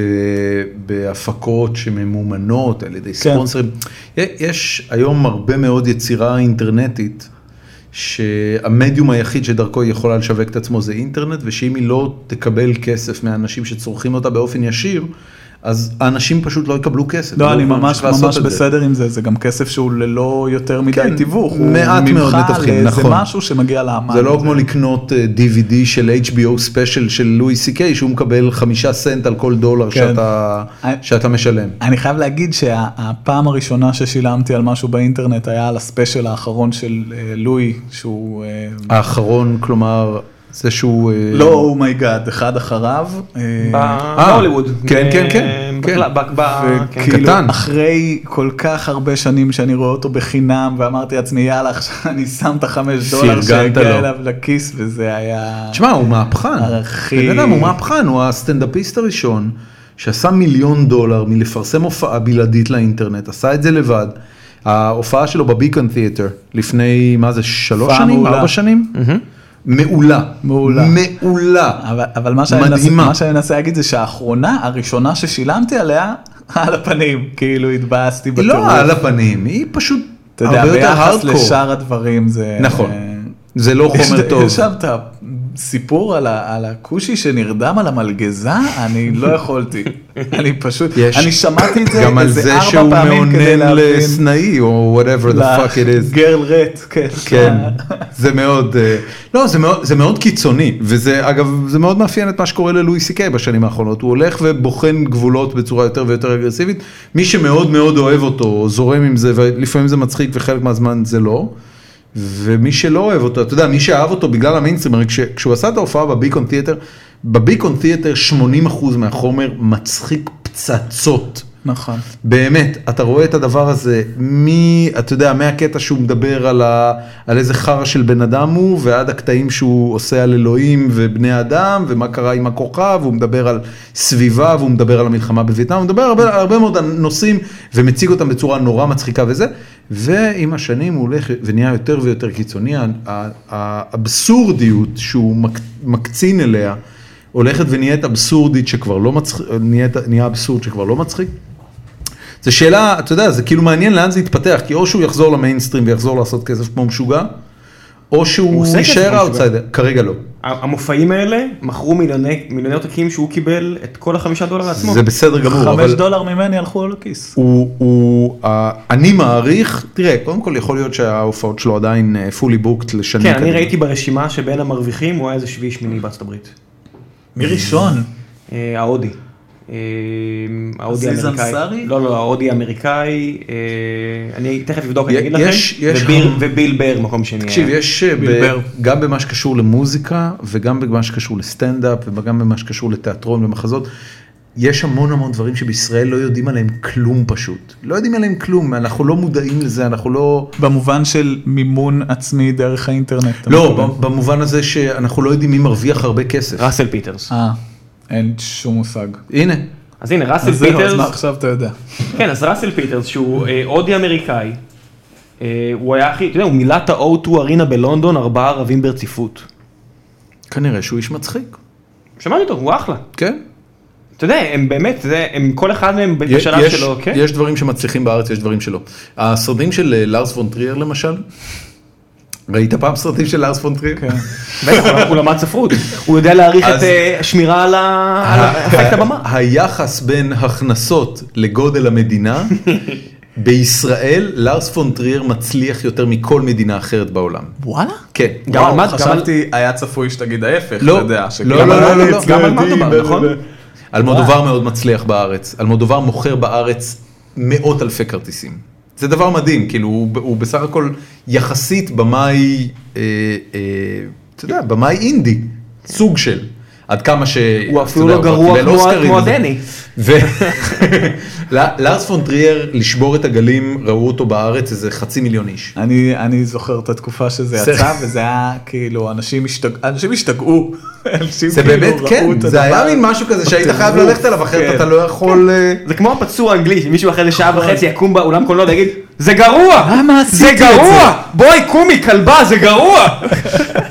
A: בהפקות שממומנות על
C: כן.
A: ידי ספונסרים. יש היום הרבה מאוד יצירה אינטרנטית, שהמדיום היחיד שדרכו היא יכולה לשווק את עצמו זה אינטרנט, ושאם היא לא תקבל כסף מהאנשים שצורכים אותה באופן ישיר, אז האנשים פשוט לא יקבלו כסף.
C: לא, אני
A: יוכלו
C: ממש
A: להמשיך לעשות
C: ממש
A: את זה.
C: בסדר עם זה, זה גם כסף שהוא ללא יותר מדי
A: כן,
C: תיווך.
A: מעט מאוד מתווכים,
C: זה
A: נכון.
C: משהו שמגיע לאמן.
A: זה לא כמו לקנות אה, DVD של HBO ספיישל של לואי סי קיי, שהוא מקבל חמישה סנט על כל דולר
C: כן.
A: שאתה- שאתה משלם.
C: אני חייב להגיד שהפעם הראשונה ששילמתי על משהו באינטרנט היה על הספיישל האחרון של אה, לואי, שהוא... אה,
A: האחרון, כלומר, זה שהוא... אה,
C: לא אומייגאד, אחד אחריו. אה,
D: בהוליווד.
A: כן,
D: ב-
A: כן, כן,
D: בקל-
A: כן.
D: ב- ב- כן.
C: וכאילו
A: קטן.
C: אחרי כל כך הרבה שנים שאני רואה אותו בחינם ואמרתי לעצמי יאללה עכשיו אני שם את החמש דולר
A: פרגנת לו.
C: שהגיע אליו לכיס וזה היה
A: תשמע, הוא מהפכן.
C: אחי.
A: בן אדם הוא מהפכן, הוא הסטנדאפיסט הראשון שעשה מיליון דולר מלפרסם הופעה בלעדית לאינטרנט, עשה את זה לבד. ההופעה שלו בביקון תיאטר לפני, מה זה, שלוש
C: הופעה
A: שנים?
C: מעולה.
A: ארבע שנים? מעולה.
C: מעולה.
A: מעולה.
C: אבל, אבל מה, שאני מנסה,
A: מדהימה.
C: מה שאני מנסה להגיד זה שהאחרונה הראשונה ששילמתי עליה על הפנים כאילו התבאסתי
A: היא
C: בטירוף.
A: לא על הפנים, היא פשוט
C: אתה
A: הרבה
C: יודע
A: יותר
C: ביחס
A: הארדקור.
C: לשאר הדברים זה
A: נכון.
C: אה,
A: זה לא
C: יש-
A: חומר טוב.
C: יש שם את הסיפור על ה- על הכושי שנרדם על המלגזה, אני לא יכולתי. אני פשוט,
A: יש.
C: אני שמעתי את זה
A: גם על
C: איזה
A: זה
C: ארבע
A: שהוא
C: פעמים כדי
A: מאונן
C: להבין.
A: לסנאי או whatever the fuck it is.
C: גרל רט, כן.
A: כן, זה מאוד, אה, לא, זה מאוד, זה מאוד קיצוני, וזה, אגב, זה מאוד מאפיין את מה שקורה ללואי סי קיי בשנים האחרונות, הוא הולך ובוחן גבולות בצורה יותר ויותר אגרסיבית, מי שמאוד מאוד אוהב אותו, זורם עם זה, ולפעמים זה מצחיק וחלק מהזמן זה לא, ומי שלא אוהב אותו, אתה יודע, מי שאהב אותו בגלל המיינסטרים, הרי כש- כשהוא עשה את ההופעה בביקון תיאטר, בביקון תיאטר 80% מהחומר מצחיק פצצות.
C: נכון.
A: באמת, אתה רואה את הדבר הזה, מ... אתה יודע, מהקטע שהוא מדבר על, ה, על איזה חרא של בן אדם הוא, ועד הקטעים שהוא עושה על אלוהים ובני אדם, ומה קרה עם הכוכב, הוא מדבר על סביבה, והוא מדבר על המלחמה בווייטנאם, הוא מדבר הרבה, הרבה מאוד נושאים, ומציג אותם בצורה נורא מצחיקה וזה, ועם השנים הוא הולך ונהיה יותר ויותר קיצוני, ה- ה- האבסורדיות שהוא מק, מקצין אליה, הולכת ונהיית אבסורדית שכבר לא מצחיק, נהיית- נהיה אבסורד שכבר לא מצחיק. זו שאלה, אתה יודע, זה כאילו מעניין לאן זה יתפתח, כי או שהוא יחזור למיינסטרים ויחזור לעשות כסף כמו משוגע, או שהוא
D: עושה כסף
A: יישאר
D: כמו
A: אאוטסיידר, כרגע לא.
D: המופעים האלה מכרו מיליוני מיליוני עותקים שהוא קיבל את כל החמישה דולר לעצמו.
A: זה בסדר גמור,
C: חמש
A: אבל
C: דולר ממני הלכו לו לכיס.
A: הוא, הוא, ה- אני מעריך, תראה, קודם כל יכול להיות שההופעות שלו עדיין פולי בוקט לשנים
D: כן, אני
A: קדימה.
D: ראיתי ברשימה שבין המרוויחים הוא היה איזה שביעי שמיני בארצות הברית.
C: מי ראשון?
D: אה, ההודי. אה, ההודי
C: עזיז
D: האמריקאי.
C: אנסארי?
D: לא, לא, ההודי האמריקאי. אה, אני תכף אבדוק, אני
A: י-
D: אגיד לכם.
A: יש- יש
D: וביר-
A: המון-
D: וביל בר מקום שני.
A: תקשיב,
D: היה.
A: יש אה, ב-
C: בילבר.
A: גם במה שקשור למוזיקה וגם במה שקשור לסטנדאפ וגם במה שקשור לתיאטרון ומחזות. יש המון המון דברים שבישראל לא יודעים עליהם כלום פשוט. לא יודעים עליהם כלום, אנחנו לא מודעים לזה, אנחנו לא...
C: במובן של מימון עצמי דרך האינטרנט. אתה
A: לא,
C: מתכוון.
A: ב- במובן הזה שאנחנו לא יודעים מי מרוויח הרבה כסף.
D: ראסל פיטרס.
C: אה, אין שום מושג.
A: הנה,
D: אז הנה,
C: אז
D: ראסל
C: זהו, אז מה
D: פיטרס.
C: עכשיו אתה יודע.
D: כן, אז ראסל פיטרס, שהוא אה, הודי אמריקאי, אה, הוא היה הכי, אתה יודע, הוא מילא את ה-O2 ארינה בלונדון, ארבעה ערבים ברציפות.
A: כנראה שהוא איש מצחיק,
D: שמעתי אותו, הוא אחלה.
A: כן?
D: אתה יודע, הם באמת, זה, הם כל אחד מהם בשלב
A: יש-
D: שלו, כן?
A: יש דברים שמצליחים בארץ, יש דברים שלא. הסרטים של אה, לארס פון טריאר למשל, ראית פעם סרטים של לארס פון טריאר?
C: כן.
D: בטח, הוא- הוא למד ספרות. הוא יודע להעריך את
A: אז-
D: אה, השמירה על ה- על ה- אפקט אה, הבמה.
A: היחס בין הכנסות לגודל המדינה, בישראל לארס פון טריאר מצליח יותר מכל מדינה אחרת בעולם.
C: וואלה?
A: כן.
D: גם
C: וואו,
D: על מה- גם על-
C: חשבתי, היה צפוי שתגיד ההפך,
A: לא,
C: אתה יודע. שכאילו-
A: לא, לא, לא, לא, לא.
C: אצלנו
D: גם על מה
C: יודעים,
D: אתה בא,
C: ו-
D: נכון?
C: ו-
A: אלמודובר מאוד מצליח בארץ, אלמודובר מוכר בארץ מאות אלפי כרטיסים. זה דבר מדהים, כאילו הוא, ב- הוא בסך הכל יחסית במאי, אה, אה, אתה יודע, במאי אינדי, סוג של. עד כמה ש...
D: הוא
A: אתה
D: אפילו
A: יודע,
D: לא
A: כבר
D: גרוע
A: קיבל
D: כמו-
A: אוסקרים
D: כמו
A: וזה.
D: הדני.
A: ו- ל- לארס פון טריאר, לשבור את הגלים, ראו אותו בארץ איזה חצי מיליון איש.
C: אני, אני זוכר את התקופה שזה
A: זה-
C: יצא, וזה היה כאילו, אנשים, השתג... אנשים השתגעו. אנשים
A: זה
C: כאילו
A: באמת,
C: ראו
A: כן,
C: את
A: זה היה
C: הדבר.
A: מין משהו כזה שהיית חייב
C: הטירוף,
A: ללכת עליו, אחרת
C: כן.
A: אתה לא יכול... אה,
D: זה כמו הפצוע האנגלי, שמישהו אחרי זה שעה
C: נכון.
D: וחצי יקום באולם קולנוע ויגיד, זה גרוע!
C: למה עשיתי את
D: זה גרוע! בואי קומי כלבה, זה גרוע!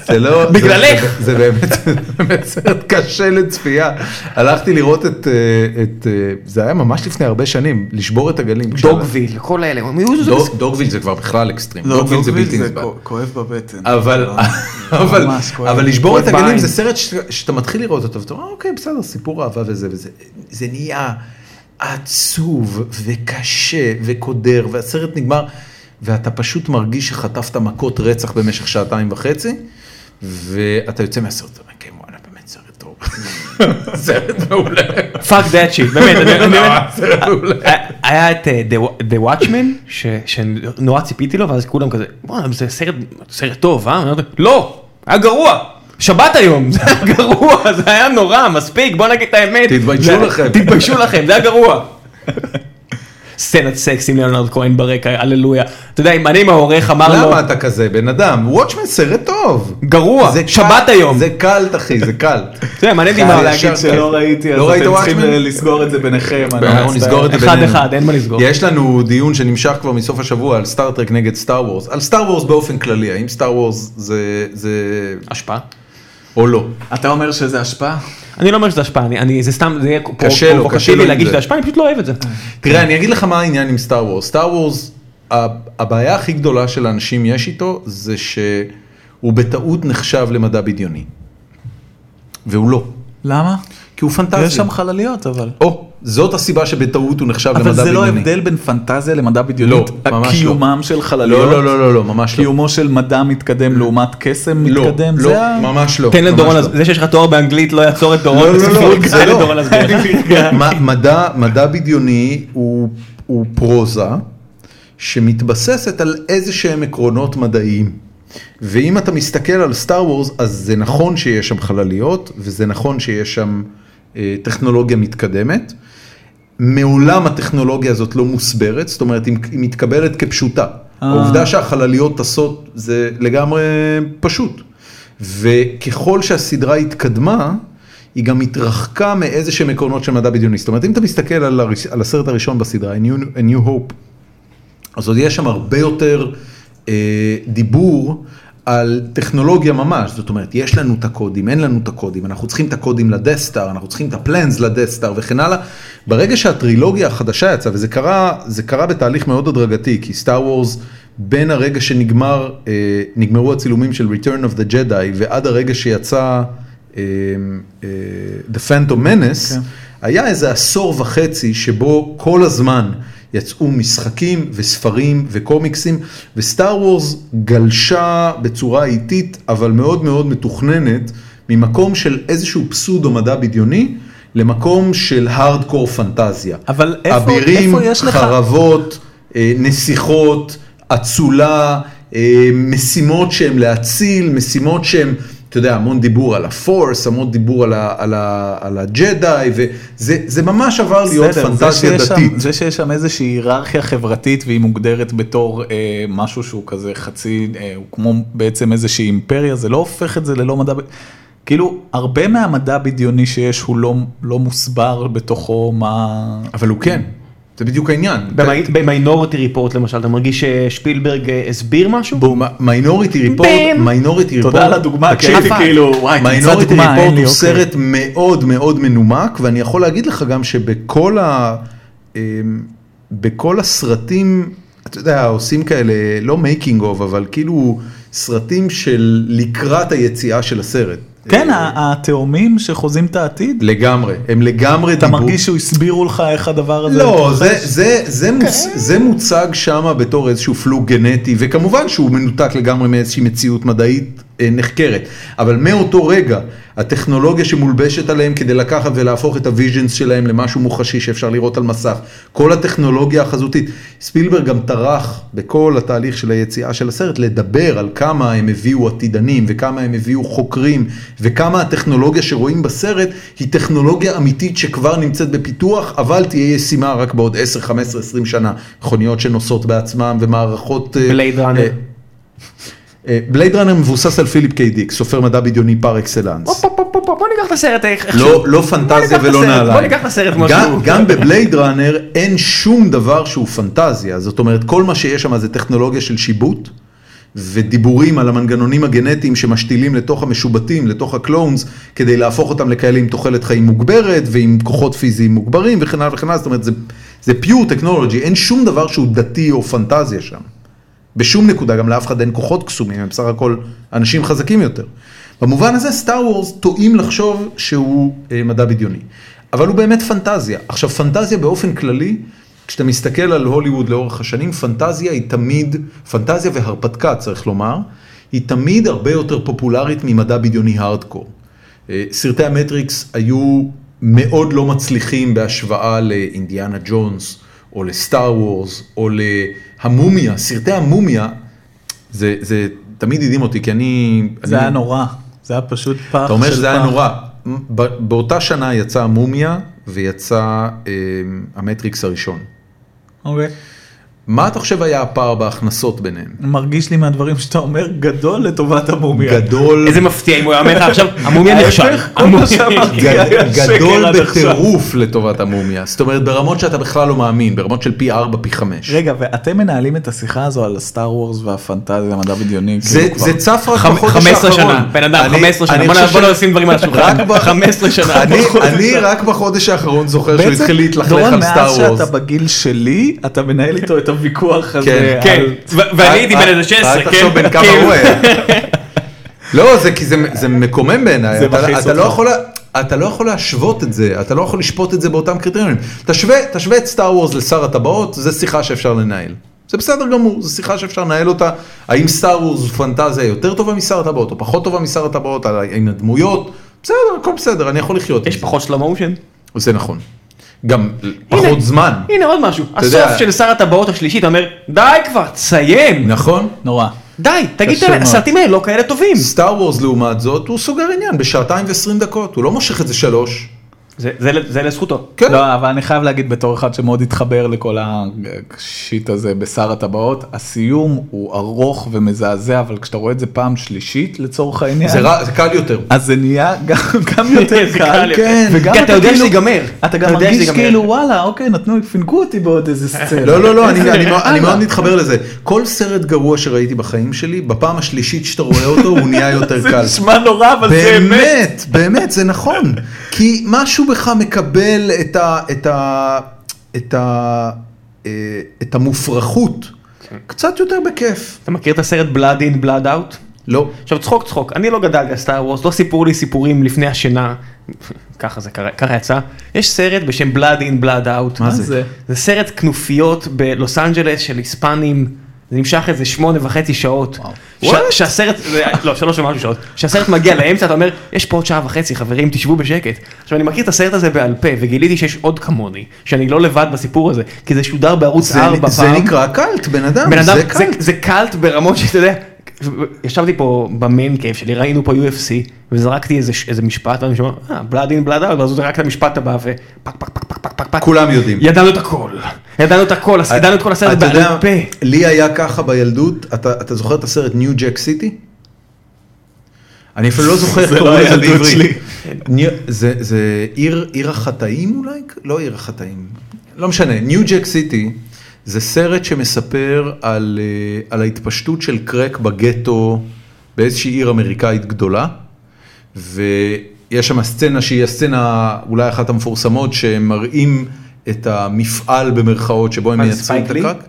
A: זה לא... זה-
D: בגללך.
A: זה- זה באמת- זה באמת סרט קשה לצפייה. הלכתי לראות את... אה, את, אה, זה היה ממש לפני הרבה שנים, לשבור את הגלים.
D: דוגוויל, כל האלה, מי הוא זה?
A: דוג- דוגוויל זה כבר בכלל אקסטרים.
C: לא,
A: דוגוויל זה בלתי
C: זה
A: נסבל.
C: כ- כואב בבטן.
A: אבל,
C: לא.
A: אבל,
C: ממש כואב.
A: אבל לשבור את
D: כואב
A: הגלים
D: בעין.
A: זה סרט ש- שאתה מתחיל לראות אותו, ואתה אומר, אוקיי, בסדר, סיפור אהבה וזה וזה. זה נהיה עצוב וקשה וקודר, והסרט נגמר, ואתה פשוט מרגיש שחטפת מכות רצח במשך שעתיים וחצי, ואתה יוצא מהסרט, אתה אומר, כן, וואלה, באמת סרט טוב. סרט מעולה.
D: פאק דאט שיט, באמת, אני-
A: לא,
D: אני באמת.
A: סרט אה, מעולה.
D: היה- היה את אה, The- The Watchman, ש- שנורא ציפיתי לו, ואז כולם כזה, בואנה, זה סרט, סרט טוב, אה? ואני אומר, לא, היה גרוע. שבת היום, זה היה גרוע, זה היה נורא, מספיק, בוא נגיד את האמת.
A: תתביישו
D: זה-
A: לכם.
D: תתביישו לכם, זה היה גרוע. סצנת סקס עם ליאונרד כהן ברקע, הללויה. אתה יודע, אם אני עם העורך אמר לו,
A: למה אתה כזה בן אדם? וואטשמן סרט טוב.
D: גרוע,
A: זה
D: שבת
A: קל-
D: היום.
A: זה קלט אחי, זה קלט.
D: אתה יודע, מעניין אותי
A: חייב
D: מה...
C: אני
A: ישר
C: להגיד שלא
A: כזה.
C: ראיתי, אז
A: לא ראית
C: אתם צריכים
A: וואטשמן?
C: לסגור את זה ביניכם. אני
A: לא, אנחנו
C: מצטער.
A: נסגור את זה
D: אחד
A: בינינו.
D: אחד, אין מה לסגור.
A: יש לנו דיון שנמשך כבר מסוף השבוע על סטארטרק נגד סטאר וורס, על סטאר וורס באופן כללי, האם סטאר וורס זה, זה
D: השפעה.
A: או לא.
C: אתה אומר שזה השפעה?
D: אני לא אומר שזה השפעה, אני- אני, זה סתם, זה יהיה פרו-
A: קשה לו, קשה לו
D: פרובוקטיבי
A: עם
D: להגיד
A: זה.
D: שזה השפעה, אני פשוט לא אוהב את זה.
A: תראה, אני אגיד לך מה העניין עם סטאר וורס. סטאר וורס, הבעיה הכי גדולה שלאנשים יש איתו, זה שהוא בטעות נחשב למדע בדיוני. והוא לא,
C: למה?
A: כי הוא פנטזיה.
C: יש שם חלליות אבל.
A: או, זאת הסיבה שבטעות הוא נחשב למדע
C: אבל
A: בדיוני.
C: זה לא הבדל בין פנטזיה למדע בדיונית.
A: לא, ממש לא.
C: קיומם של חלליות.
A: לא, לא, לא, לא, לא, ממש לא.
C: קיומו של מדע מתקדם לעומת קסם
A: לא,
C: מתקדם.
A: לא,
C: זה ה-
A: ממש לא.
D: תן
A: ממש
D: לדורון,
A: לא.
D: לס- זה שיש לך תואר באנגלית לא יעצור את דורון,
A: לא, אוקיי. לא, לא, זה
D: תן
A: לא.
D: לדורון להסביר. כן.
A: מ- מדע, מדע בדיוני הוא, הוא פרוזה שמתבססת על איזה שהם עקרונות מדעיים. ואם אתה מסתכל על סטאר וורס, אז זה נכון שיש שם חלליות, וזה נכון שיש שם אה, טכנולוגיה מתקדמת. מעולם הטכנולוגיה הזאת לא מוסברת, זאת אומרת, היא היא מתקבלת כפשוטה. העובדה שהחלליות טסות זה לגמרי פשוט. וככל שהסדרה התקדמה, היא גם התרחקה מאיזה שהם עקרונות של מדע בדיוני. זאת אומרת, אם אתה מסתכל על, הראש, על הסרט הראשון בסדרה, A New, A New Hope, אז עוד יש שם הרבה יותר אה, דיבור על טכנולוגיה ממש, זאת אומרת, יש לנו את הקודים, אין לנו את הקודים, אנחנו צריכים את הקודים לדסטאר, אנחנו צריכים את הפלנס לדסטאר וכן הלאה. ברגע שהטרילוגיה החדשה יצאה, וזה קרה, זה קרה בתהליך מאוד הדרגתי, כי סטאר וורס, בין הרגע שנגמר, אה, נגמרו הצילומים של Return of the Jedi ועד הרגע שיצא אה, אה, The Phantom
C: כן.
A: Menace, היה איזה עשור וחצי שבו כל הזמן יצאו משחקים וספרים וקומיקסים, וסטאר וורס גלשה בצורה איטית, אבל מאוד מאוד מתוכננת, ממקום של איזשהו פסודו מדע בדיוני, למקום של הארדקור פנטזיה.
C: אבל איפה-
A: אבירים,
C: איפה יש לך-
A: חרבות, אה, נסיכות, אצולה, אה, משימות שהן להציל, משימות שהן, אתה יודע, המון דיבור על הפורס, המון דיבור על ה- על ה- על הג'די, וזה זה ממש עבר להיות
C: בסדר, זה
A: פנטזיה
C: שיש שם-
A: דתית.
C: זה שיש שם איזושהי היררכיה חברתית והיא מוגדרת בתור אה, משהו שהוא כזה חצי, אה, הוא כמו בעצם איזושהי אימפריה, זה לא הופך את זה ללא מדע, ב- כאילו הרבה מהמדע הבדיוני שיש הוא לא, לא מוסבר בתוכו מה...
A: אבל הוא כן, זה בדיוק העניין.
C: כן.
D: במיינורטי ריפורט למשל, אתה מרגיש ששפילברג אה, הסביר משהו?
A: בואו, מיינוריטי ריפורט,
D: בום.
A: מיינוריטי ריפורט,
C: תודה על הדוגמה, כי הייתי כאילו, וואי, תמצא
A: מיינוריטי
C: דוגמה, אין
A: ריפורט
C: לי,
A: הוא
C: אוקיי.
A: סרט מאוד מאוד מנומק, ואני יכול להגיד לך גם שבכל ה... אמ, בכל הסרטים, אתה יודע, עושים כאלה, לא מייקינג אוף, אבל כאילו סרטים של לקראת היציאה של הסרט.
C: כן,
A: אה,
C: ה- התאומים שחוזים את העתיד,
A: לגמרי, הם לגמרי
C: אתה
A: דיבור-
C: מרגיש שהוא הסבירו לך איך הדבר הזה...
A: לא,
C: מתרחש?
A: זה, זה, זה, מוס, זה מוצג שם בתור איזשהו פלוג גנטי, וכמובן שהוא מנותק לגמרי מאיזושהי מציאות מדעית אה, נחקרת. אבל מאותו רגע, הטכנולוגיה שמולבשת עליהם כדי לקחת ולהפוך את הוויז'נס שלהם למשהו מוחשי שאפשר לראות על מסך, כל הטכנולוגיה החזותית. ספילברג גם טרח בכל התהליך של היציאה של הסרט לדבר על כמה הם הביאו עתידנים וכמה הם הביאו חוקרים וכמה הטכנולוגיה שרואים בסרט היא טכנולוגיה אמיתית שכבר נמצאת בפיתוח אבל תהיה ישימה רק בעוד 10, 15, 20 שנה. מכוניות שנוסעות בעצמם ומערכות... אה,
D: בלייד ראנר.
A: אה, בלייד ראנר מבוסס על פיליפ קיי דיק, סופר מדע בדיוני פר אקסלנס.
D: בוא, בוא, בוא, בוא, בוא ניקח את הסרט איך איך
A: לא, לא פנטזיה
D: ניקח את
A: ולא
D: הסרט,
A: נעליים.
D: בוא ניקח את הסרט כמו
A: גם-
D: שהוא.
A: גם בבלייד ראנר אין שום דבר שהוא פנטזיה, זאת אומרת כל מה שיש שם זה טכנולוגיה של שיבוט. ודיבורים על המנגנונים הגנטיים שמשתילים לתוך המשובטים, לתוך הקלונס, כדי להפוך אותם לכאלה עם תוחלת חיים מוגברת ועם כוחות פיזיים מוגברים וכן הלאה וכן הלאה, זאת אומרת זה, זה פיור טכנולוגי, אין שום דבר שהוא דתי או פנטזיה שם. בשום נקודה, גם לאף אחד אין כוחות קסומים, הם בסך הכל אנשים חזקים יותר. במובן הזה סטאר וורס טועים לחשוב שהוא אה, מדע בדיוני. אבל הוא באמת פנטזיה. עכשיו פנטזיה באופן כללי, כשאתה מסתכל על הוליווד לאורך השנים, פנטזיה היא תמיד, פנטזיה והרפתקה צריך לומר, היא תמיד הרבה יותר פופולרית ממדע בדיוני הארדקור. אה, סרטי המטריקס היו מאוד לא מצליחים בהשוואה לאינדיאנה ג'ונס, או לסטאר וורס, או להמומיה, סרטי המומיה, זה, זה תמיד הדהים אותי, כי אני...
C: זה
A: אני,
C: היה נורא, זה היה פשוט פח של פח.
A: אתה אומר שזה היה נורא. ב, באותה שנה יצאה המומיה ויצא אה, המטריקס הראשון.
C: אוקיי.
A: מה אתה חושב היה הפער בהכנסות ביניהם?
C: מרגיש לי מהדברים שאתה אומר גדול לטובת המומיה.
A: גדול,
D: איזה מפתיע אם הוא היה אומר לך עכשיו, המומיה נכשל.
C: ההפך, כל מה שאמרתי
A: גד-
C: היה שקר
A: גדול
C: עד עכשיו.
A: בטירוף לטובת המומיה. זאת אומרת, ברמות שאתה בכלל לא מאמין, ברמות של פי 4, פי 5.
C: רגע, ואתם מנהלים את השיחה הזו על הסטאר וורס והפנטזיה, המדע בדיוני.
A: זה,
C: כאילו כבר-
A: זה צף רק
D: חמ-
A: בחודש
D: 15
A: האחרון.
D: שנה, בן אדם,
A: אני-
D: 15
A: אני
D: שנה, בוא
A: חושב
D: נ- בוא
A: ש-
D: לא נשים דברים על השולחן,
A: רק ב-
D: 15 שנה.
A: אני- אני רק בחודש האחרון זוכר שהוא
C: בעצם,
A: התחיל להתלכלך
C: דורון,
A: על סטאר
C: מאז
A: וורס.
C: שאתה בגיל שלי, אתה מנהל איתו את הוויכוח הזה.
A: כן.
D: כן,
C: על-
D: ו- ואני הייתי בן איזה
A: רק-
D: 16, כן?
A: רק תחשוב בין כמה
D: כאילו.
A: הוא היה. לא, זה כי זה- זה מקומם בעיניי.
C: זה
A: אתה-
C: מכעיס
A: אתה לא
C: אותך.
A: יכול לה- אתה לא יכול להשוות את זה, אתה לא יכול לשפוט את זה באותם קריטריונים. תשווה תשווה את סטאר וורס לשר הטבעות, זו שיחה שאפשר לנהל. זה בסדר גמור, זו שיחה שאפשר לנהל אותה. האם סטאר וורס זו פנטזיה יותר טובה משר הטבעות, או פחות טובה משר הטבעות, על- עם הדמויות, בסדר, הכל בסדר, אני יכול לחיות. עם
D: יש
A: זה.
D: פחות slow motion?
A: זה נכון. גם פחות זמן.
D: הנה עוד משהו,
A: יודע-
D: הסוף של שר הטבעות השלישי, אתה אומר, די כבר, תסיים,
A: נכון.
C: נורא.
D: די, תגיד, את
C: קשה
D: האמת,
C: מאוד.
D: הסרטים האלה לא כאלה טובים.
A: סטאר וורס לעומת זאת, הוא סוגר עניין בשעתיים ועשרים דקות, הוא לא מושך את זה שלוש.
D: זה- זה ל- זה לזכותו.
A: כן.
C: לא, אבל אני חייב להגיד בתור אחד שמאוד התחבר לכל השיט הזה בשר הטבעות, הסיום הוא ארוך ומזעזע, אבל כשאתה רואה את זה פעם שלישית לצורך העניין,
A: זה רע- זה קל יותר.
C: אז זה נהיה גם, גם יותר
D: זה
C: קל,
D: קל
A: כן.
C: וגם
D: כי אתה יודע שזה
C: כאילו-
D: ייגמר.
C: אתה גם
D: יודע שזה
C: מרגיש
D: ייגמר.
C: כאילו וואלה, אוקיי, נתנו, פינקו אותי בעוד איזה סצנה.
A: לא, לא, לא, אני- אני מאוד- אני
C: הלאה.
A: מאוד מתחבר לזה. כל סרט גרוע שראיתי בחיים שלי, בפעם השלישית שאתה רואה אותו, הוא נהיה יותר
C: זה
A: קל.
C: נשמע נורא, אבל זה אמת.
A: באמת, באמת, זה נכון. כי משהו בך מקבל את ה... את ה... את ה... אה, את המופרכות, קצת יותר בכיף.
D: אתה מכיר את הסרט בלאד אין בלאד אאוט?
A: לא.
D: עכשיו צחוק צחוק, אני לא גדל על סטאר וורס, לא סיפרו לי סיפורים לפני השינה, ככה זה קרה, ככה יצא. יש סרט בשם בלאד אין בלאד אאוט.
A: מה זה?
D: זה סרט כנופיות בלוס אנג'לס של היספנים, זה נמשך איזה שמונה וחצי שעות.
A: וואו.
D: ש- שהסרט, זה- לא, שלוש ומשהו שעות. כשהסרט מגיע לאמצע אתה אומר, יש פה עוד שעה וחצי חברים, תשבו בשקט. עכשיו אני מכיר את הסרט הזה בעל פה, וגיליתי שיש עוד כמוני, שאני לא לבד בסיפור הזה, כי זה שודר בערוץ
A: זה-
D: 4 פעם.
A: זה נקרא קאלט, בן אדם,
D: בן אדם,
A: זה
D: זה,
A: קאלט.
D: זה קאלט ברמות שאתה יודע, ישבתי פה במיין קייב שלי, ראינו פה UFC, וזרקתי איזה, ש- איזה משפט, ואני שומע, אה, בלאד אין בלאד אאוט, ואז הוא זרק את המשפט הבא, ופק פק פק פק פק פק פק.
A: כולם יודעים.
D: ידענו את הכל, אה, ידענו את הכל, אז ידענו את כל הסרט
A: אתה יודע,
D: בעל פה.
A: לי היה ככה בילדות, אתה אתה זוכר את הסרט ניו ג'ק סיטי? אני אפילו לא זוכר איך
C: זה לא
A: קוראים לזה
C: הילדות
A: בעברית. ניו- זה- זה עיר- עיר החטאים אולי? לא עיר החטאים. לא משנה, ניו ג'ק סיטי זה סרט שמספר על אה, על ההתפשטות של קרק בגטו באיזושהי עיר אמריקאית גדולה. ויש שם סצנה שהיא הסצנה אולי אחת המפורסמות שמראים את המפעל במרכאות שבו הם
D: מה זה,
A: מייצרים את
D: ספייק לי?
A: הקרק.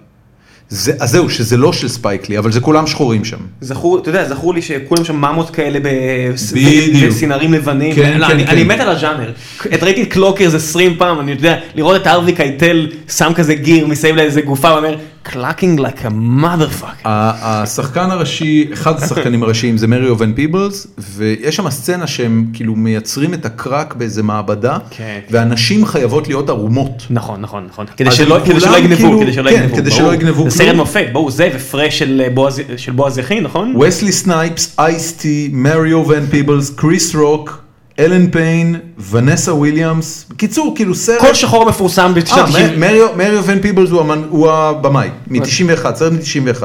A: זה, אז זהו, שזה לא של ספייק לי, אבל זה כולם שחורים שם.
D: זכור, אתה יודע, זכור לי שכולם שם ממות כאלה בס-
A: בדיוק.
D: בסינרים לבנים.
A: כן,
D: לא,
A: כן,
D: אני,
A: כן.
D: אני מת על הז'אנר. את ראיתי את קלוקרס 20 פעם, אני יודע, לראות את ארווי קייטל שם כזה גיר מסביב לאיזה גופה, ואומר, clocking like a motherfucker.
A: ה- השחקן הראשי, אחד השחקנים הראשיים זה מריו ון פיבלס, ויש שם סצנה שהם כאילו מייצרים את הקרק באיזה מעבדה,
D: כן.
A: והנשים חייבות להיות ערומות.
D: נכון, נכון, נכון. כדי
A: אז
D: שלא
A: הם
D: כדי שלא
A: כולם
D: יגנבו,
A: כאילו-
D: כדי שלא
A: כן,
D: יגנבו.
A: כדי
D: ברור.
A: שלא יגנבו
D: זה סרט
A: כלום.
D: מופת, בואו, זה ופרש של אה, בועז- של בועז יחי, נכון?
A: וסלי סנייפס, אייסטי, מריו ון פיבלס, קריס רוק, אלן פיין, ונסה וויליאמס. בקיצור, כאילו סרט...
D: כל שחור מפורסם
A: אה,
D: בשנות
A: מר-
D: 90.
A: מריו- מריו ון פיבלס הוא המן- הוא הבמאי, מ-91, סרט מ-91.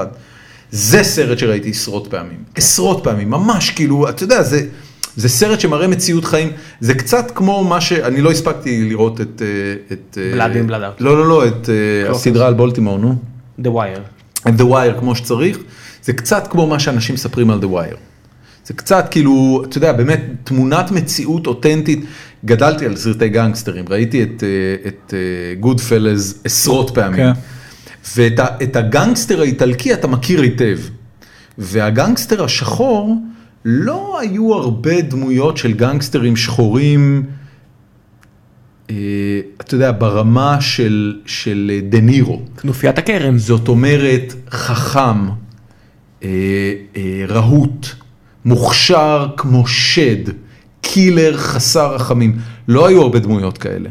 A: זה סרט שראיתי עשרות פעמים, עשרות פעמים, ממש כאילו, אתה יודע, זה, זה סרט שמראה מציאות חיים, זה קצת כמו מה ש... אני לא הספקתי לראות את... אה, את אה,
D: Blood in, Blood out.
A: לא, לא, לא, את אה, הסדרה על בולטימור, נו.
D: The Wire.
A: את The Wire כמו שצריך, זה קצת כמו מה שאנשים מספרים על The Wire. זה קצת כאילו, אתה יודע, באמת תמונת מציאות אותנטית. גדלתי על סרטי גנגסטרים, ראיתי את, אה, את גוד פלז עשרות פעמים.
C: כן.
A: ואת ה- את הגנגסטר האיטלקי אתה מכיר היטב. והגנגסטר השחור, לא היו הרבה דמויות של גנגסטרים שחורים, אה, אתה יודע, ברמה של, של אה, דה נירו.
D: כנופיית הכרם.
A: זאת אומרת, חכם, אה, אה, רהוט, מוכשר כמו שד, קילר חסר רחמים. לא היו הרבה דמויות כאלה.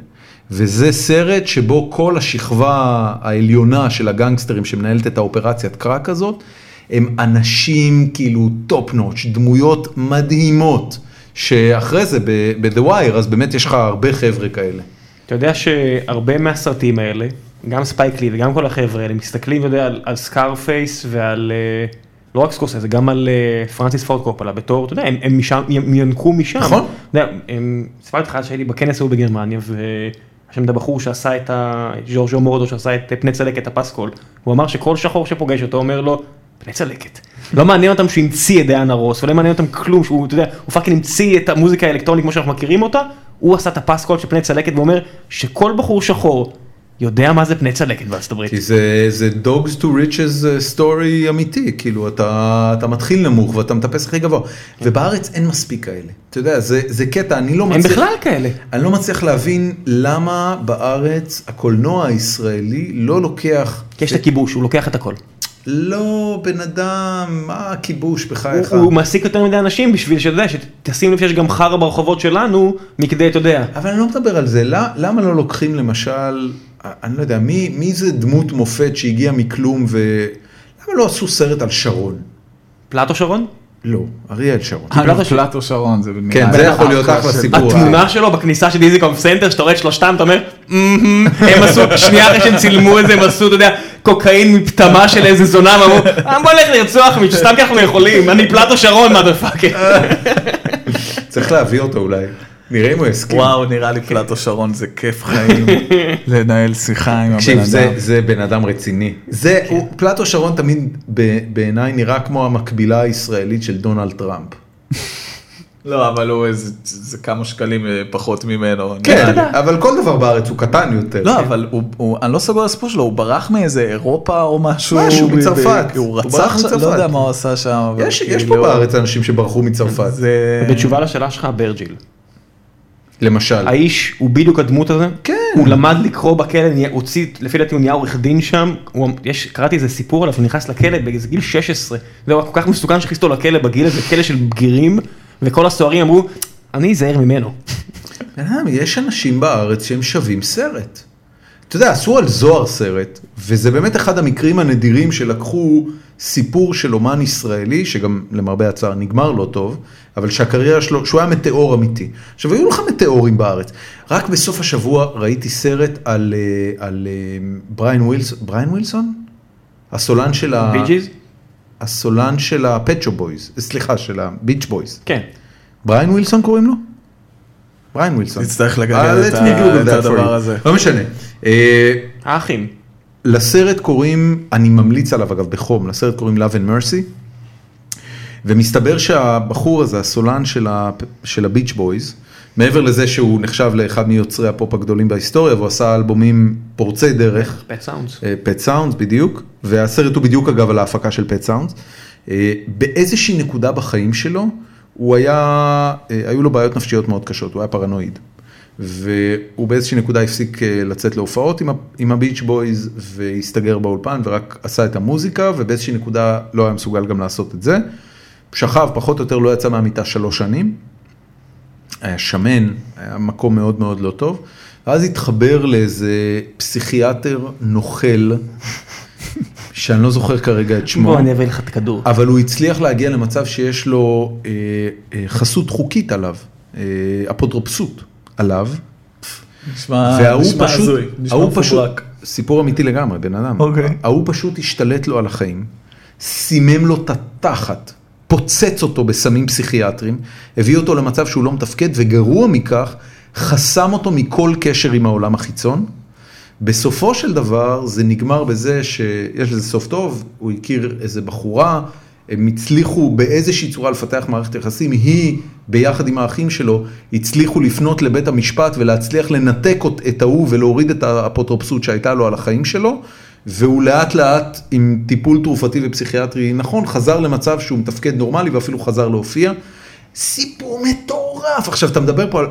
A: וזה סרט שבו כל השכבה העליונה של הגנגסטרים שמנהלת את האופרציית קרק הזאת, הם אנשים כאילו טופ נוטש, דמויות מדהימות, שאחרי זה ב- ב-The Wire, אז באמת יש לך הרבה חבר'ה כאלה.
D: אתה יודע שהרבה מהסרטים האלה, גם ספייק לי וגם כל החבר'ה האלה, מסתכלים, אתה יודע, על, על סקארפייס ועל, אה, לא רק סקורסזה, גם על אה, פרנסיס פורד קופלה בתור, אתה יודע, הם, הם משם, הם ינקו משם.
A: נכון.
D: אתה יודע, הם, סיפרתי לך שהייתי בכנס ההוא בגרמניה, ויש שם את הבחור שעשה את ה... ז'ורג'ו מורדו שעשה את פני צלקת הפסקול, הוא אמר שכל שחור שפוגש אותו אומר לו, פני צלקת. לא מעניין אותם שהוא המציא את דיאנה רוס, ולא מעניין אותם כלום, שהוא, אתה יודע, הוא פאקינג המציא את המוזיקה האלקטרונית כמו שאנחנו מכירים אותה, הוא עשה את הפסקול של פני צלקת, ואומר שכל בחור שחור יודע מה זה פני צלקת בארצות הברית.
A: כי זה, זה Dogs to Riches אה, story אמיתי, כאילו אתה, אתה מתחיל נמוך ואתה מטפס הכי גבוה, ובארץ אין מספיק כאלה, אתה יודע, זה, זה קטע, אני לא
D: כן. הם
A: מצליח,
D: בכלל כאלה.
A: אני לא מצליח להבין למה בארץ הקולנוע הישראלי לא לוקח,
D: כי יש את הכיבוש, הוא לוקח את הכל.
A: לא בן אדם, מה הכיבוש בחייך,
D: הוא, הוא מעסיק יותר מדי אנשים בשביל שאתה יודע, שתשים לב שיש גם חרא ברחובות שלנו, מכדי, אתה יודע,
A: אבל אני לא מדבר על זה, למה, למה לא לוקחים למשל, אני לא יודע, מי, מי זה דמות מופת שהגיע מכלום ו... למה לא עשו סרט על שרון?
D: פלטו שרון?
A: לא, אריאל שרון.
C: אגב, פלטו שרון זה נראה
A: כן,
C: לי
A: זה יכול להיות
C: אחלה
A: אחלה
C: של-
A: סיפור.
D: התמונה שלו בכניסה של איזי קום סנטר, שאתה רואה את שלושתם, אתה אומר, "מהמם." הם עשו, שנייה אחרי שהם צילמו את זה, הם עשו, אתה יודע, קוקאין מפטמה של איזה זונה, הם אמרו, "אה, בוא נלך לרצוח מישהו, סתם כי אנחנו יכולים, אני פלטו שרון, מה פאקר.
A: צריך להביא אותו אולי. נראה אם הוא כן. יסכים.
C: וואו, נראה לי פלטו שרון זה כיף חיים לנהל שיחה עם הבן
A: תקשיב, זה,
C: אדם. כן.
A: זה בן אדם רציני. זה, הוא, פלטו שרון תמיד ב- בעיניי נראה כמו המקבילה הישראלית של דונלד טראמפ.
C: לא, אבל הוא איזה זה כמה שקלים אה, פחות ממנו. נראה
A: כן,
C: לי.
A: אבל כל דבר בארץ הוא קטן יותר.
C: לא, אבל הוא- הוא, אני לא סגור על הסיפור שלו, הוא ברח מאיזה אירופה או משהו.
A: משהו,
C: ב- ב-
A: מצרפת.
C: כי הוא
A: הוא ברח
C: רצח, שם-
A: מצרפת.
C: לא יודע מה הוא עשה שם. אבל
A: יש, יש פה
C: כאילו,
A: בארץ אנשים שברחו מצרפת,
C: זה...
D: בתשובה לשאלה שלך, ברג'יל.
A: למשל.
D: האיש הוא בדיוק הדמות הזה,
A: כן.
D: הוא למד לקרוא בכלא, נה- הוציא, לפי דעתי הוא נהיה עורך דין שם, הוא, יש, קראתי איזה סיפור עליו, הוא נכנס לכלא באיזה גיל 16, זה היה כל כך מסוכן שהכניס אותו לכלא בגיל הזה, כלא של בגירים, וכל הסוהרים אמרו, אני אזהר ממנו.
A: בן אדם, יש אנשים בארץ שהם שווים סרט. אתה יודע, עשו על זוהר סרט, וזה באמת אחד המקרים הנדירים שלקחו סיפור של אומן ישראלי, שגם למרבה הצער נגמר לא טוב, אבל שהקריירה שלו, שהוא היה מטאור אמיתי. עכשיו, היו לך מטאורים בארץ. רק בסוף השבוע ראיתי סרט על, אה, על אה, בריין ווילסון, בריין ווילסון? הסולן של ה...
D: ביג'יז?
A: הסולן של הפצ'ו בויז, סליחה, של הביץ' בויז.
D: כן.
A: בריין ווילסון קוראים לו? בריין ווילסון.
C: נצטרך לגלגל
A: אה,
C: את
A: let me
C: ה-
A: Google
C: את
A: that
C: הדבר
A: for you.
C: הזה.
A: לא משנה. אה,
D: האחים.
A: לסרט קוראים, אני ממליץ עליו אגב בחום, לסרט קוראים Love and Mercy, ומסתבר שהבחור הזה, הסולן של, ה, של הביץ' בויז, מעבר לזה שהוא נחשב לאחד מיוצרי הפופ הגדולים בהיסטוריה, והוא עשה אלבומים פורצי דרך,
D: פט סאונדס.
A: פט סאונדס אה, בדיוק, והסרט הוא בדיוק אגב על ההפקה של פט סאונדס. באיזושהי אה, נקודה בחיים שלו, הוא היה, אה, היו לו בעיות נפשיות מאוד קשות, הוא היה פרנואיד. והוא באיזושהי נקודה הפסיק אה, לצאת להופעות עם ה- עם הביץ' בויז והסתגר באולפן ורק עשה את המוזיקה ובאיזושהי נקודה לא היה מסוגל גם לעשות את זה. שכב פחות או יותר לא יצא מהמיטה שלוש שנים. היה שמן, היה מקום מאוד מאוד לא טוב, ואז התחבר לאיזה פסיכיאטר נוכל, שאני לא זוכר כרגע את שמו.
D: בוא אני אביא לך את הכדור.
A: אבל הוא הצליח להגיע למצב שיש לו אה, אה, חסות חוקית עליו, אה, אפוטרופסות עליו,
C: נשמע
A: וההוא
C: נשמע
A: פשוט,
C: הזוי, נשמע
A: ההוא פשוט,
C: מפוברק.
A: סיפור אמיתי לגמרי, בן אדם,
C: אוקיי.
A: ההוא פשוט השתלט לו על החיים, סימם לו את התחת, פוצץ אותו בסמים פסיכיאטרים, הביא אותו למצב שהוא לא מתפקד, וגרוע מכך, חסם אותו מכל קשר עם העולם החיצון. בסופו של דבר זה נגמר בזה שיש לזה סוף טוב, הוא הכיר איזה בחורה, הם הצליחו באיזושהי צורה לפתח מערכת יחסים, היא ביחד עם האחים שלו הצליחו לפנות לבית המשפט ולהצליח לנתק אות- את ההוא ולהוריד את האפוטרופסות שהייתה לו על החיים שלו, והוא לאט לאט עם טיפול תרופתי ופסיכיאטרי נכון, חזר למצב שהוא מתפקד נורמלי ואפילו חזר להופיע. סיפור מטורף. עכשיו, אתה מדבר פה על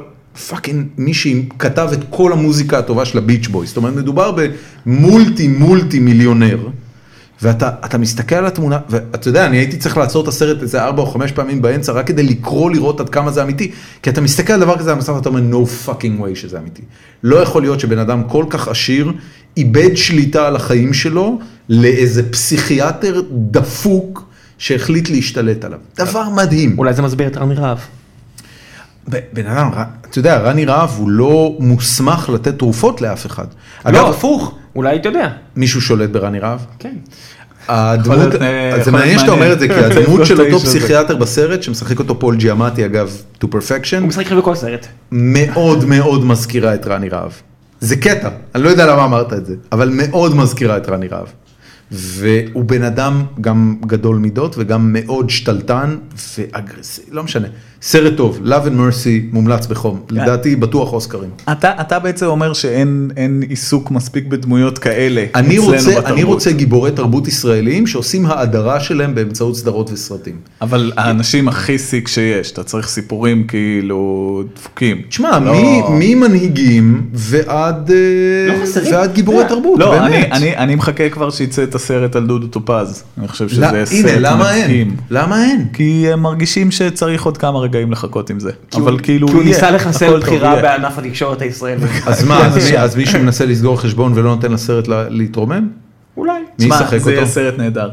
A: פאקינג מי שכתב את כל המוזיקה הטובה של הביץ' בויס. זאת אומרת, מדובר במולטי מולטי מיליונר. ואתה אתה מסתכל על התמונה, ואתה יודע, אני הייתי צריך לעצור את הסרט איזה ארבע או חמש פעמים באמצע, רק כדי לקרוא לראות עד כמה זה אמיתי, כי אתה מסתכל על דבר כזה על המסך ואתה אומר, no fucking way שזה אמיתי. לא יכול להיות שבן אדם כל כך עשיר, איבד שליטה על החיים שלו, לאיזה פסיכיאטר דפוק שהחליט להשתלט עליו. דבר מדהים.
D: אולי זה מסביר את רני רהב.
A: ב- בן אדם, ר- אתה יודע, רני רהב הוא לא מוסמך לתת תרופות לאף אחד. אגב,
D: לא, הפוך, אולי אתה יודע.
A: מישהו שולט ברני רהב?
D: כן.
A: הדמות,
C: יכול להיות, אה,
A: אז זה
C: יכול
A: מעניין
C: להיות
A: שאתה אומר את זה, כי
C: מעניין.
A: הדמות של אותו
C: האיש הזה.
A: פסיכיאטר בסרט, שמשחק אותו פול ג'יאמטי אגב, to perfection,
D: הוא משחק לך בכל סרט.
A: מאוד מאוד מזכירה את רני רהב. זה קטע, אני לא יודע למה אמרת את זה, אבל מאוד מזכירה את רני רהב. והוא בן אדם גם גדול מידות וגם מאוד שתלטן ואגרסיבי, לא משנה. סרט טוב, Love and Mercy מומלץ בחום,
C: כן.
A: לדעתי בטוח אוסקרים.
C: אתה אתה בעצם אומר שאין אין עיסוק מספיק בדמויות כאלה
A: אני
C: אצלנו
A: רוצה, אני
C: בתרבות.
A: רוצה גיבורי תרבות ישראלים שעושים האדרה שלהם באמצעות סדרות וסרטים.
C: אבל האנשים הכי סיק שיש, אתה צריך סיפורים כאילו דפוקים.
A: תשמע,
C: לא-
A: מי ממנהיגים ועד אה,
D: לא חסרים.
A: ועד גיבורי
D: אתה יודע.
A: תרבות,
C: לא, אני,
A: באמת.
C: אני, אני מחכה כבר שיצא את הסרט על דודו טופז, אני חושב שזה
A: לא,
C: סרט
A: הנה, למה אין?
C: מדהים.
A: למה אין?
C: כי הם מרגישים שצריך עוד כמה רגעים לחכות עם זה, אבל כאילו,
D: כי הוא
C: יהיה,
D: ניסה לחסל
C: הכל טוב,
D: בחירה
C: יהיה.
D: בענף התקשורת הישראלית.
A: אז מה, אז מי- אז מישהו מנסה לסגור חשבון ולא נותן לסרט לה- להתרומם?
D: אולי.
A: מי
C: תשמע,
A: ישחק
C: זה יהיה
A: אותו?
C: סרט נהדר.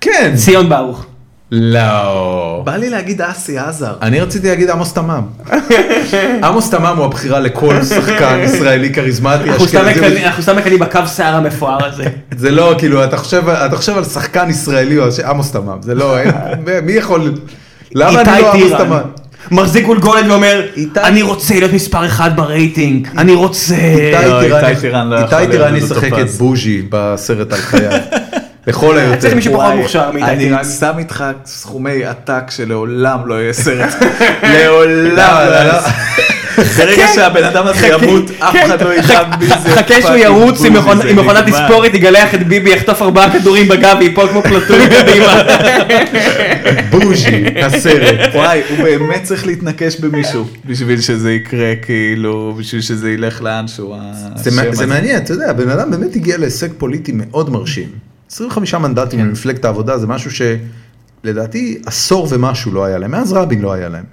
A: כן.
D: ציון ברוך.
A: לא.
C: בא לי להגיד אסי עזר.
A: אני רציתי להגיד עמוס תמם. עמוס תמם הוא הבחירה לכל שחקן ישראלי כריזמטי,
D: אנחנו סתם
A: אשכנזי.
D: מקנאים- אנחנו סתם מקנאים בקו שיער המפואר הזה.
A: זה לא כאילו אתה חושב אתה חושב על שחקן ישראלי או ש- עמוס תמם זה לא אין- מי יכול למה אני לא
D: איתי
A: עמוס
D: טירן.
A: תמם.
D: מחזיק גולגולת ואומר,
A: איתי-
D: אני רוצה להיות מספר אחד ברייטינג, אני רוצה...
C: לא,
A: איתי
C: איתי טירן
A: טירן
C: לא יכול
A: איתי טירן
C: להיות דודו
A: ישחק את
C: טופז.
A: בוז'י בסרט על חייו. לכל היותר.
D: צריך מישהו פחות
C: וואי,
D: מוכשר מאיתי טירן.
C: אני שם איתך סכומי עתק שלעולם לא יהיה סרט. לעולם לא יהיה סרט. כן. ברגע שהבן אדם הזה ימות, אף אחד לא ידע מי זה.
D: חכה שהוא
C: פאקינג
D: ירוץ עם
C: בוזי,
D: מכונה-
C: זה
D: עם מכונת
C: נגמר.
D: תספורת, יגלח את ביבי, יחטוף ארבעה כדורים בגב ויפול כמו פלטון קדימה.
A: בוז'י הסרט.
C: וואי, הוא באמת צריך להתנקש במישהו בשביל שזה יקרה, כאילו, בשביל שזה ילך לאנשהו.
A: זה מע- זה מעניין אתה יודע בן אדם באמת הגיע להישג פוליטי מאוד מרשים. 25 מנדטים למפלגת העבודה זה משהו שלדעתי עשור ומשהו לא היה להם מאז רבין לא היה להם.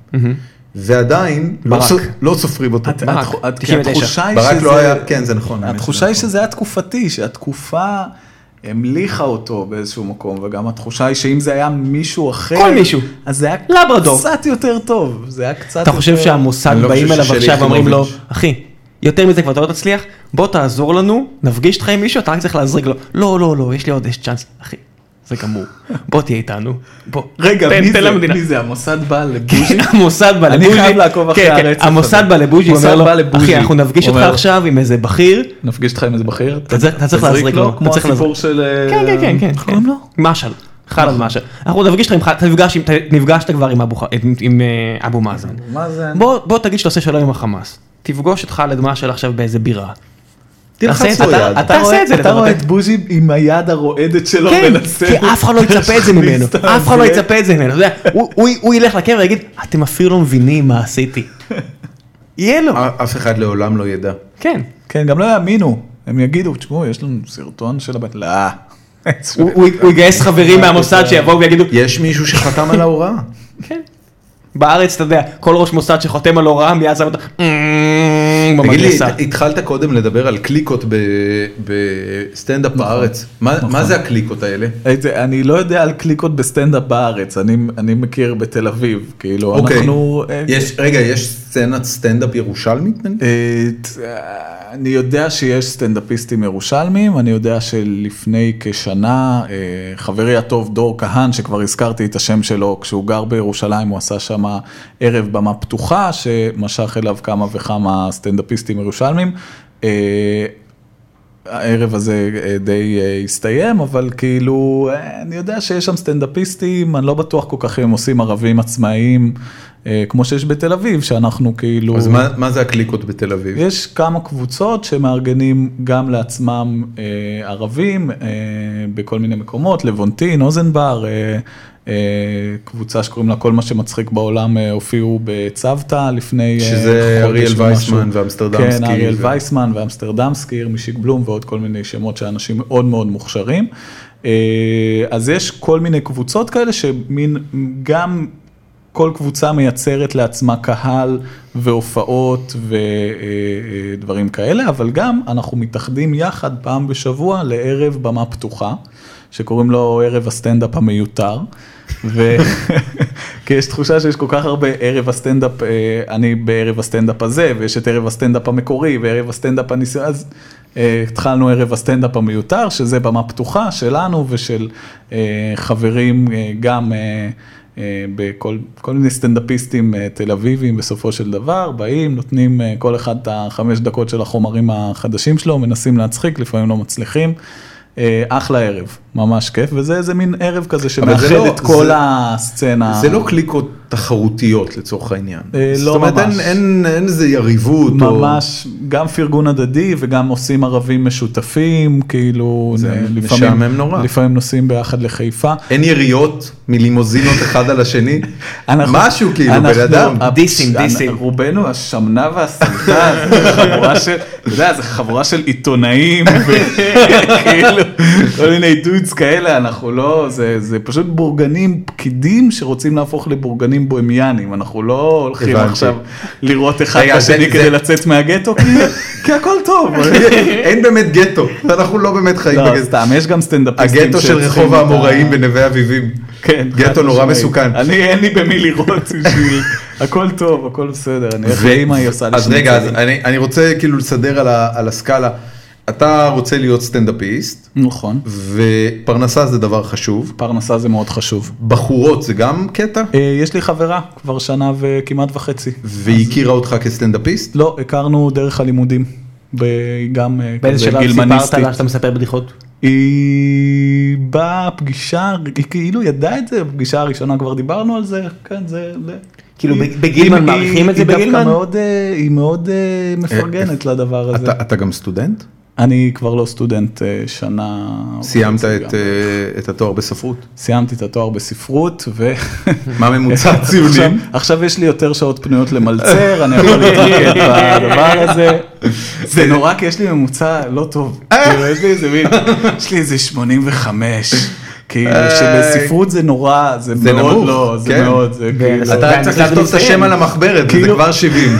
A: ועדיין לא
D: ברק.
A: ס- לא סופרים אותו.
D: ברק,
C: התחושה היא
A: ברק לא
C: שזה-
A: היה כן זה נכון. האמת שזה
C: התחושה
D: לא
C: היא
A: נכון.
C: שזה היה תקופתי, שהתקופה המליכה אותו באיזשהו מקום, וגם התחושה היא שאם זה היה מישהו אחר,
D: כל מישהו.
C: אז זה היה
D: לברדור.
C: קצת יותר טוב, זה היה קצת
D: אתה חושב
C: יותר-
D: שהמוסד
A: אני לא
D: באים
A: חושב
D: אליו
A: ששלי
D: עכשיו ואומרים לו,
A: יחימוביץ'.
D: אחי, יותר מזה כבר אתה לא תצליח, בוא תעזור לנו, נפגיש אותך עם מישהו, אתה רק צריך להזריק לו, לא, לא, לא, יש לי עוד, יש צ'אנס, אחי, זה גמור, בוא תהיה איתנו, בוא,
C: רגע,
D: תן-
C: מי
D: תן
C: זה?
D: למדינה."
C: מי זה? המוסד בא לבוז'י?
D: כן, המוסד בא
C: אני
D: לבוז'י,
C: חייב לעקוב אחרי
D: כן, כן,
C: הרצף
D: המוסד
C: הזה.
D: בא לבוז'י,
C: המוסד
D: אומר לו,
C: בא לבוז'י.
D: אחי, אנחנו נפגיש
C: הוא
D: אותך
C: אומר לו,
D: עכשיו עם איזה בכיר,
C: נפגיש אותך עם איזה בכיר?
D: אתה צריך- אתה צריך
C: תזריק
D: להזריק לו,
C: כמו
D: אתה צריך
C: הסיפור
D: להזריק.
C: של... אה,
D: כן, כן, כן, כן,
C: איך קוראים לו?
D: משעל, חלב משעל, אנחנו נפגיש אותך עם חלב, אתה נפגש עם- אתה נפגשת כבר עם אבו ח- עם- עם, אה, אבו מאזן,
C: מה זה?
D: בוא בוא תגיד שאתה עושה שלום עם החמאס, תפגוש את חאלד משעל עכשיו באיזה בירה.
A: תלחץ
D: תעשה את זה,
A: לו
D: אתה-
A: יד.
D: אתה רואה את זה,
C: אתה רואה
D: לבד.
C: את בוז'י עם היד הרועדת שלו
D: כן,
C: מנסה-
D: כי אף אחד לא יצפה את זה ממנו,
C: להכניס את
D: אף אחד לא
C: הזה.
D: יצפה את זה ממנו, אתה יודע, הוא- הוא- הוא ילך לקבר ויגיד, אתם אפילו לא מבינים מה עשיתי. יהיה לו.
A: אף אחד לעולם לא ידע.
D: כן.
C: כן, גם לא יאמינו, הם יגידו, תשמעו, יש לנו סרטון של הבן, לא.
D: הוא- הוא הוא יגייס חברים מהמוסד שיבואו ויגידו,
A: יש מישהו שחתם על ההוראה.
D: כן. בארץ, אתה יודע, כל ראש מוסד שחותם על הוראה מיד שם אותו, "אמ",
A: תגיד לי,
D: במגרסה.
A: התחלת קודם לדבר על קליקות ב- בסטנדאפ
C: נכון.
A: בארץ. מה מה זה הקליקות האלה?
C: את זה, אני לא יודע על קליקות בסטנדאפ בארץ, אני, אני מכיר בתל אביב, כאילו
A: אוקיי.
C: אנחנו... אה,
A: יש- רגע, יש סצנת סטנדאפ ירושלמית? נגיד?
C: אה, ת- אה, אני יודע שיש סטנדאפיסטים ירושלמים, אני יודע שלפני כשנה אה, חברי הטוב דור כהן, שכבר הזכרתי את השם שלו, כשהוא גר בירושלים הוא עשה שם ערב במה פתוחה, שמשך אליו כמה וכמה סטנדאפיסטים ירושלמים. אה, הערב הזה אה, די אה, הסתיים, אבל כאילו, אה, אני יודע שיש שם סטנדאפיסטים, אני לא בטוח כל כך אם עושים ערבים עצמאיים, אה, כמו שיש בתל אביב, שאנחנו כאילו...
A: אז מה- מה זה הקליקות בתל אביב?
C: יש כמה קבוצות שמארגנים גם לעצמם אה, ערבים אה, בכל מיני מקומות, לבונטין, אוזנבר, אה, אה, קבוצה שקוראים לה כל מה שמצחיק בעולם, אה, הופיעו בצוותא לפני אה,
A: שזה
C: חודש
A: אריאל
C: ומשהו.
A: וייסמן ואמסטרדמסקי
C: כן, אריאל
A: ו-
C: וייסמן ואמסטרדמסקי, ירמישיק בלום ועוד כל מיני שמות של אנשים מאוד מאוד מוכשרים. אה, אז יש כל מיני קבוצות כאלה שמין גם כל קבוצה מייצרת לעצמה קהל והופעות ודברים כאלה, אבל גם אנחנו מתאחדים יחד פעם בשבוע לערב במה פתוחה, שקוראים לו ערב הסטנדאפ המיותר. ו... כי יש תחושה שיש כל כך הרבה ערב הסטנדאפ, אה, אני בערב הסטנדאפ הזה, ויש את ערב הסטנדאפ המקורי, וערב הסטנדאפ הניסיון, אז אה, התחלנו ערב הסטנדאפ המיותר, שזה במה פתוחה שלנו ושל אה, חברים אה, גם אה, אה, בכל כל מיני סטנדאפיסטים אה, תל אביבים בסופו של דבר, באים, נותנים אה, כל אחד את החמש דקות של החומרים החדשים שלו, מנסים להצחיק, לפעמים לא מצליחים. אה, אחלה ערב, ממש כיף, וזה איזה מין ערב כזה שמאחד
A: לא-
C: את כל
A: זה-
C: הסצנה.
A: זה לא קליקות תחרותיות לצורך העניין.
C: אה,
A: זאת
C: לא
A: אומרת, אין-
C: ממש.
A: אין אין איזה יריבות. או-
C: ממש, גם פרגון הדדי וגם עושים ערבים משותפים, כאילו,
A: זה
C: אה,
A: משעמם נורא.
C: לפעמים נוסעים ביחד לחיפה.
A: אין יריות מלימוזינות אחד על השני?
C: אנחנו-
A: משהו כאילו, בן אדם.
C: אנחנו-
D: דיסים,
C: אנ-
D: דיסים.
C: רובנו השמנה והסמטה, זה חבורה של, אתה יודע, זה חבורה של עיתונאים, וכאילו, כל מיני דודס כאלה, אנחנו לא, זה זה פשוט בורגנים, פקידים שרוצים להפוך לבורגנים בוהמיאנים, אנחנו לא הולכים
A: הבנתי.
C: עכשיו לראות אחד את
A: רגע, זה-
C: השני
A: זה-
C: כדי לצאת מהגטו, כי- כי הכל טוב.
A: אין באמת גטו, אנחנו לא באמת חיים
C: לא,
A: בגטו.
C: סתם, יש גם סטנדאפיסטים.
A: הגטו של
C: שצריכים
A: רחוב
C: את ה-
A: האמוראים בנווה אביבים.
C: כן,
A: גטו
C: חד
A: נורא
C: משמעית.
A: מסוכן.
C: אני אין לי במי לראות בשביל, הכל טוב, הכל בסדר, אני איך לאמא היא עושה לי
A: אז רגע, אז אני אני רוצה כאילו לסדר על ה- על הסקאלה. אתה רוצה להיות סטנדאפיסט,
C: נכון,
A: ופרנסה זה דבר חשוב.
C: פרנסה זה מאוד חשוב.
A: בחורות זה גם קטע?
C: אה, יש לי חברה כבר שנה וכמעט וחצי.
A: והיא הכירה אותך כסטנדאפיסט?
C: לא, הכרנו דרך הלימודים, ב- גם אה,
D: באיזה
C: כזה
D: שלב סיפרת
C: גילמניסטית.
D: לה שאתה מספר בדיחות?
C: היא בפגישה, היא כאילו ידעה את זה, בפגישה הראשונה כבר דיברנו על זה, כן, זה... זה-
D: כאילו,
C: היא-
D: בגילמן
C: היא-
D: מעריכים את זה
C: היא דווקא
D: בגילמן?
C: מאוד, אה, היא מאוד אה, מפרגנת לדבר הזה.
A: אתה- אתה גם סטודנט?
C: אני כבר לא סטודנט אה, שנה...
A: סיימת
C: וחצי
A: את,
C: גם.
A: אה, את התואר בספרות?
C: סיימתי את התואר בספרות, ו...
A: מה ממוצע
C: עכשיו,
A: הציונים?
C: עכשיו יש לי יותר שעות פנויות למלצר, אני יכול להתמקד בדבר הזה. זה נורא כי יש לי ממוצע לא טוב.
A: אה.
C: כאילו, יש לי איזה מין, יש לי איזה 85. כאילו שבספרות זה נורא, זה
A: אה. זה
C: מאוד
A: נמוך,
C: לא, זה
A: כן.
C: מאוד, זה כאילו...
A: אתה צריך לכתוב את השם על המחברת, זה
C: כאילו-
A: כבר 70.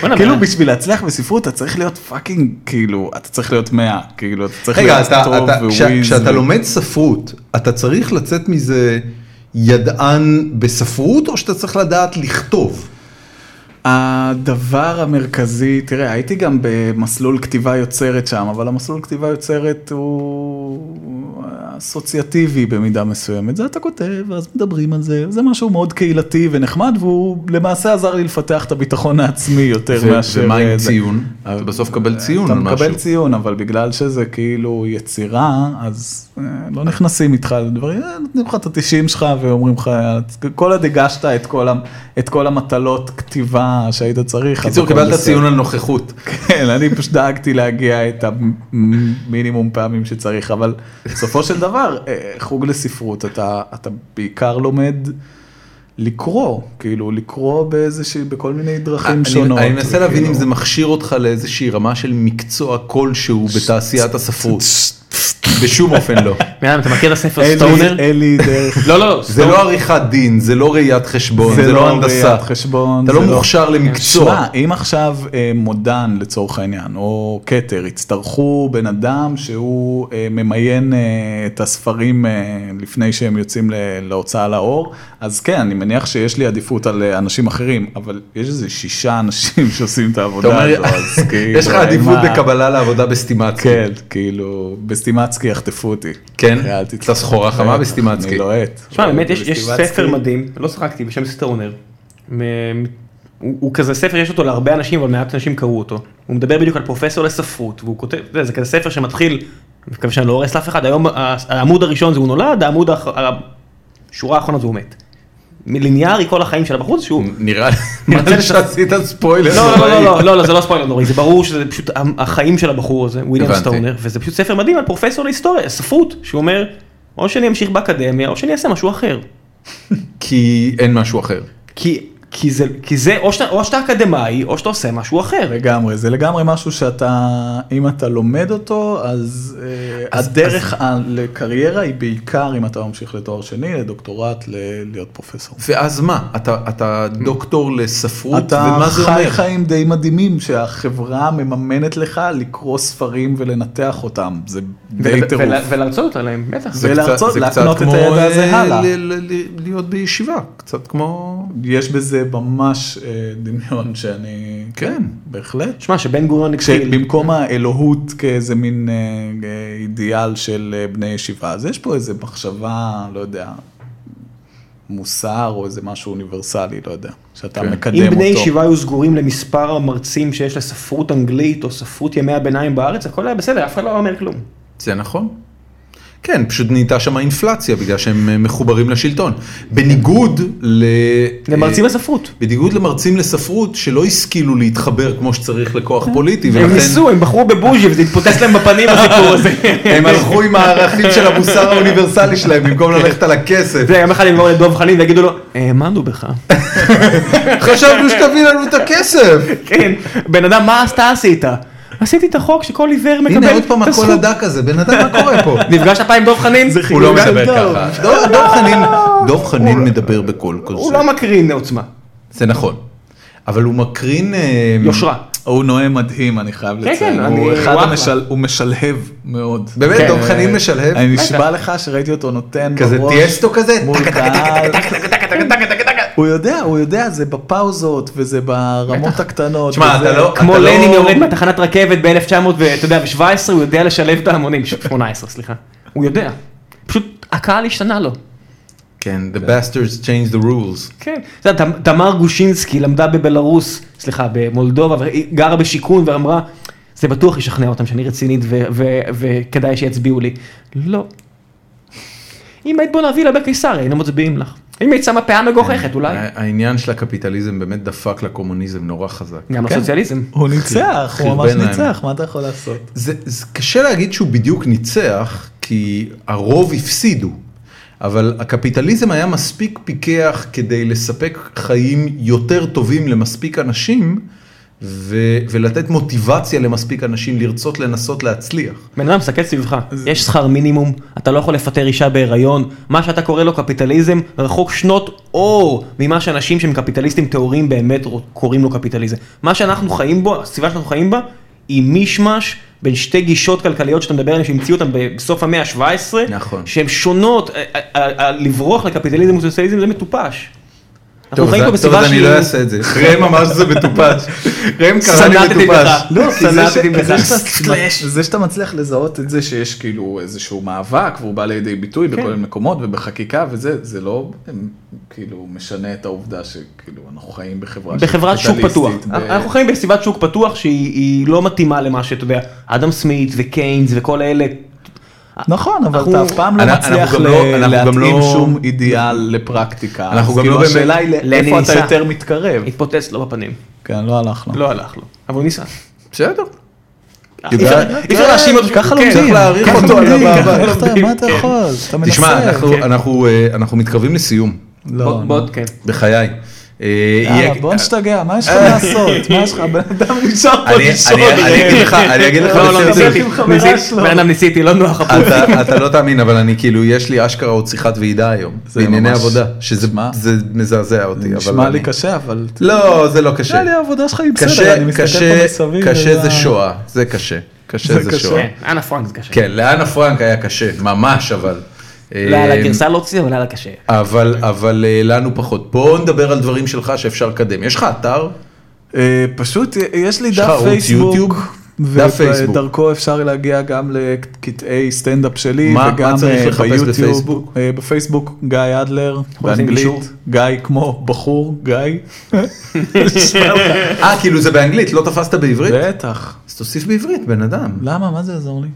D: בוא'נה,
C: כאילו
D: בן-
C: בשביל להצליח בספרות אתה צריך להיות פאקינג, כאילו, אתה צריך להיות 100, כאילו, אתה צריך
A: רגע,
C: להיות
A: אתה-
C: טוב
A: אתה- כשה-
C: וויז.
A: כשאתה
C: ו-
A: לומד ספרות, אתה צריך לצאת מזה ידען בספרות, או שאתה צריך לדעת לכתוב?
C: הדבר המרכזי, תראה, הייתי גם במסלול כתיבה יוצרת שם, אבל המסלול כתיבה יוצרת הוא אסוציאטיבי במידה מסוימת. זה אתה כותב, ואז מדברים על זה, זה משהו מאוד קהילתי ונחמד, והוא למעשה עזר לי לפתח את הביטחון העצמי יותר
A: ו-
C: מאשר... אה,
A: ומה עם
C: זה.
A: ציון?
C: אבל-
A: אתה אה, בסוף מקבל ציון
C: אתה
A: על Hmm, משהו.
C: מקבל ציון, אבל בגלל שזה כאילו יצירה, אז אה, לא נכנסים איתך לדברים, אה, נותנים לך את התשעים שלך ואומרים לך, כל עוד הגשת את כל ה- את כל המטלות כתיבה שהיית צריך. אז
A: קיצור,
C: הכל
A: קיבלת
C: בסדר.
A: ציון על נוכחות.
C: כן, אני פשוט דאגתי להגיע את המינימום פעמים שצריך, אבל בסופו של דבר, אה, חוג לספרות, אתה, אתה בעיקר לומד לקרוא, כאילו לקרוא באיזושהי, בכל מיני דרכים
A: אה, אני-
C: שונות.
A: אני מנסה להבין אם
C: וכאילו-
A: זה מכשיר אותך לאיזושהי רמה של מקצוע כלשהו בתעשיית הספרות. בשום אופן לא.
D: מרים, אתה מכיר את הספר
C: אין לי-
D: סטונר?
C: אין לי דרך.
D: לא, אה, לא,
A: זה
D: סטונר.
A: לא עריכת דין, זה לא ראיית חשבון, זה לא הנדסה.
C: ראיית חשבון,
A: אתה
C: זה
A: לא מוכשר למקצוע.
C: שמע, אם עכשיו אה, מודן לצורך העניין, או כתר, יצטרכו בן אדם שהוא אה, ממיין אה, את הספרים אה, לפני שהם יוצאים ל- להוצאה לאור, אז כן, אני מניח שיש לי עדיפות על אה, אנשים אחרים, אבל יש איזה שישה אנשים שעושים את
A: אתה
C: העבודה
A: אומר,
C: הזו, אז כאילו...
A: יש לך
C: אין
A: עדיפות
C: מה-
A: בקבלה לעבודה בסטימצקי.
C: כן, כאילו, בסטימצקי יחטפו אותי.
A: כן?
C: אל תצטער.
A: אתה סחורה חמה בסטימצקי.
C: אני לוהט.
D: תשמע, באמת, יש- יש
B: בסטימצקי.
D: ספר מדהים, לא שחקתי, בשם סטונר. מ- הוא הוא כזה ספר, יש אותו להרבה אנשים, אבל מעט אנשים קראו אותו. הוא מדבר בדיוק על פרופסור לספרות, והוא כותב, אתה יודע, זה כזה ספר שמתחיל, אני מקווה שאני לא הורס לאף אחד, היום ה- העמוד הראשון זה הוא נולד, העמוד, האח- השורה האחרונה זה הוא מת. ליניארי כל החיים של הבחור, זה שהוא...
A: נראה נראה לי שעשית ספוילר.
D: לא, לא, לא,
A: נוראי.
D: לא, לא, לא, זה לא ספוילר נורי, זה ברור שזה פשוט ה- החיים של הבחור הזה, וויליאם
A: הבנתי.
D: סטונר, וזה פשוט ספר מדהים על פרופסור להיסטוריה, ספרות, שהוא אומר, או שאני אמשיך באקדמיה, או שאני אעשה משהו אחר.
A: כי אין משהו אחר.
D: כי, כי זה, כי זה או, שאתה, או שאתה אקדמאי, או שאתה עושה משהו אחר.
C: לגמרי, זה לגמרי משהו שאתה, אם אתה לומד אותו, אז, אז הדרך אז... לקריירה היא בעיקר אם אתה ממשיך לתואר שני, לדוקטורט, ל- להיות פרופסור.
A: ואז מה? אתה- אתה דוקטור לספרות,
C: אתה
A: ומה זה
C: חי
A: אומר?
C: חיים די מדהימים שהחברה מממנת לך לקרוא ספרים ולנתח אותם, זה די
D: ול-
C: טירוף.
D: ול- ולהרצות עליהם, בטח.
A: זה
C: ולהרצות-
A: קצת- זה קצת
C: להקנות את
A: כמו,
C: הידע הזה
A: אה,
C: הלאה.
A: ל- ל- ל- להיות בישיבה, קצת כמו...
C: יש בזה ממש אה, דמיון שאני, כן, בהחלט.
D: שמע, שבן גוריון התחיל,
C: כשבמקום האלוהות כאיזה מין אה, אה, אידיאל של אה, בני ישיבה, אז יש פה איזה מחשבה, לא יודע, מוסר או איזה משהו אוניברסלי, לא יודע, שאתה
A: כן.
C: מקדם
D: אם
C: אותו.
D: בני ישיבה היו סגורים למספר המרצים שיש לספרות אנגלית, או ספרות ימי הביניים בארץ, הכל היה בסדר, אף אחד לא אומר כלום.
A: זה נכון. כן, פשוט נהייתה שם אינפלציה בגלל שהם אה, מחוברים לשלטון. בניגוד ל...
D: למרצים
A: אה,
D: לספרות.
A: בניגוד למרצים לספרות שלא השכילו להתחבר כמו שצריך לכוח
C: אה.
A: פוליטי,
D: הם ניסו, הם בחרו בבוז'י וזה התפוצץ להם בפנים הסיפור הזה.
A: הם הלכו עם הערכים של המוסר האוניברסלי שלהם במקום ללכת על הכסף.
D: זה יום אחד יבואו לדב חנין ויגידו לו, האמנו בך.
A: חשבנו שתביא לנו את הכסף.
D: כן, בן אדם, מה אתה עשית? עשיתי את החוק שכל עיוור מקבל את
A: הנה
D: הזכות.
A: עוד פעם הקול הדק הזה, בן אדם מה קורה פה?
D: נפגשת פעם עם דב חנין?
A: הוא לא
D: גם-
A: מדבר ככה. דב- דב חנין, דב חנין מדבר בקול
D: לא- הוא
A: כזה.
D: לא מקרין עוצמה.
A: זה נכון. אבל הוא מקרין... אה,
D: יושרה.
C: הוא נואם מדהים, אני חייב
D: כן,
C: לציין.
D: כן,
C: הוא
D: אני-
C: אחד
D: הוא
C: המשל... הוא משלהב מאוד.
A: באמת,
D: כן.
A: דב חנין משלהב?
C: אני נשבע לך שראיתי אותו נותן
A: כזה
C: בראש
A: טיאסטו כזה?
C: מול קהל. הוא יודע, הוא יודע, זה בפאוזות וזה ברמות הקטנות.
A: תשמע,
C: וזה-
A: אתה לא-
D: כמו
A: אתה לא-
D: לנין יורד מהתחנת רכבת ב-1917, הוא יודע לשלב את ההמונים, ש- 18 סליחה, הוא יודע, פשוט הקהל השתנה לו.
A: כן, the bastards change the rules.
D: כן, אתה יודע, ת- תמר גושינסקי למדה בבלארוס, סליחה, במולדובה, והיא גרה בשיכון ואמרה, זה בטוח ישכנע אותם שאני רצינית ו- ו- וכדאי שיצביעו לי. לא. אם היית בונה וילה בקיסריה, היינו מצביעים לך. אם היית שמה פאה מגוחכת, אולי.
A: הע- העניין של הקפיטליזם באמת דפק לקומוניזם נורא חזק.
D: גם
C: כן.
D: לסוציאליזם.
C: הוא ניצח, הוא
A: חרבן
C: ממש
A: להם.
C: ניצח, מה אתה יכול לעשות?
A: זה, זה קשה להגיד שהוא בדיוק ניצח, כי הרוב הפסידו. אבל הקפיטליזם היה מספיק פיקח כדי לספק חיים יותר טובים למספיק אנשים, ו, ולתת מוטיבציה למספיק אנשים לרצות לנסות להצליח.
D: בן אדם מסתכל סביבך, יש שכר מינימום, אתה לא יכול לפטר אישה בהיריון, מה שאתה קורא לו קפיטליזם רחוק שנות אור ממה שאנשים שהם קפיטליסטים טהורים באמת רו- קוראים לו קפיטליזם. מה שאנחנו חיים בו, הסביבה שאנחנו חיים בה, היא מישמש בין שתי גישות כלכליות שאתה מדבר עליהן שהמציאו אותן בסוף המאה ה-17,
A: נכון.
D: שהן שונות, ה- ה- ה- ה- לברוח לקפיטליזם וסוציאליזם זה מטופש. אנחנו חיים פה
A: אז-
D: בסביבה
A: אז אני לא
D: שהיא-
A: אעשה את זה. ראם אמר שזה מטופש. ראם קרא לי
D: סנטתי
A: מטופש.
D: בך. לא,
C: כי זה ש-
D: סנטתי בך.
C: זה שאתה-
D: Slash.
C: זה שאתה מצליח לזהות את זה שיש כאילו איזשהו מאבק והוא בא לידי ביטוי בכל מיני מקומות ובחקיקה וזה, זה לא אמ, כאילו משנה את העובדה שכאילו אנחנו חיים בחברה
D: בחברת שוק פתוח.
C: קפיטליסטית, ב-
D: אנחנו חיים בסביבת שוק פתוח שהיא היא לא מתאימה למה שאתה יודע, אדם סמית וקיינס וכל אלה.
C: נכון, אבל
D: אנחנו-
C: אתה אף פעם לא
A: אנחנו-
C: מצליח
A: אנחנו גם
C: ל-
A: לא- אנחנו גם
C: להתאים
A: לא-
C: שום אידיאל לפרקטיקה.
A: אנחנו
C: אז
A: גם
C: כאילו
A: לא באמת-
C: השאלה היא
D: לני
C: לאיפה אתה
D: ניסה.
C: יותר מתקרב.
D: התפוצץ לו בפנים.
C: כן, לא הלך
A: נכון.
C: לו.
D: לא הלך לו. אבל הוא ניסה.
A: בסדר.
D: אי אפשר- אי אפשר
A: כן,
D: להאשים אותו.
A: ככה
D: כן,
A: לומדים.
D: צריך להעריך
A: ככה
D: אותו על
A: לומדים,
D: הבא
A: ככה
D: הבא.
C: כן.
A: לומדים.
C: מה אתה יכול? אתה
D: כן.
C: מנסה.
A: תשמע, אנחנו- אנחנו, אה, אנחנו מתקרבים לסיום.
C: לא,
D: בוא-
C: נו.
D: בוא, כן.
A: בחיי. אה,
C: יאללה,
A: יהיה-
C: בוא נשתגע, מה יש לך לעשות? מה יש לך, בן אדם נשאר פה
A: אני-
C: לישון.
A: אני אני אגיד לך, אני אגיד לך,
D: לא, לא,
A: בשיא
D: ניסיתי,
A: הרצינות,
D: ניסיתי, בן אדם ניסיתי, לא נוח הפוך.
A: אתה- אתה לא תאמין, אבל אני כאילו, יש לי אשכרה עוד שיחת ועידה היום, בענייני
C: ממש-
A: עבודה, שזה
C: שמע.
A: זה מזעזע אותי, אבל
C: נשמע לי
A: אני-
C: קשה, אבל...
A: לא, זה לא קשה.
C: נראה לי העבודה שלך היא בסדר,
A: קשה,
C: אני מסתכל
A: קשה,
C: פה מסביב.
A: קשה
C: וזה-
A: זה שואה, זה קשה, קשה
C: זה
A: זה
C: קשה.
A: שואה.
D: כן, אנה פרנק זה קשה.
A: כן, לאנה פרנק היה קשה, ממש אבל.
D: לא, על
A: אה,
D: הגרסה לא הוציאה, אבל על הקשה.
A: אבל, אבל אה, לנו פחות. בואו נדבר על דברים שלך שאפשר לקדם. יש לך אתר?
C: אה, פשוט יש לי
A: יש לך
C: דף
A: ערוץ יוטיוב?
C: פייסבוק.
A: דף פייסבוק.
C: ודרכו אפשר להגיע גם לקטעי סטנדאפ שלי,
A: מה-
C: וגם
A: מה צריך
C: אה,
A: לחפש
C: ביוטיוב.
A: בפייסבוק?
C: אה, בפייסבוק גיא אדלר,
D: עושים גישור?
C: באנגלית, גיא כמו בחור, גיא.
A: אה, כאילו זה באנגלית, לא תפסת בעברית?
C: בטח.
A: אז תוסיף בעברית, בן אדם.
C: למה? מה זה יעזור לי?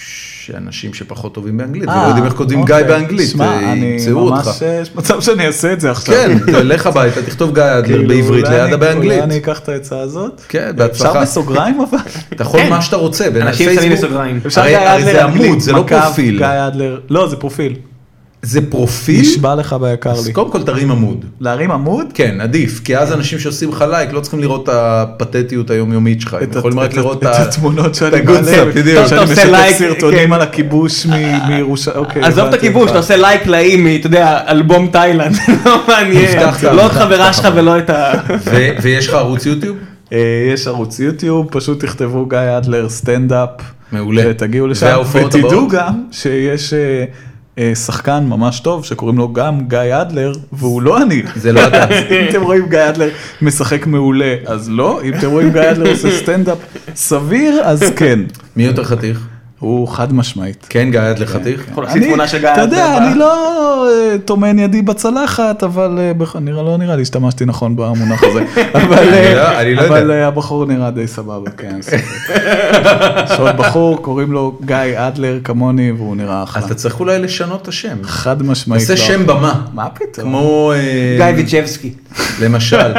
A: שאנשים שפחות טובים באנגלית, ולא לא יודעים איך כותבים גיא
C: אה, אוקיי.
A: באנגלית, אה,
C: שמע, אני
A: ימצאו אותך.
C: ממש, אה, יש מצב שאני אעשה את זה עכשיו.
A: כן, תלך הביתה, תכתוב גיא אדלר
C: כאילו,
A: בעברית
C: אולי
A: ליד
C: אני-
A: הבאנגלית.
C: אולי אני אקח את העצה הזאת.
A: כן, בהצלחה.
C: אפשר בסוגריים אבל?
A: אתה יכול
D: כן.
A: מה שאתה רוצה, בין
D: אנשים שמים
A: הפייסבוק-
D: בסוגריים.
C: אפשר
A: הרי-
C: גיא
A: הרי
C: אדלר
A: זה
C: אנגלית,
A: עמוד, זה לא
C: מקף,
A: פרופיל.
C: גיא אדלר, לא, זה פרופיל.
A: זה פרופיל?
C: נשבע לך ביקר
A: אז
C: לי.
A: קודם כל תרים עמוד.
C: להרים עמוד?
A: כן, עדיף, כי אז אנשים שעושים לך לייק לא צריכים לראות את הפתטיות היומיומית שלך, הם
C: את
A: יכולים
C: הת-
A: רק
C: את-
A: לראות
C: את התמונות שאני
A: ה-good
C: מעלה,
A: stuff, בדיוק.
C: שאני
D: אתה עושה
C: משתף
D: לייק, כן.
C: סרטונים על הכיבוש
A: אה,
C: מ- מירושלים. אוקיי,
D: עזוב את
C: הבנתי
D: הכיבוש,
C: אותך.
D: אתה עושה לייק לאימי, אתה יודע, אלבום תאילנד, לא מעניין,
A: הבטחת,
D: לא את
A: הבטחת.
D: חברה שלך ולא את ה...
A: ו- ויש לך ערוץ יוטיוב?
C: אה, יש ערוץ יוטיוב, פשוט תכתבו גיא אדלר סטנדאפ.
A: מעולה.
C: ותגיעו לשם.
A: וההופעות
C: ותדעו
A: הבאות?
C: גם שיש אה, אה, שחקן ממש טוב שקוראים לו גם גיא אדלר, והוא לא אני.
A: זה לא אתה.
C: אם אתם רואים גיא אדלר משחק מעולה, אז לא, אם אתם רואים גיא אדלר עושה סטנדאפ סביר, אז כן.
A: מי יותר חתיך?
C: הוא חד משמעית.
A: כן, גיא עד לחתיך?
D: יכול להוציא תמונה של גיא
C: אתה
D: אדלר
C: יודע,
D: ב-
C: אני לא אה, טומן ידי בצלחת, אבל אה, בכ- נראה- לא נראה לי השתמשתי נכון במונח הזה. אבל,
A: אני
C: אה,
A: לא- אני לא
C: אבל
A: יודע.
C: אה, הבחור נראה די סבבה, כן. אין ספק. יש עוד בחור, קוראים לו גיא אדלר כמוני, והוא נראה אחלה.
A: אתה צריך אולי לשנות את השם.
C: חד משמעית.
A: תעשה
C: לא.
A: שם במה.
C: מה פתאום?
A: כמו... אה,
D: גיא ויצ'בסקי.
A: למשל.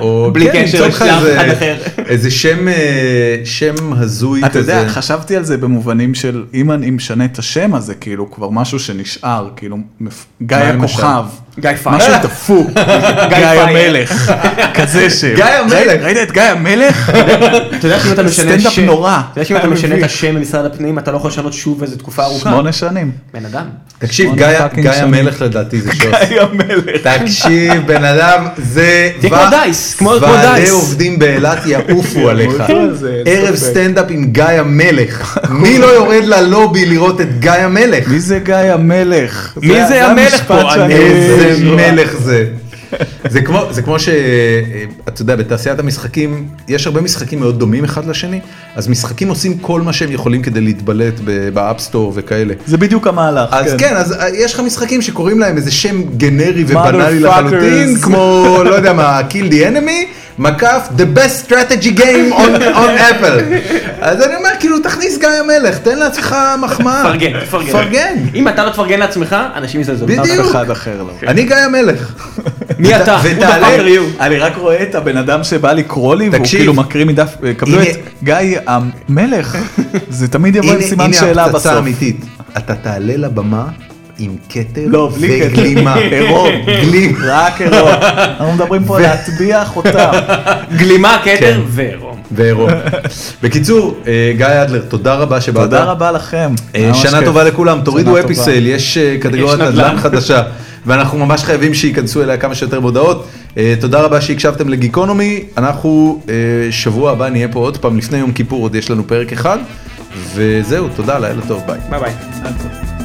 A: או...
D: בלי
A: כן,
D: קשר
A: למצוא לך
D: לאף
A: איזה-
D: אחד אחר.
A: איזה שם אה, שם הזוי כזה.
C: אתה יודע, חשבתי על זה במובנים של אם אני משנה את השם הזה, כאילו כבר משהו שנשאר, כאילו מפ- גיא
A: מה למשל?
C: הכוכב,
D: גיא פאק.
C: משהו דפוק, גיא
D: פייר.
C: המלך, כזה שם.
A: גיא המלך.
C: ראית את גיא המלך?
D: אתה יודע שאם אתה משנה
C: סטנדאפ
D: שם-
C: נורא.
D: אתה יודע שאם אתה משנה את השם במשרד הפנים, אתה לא יכול לשנות שוב איזה תקופה ארוכה.
C: שמונה שנים.
D: בן אדם.
A: תקשיב,
C: שמונה
A: גיא
C: פאקינג
A: גיא
C: שנים.
A: המלך לדעתי זה שוס.
C: גיא המלך.
A: תקשיב, בן אדם, זה...
D: תהיה
A: ו-
D: כמו דייס, כמו- כמו
A: ועדי
D: דייס.
A: עובדים באילת יעופו עליך.
C: ימותו על זה, אין
A: ערב
C: ספק.
A: סטנדאפ עם גיא המלך. מי לא יורד ללובי לראות את גיא המלך?
C: מי זה גיא המלך?
D: מי זה המלך
C: המשפט
D: פה?
C: שאני- אה,
A: איזה מלך זה. זה כמו, זה כמו שאתה יודע, בתעשיית המשחקים, יש הרבה משחקים מאוד דומים אחד לשני, אז משחקים עושים כל מה שהם יכולים כדי להתבלט ב- באפסטור וכאלה.
C: זה בדיוק המהלך.
A: אז כן, אז אה, יש לך משחקים שקוראים להם איזה שם גנרי ובנאלי
C: Motherfuckers.
A: לחלוטין, כמו, לא יודע מה, Kill the Enemy, מקף, The Best Strategy Game on, on Apple. אז אני אומר, כאילו, תכניס גיא המלך, תן לעצמך מחמאה.
D: פרגן, פרגן.
A: פרגן.
D: אם אתה לא תפרגן לעצמך, אנשים יזלזלו.
A: בדיוק.
C: אף אחד אחר לא.
A: אני גיא המלך.
D: מי אתה? Who the
A: ותעלה-
D: fucker you?
C: אוקיי. אני רק רואה את הבן אדם שבא לקרוא לי, והוא
A: תקשיב.
C: כאילו מקריא מדף, אה, קבלו
A: הנה-
C: את גיא המלך, זה תמיד יבוא עם סימן שאלה בסוף.
A: הפצצה האמיתית. אתה תעלה לבמה עם כתר
C: לא, בלי כתר.
A: וגלימה.
C: עירום.
A: גלימה.
C: רק אירוע. אנחנו מדברים פה על להטביע חותם.
D: גלימה,
A: כן.
D: כתר ועירום.
A: ועירום. בקיצור, אה, גיא אדלר, תודה רבה שבאת.
C: תודה רבה לכם.
A: אה,
C: ממש
A: שנה
C: כיף.
A: טובה לכולם, תורידו
C: שנה טובה.
A: אפיסל, יש אה, קטגוריית
D: יש נדל"ן.
A: נדל"ן חדשה, ואנחנו ממש חייבים שייכנסו אליה כמה שיותר מודעות. אה, תודה רבה שהקשבתם לגיקונומי, אנחנו אה, שבוע הבא נהיה פה עוד פעם, לפני יום כיפור עוד יש לנו פרק אחד, וזהו, תודה, לילה טוב, ביי.
D: ביי ביי.
C: עד טוב.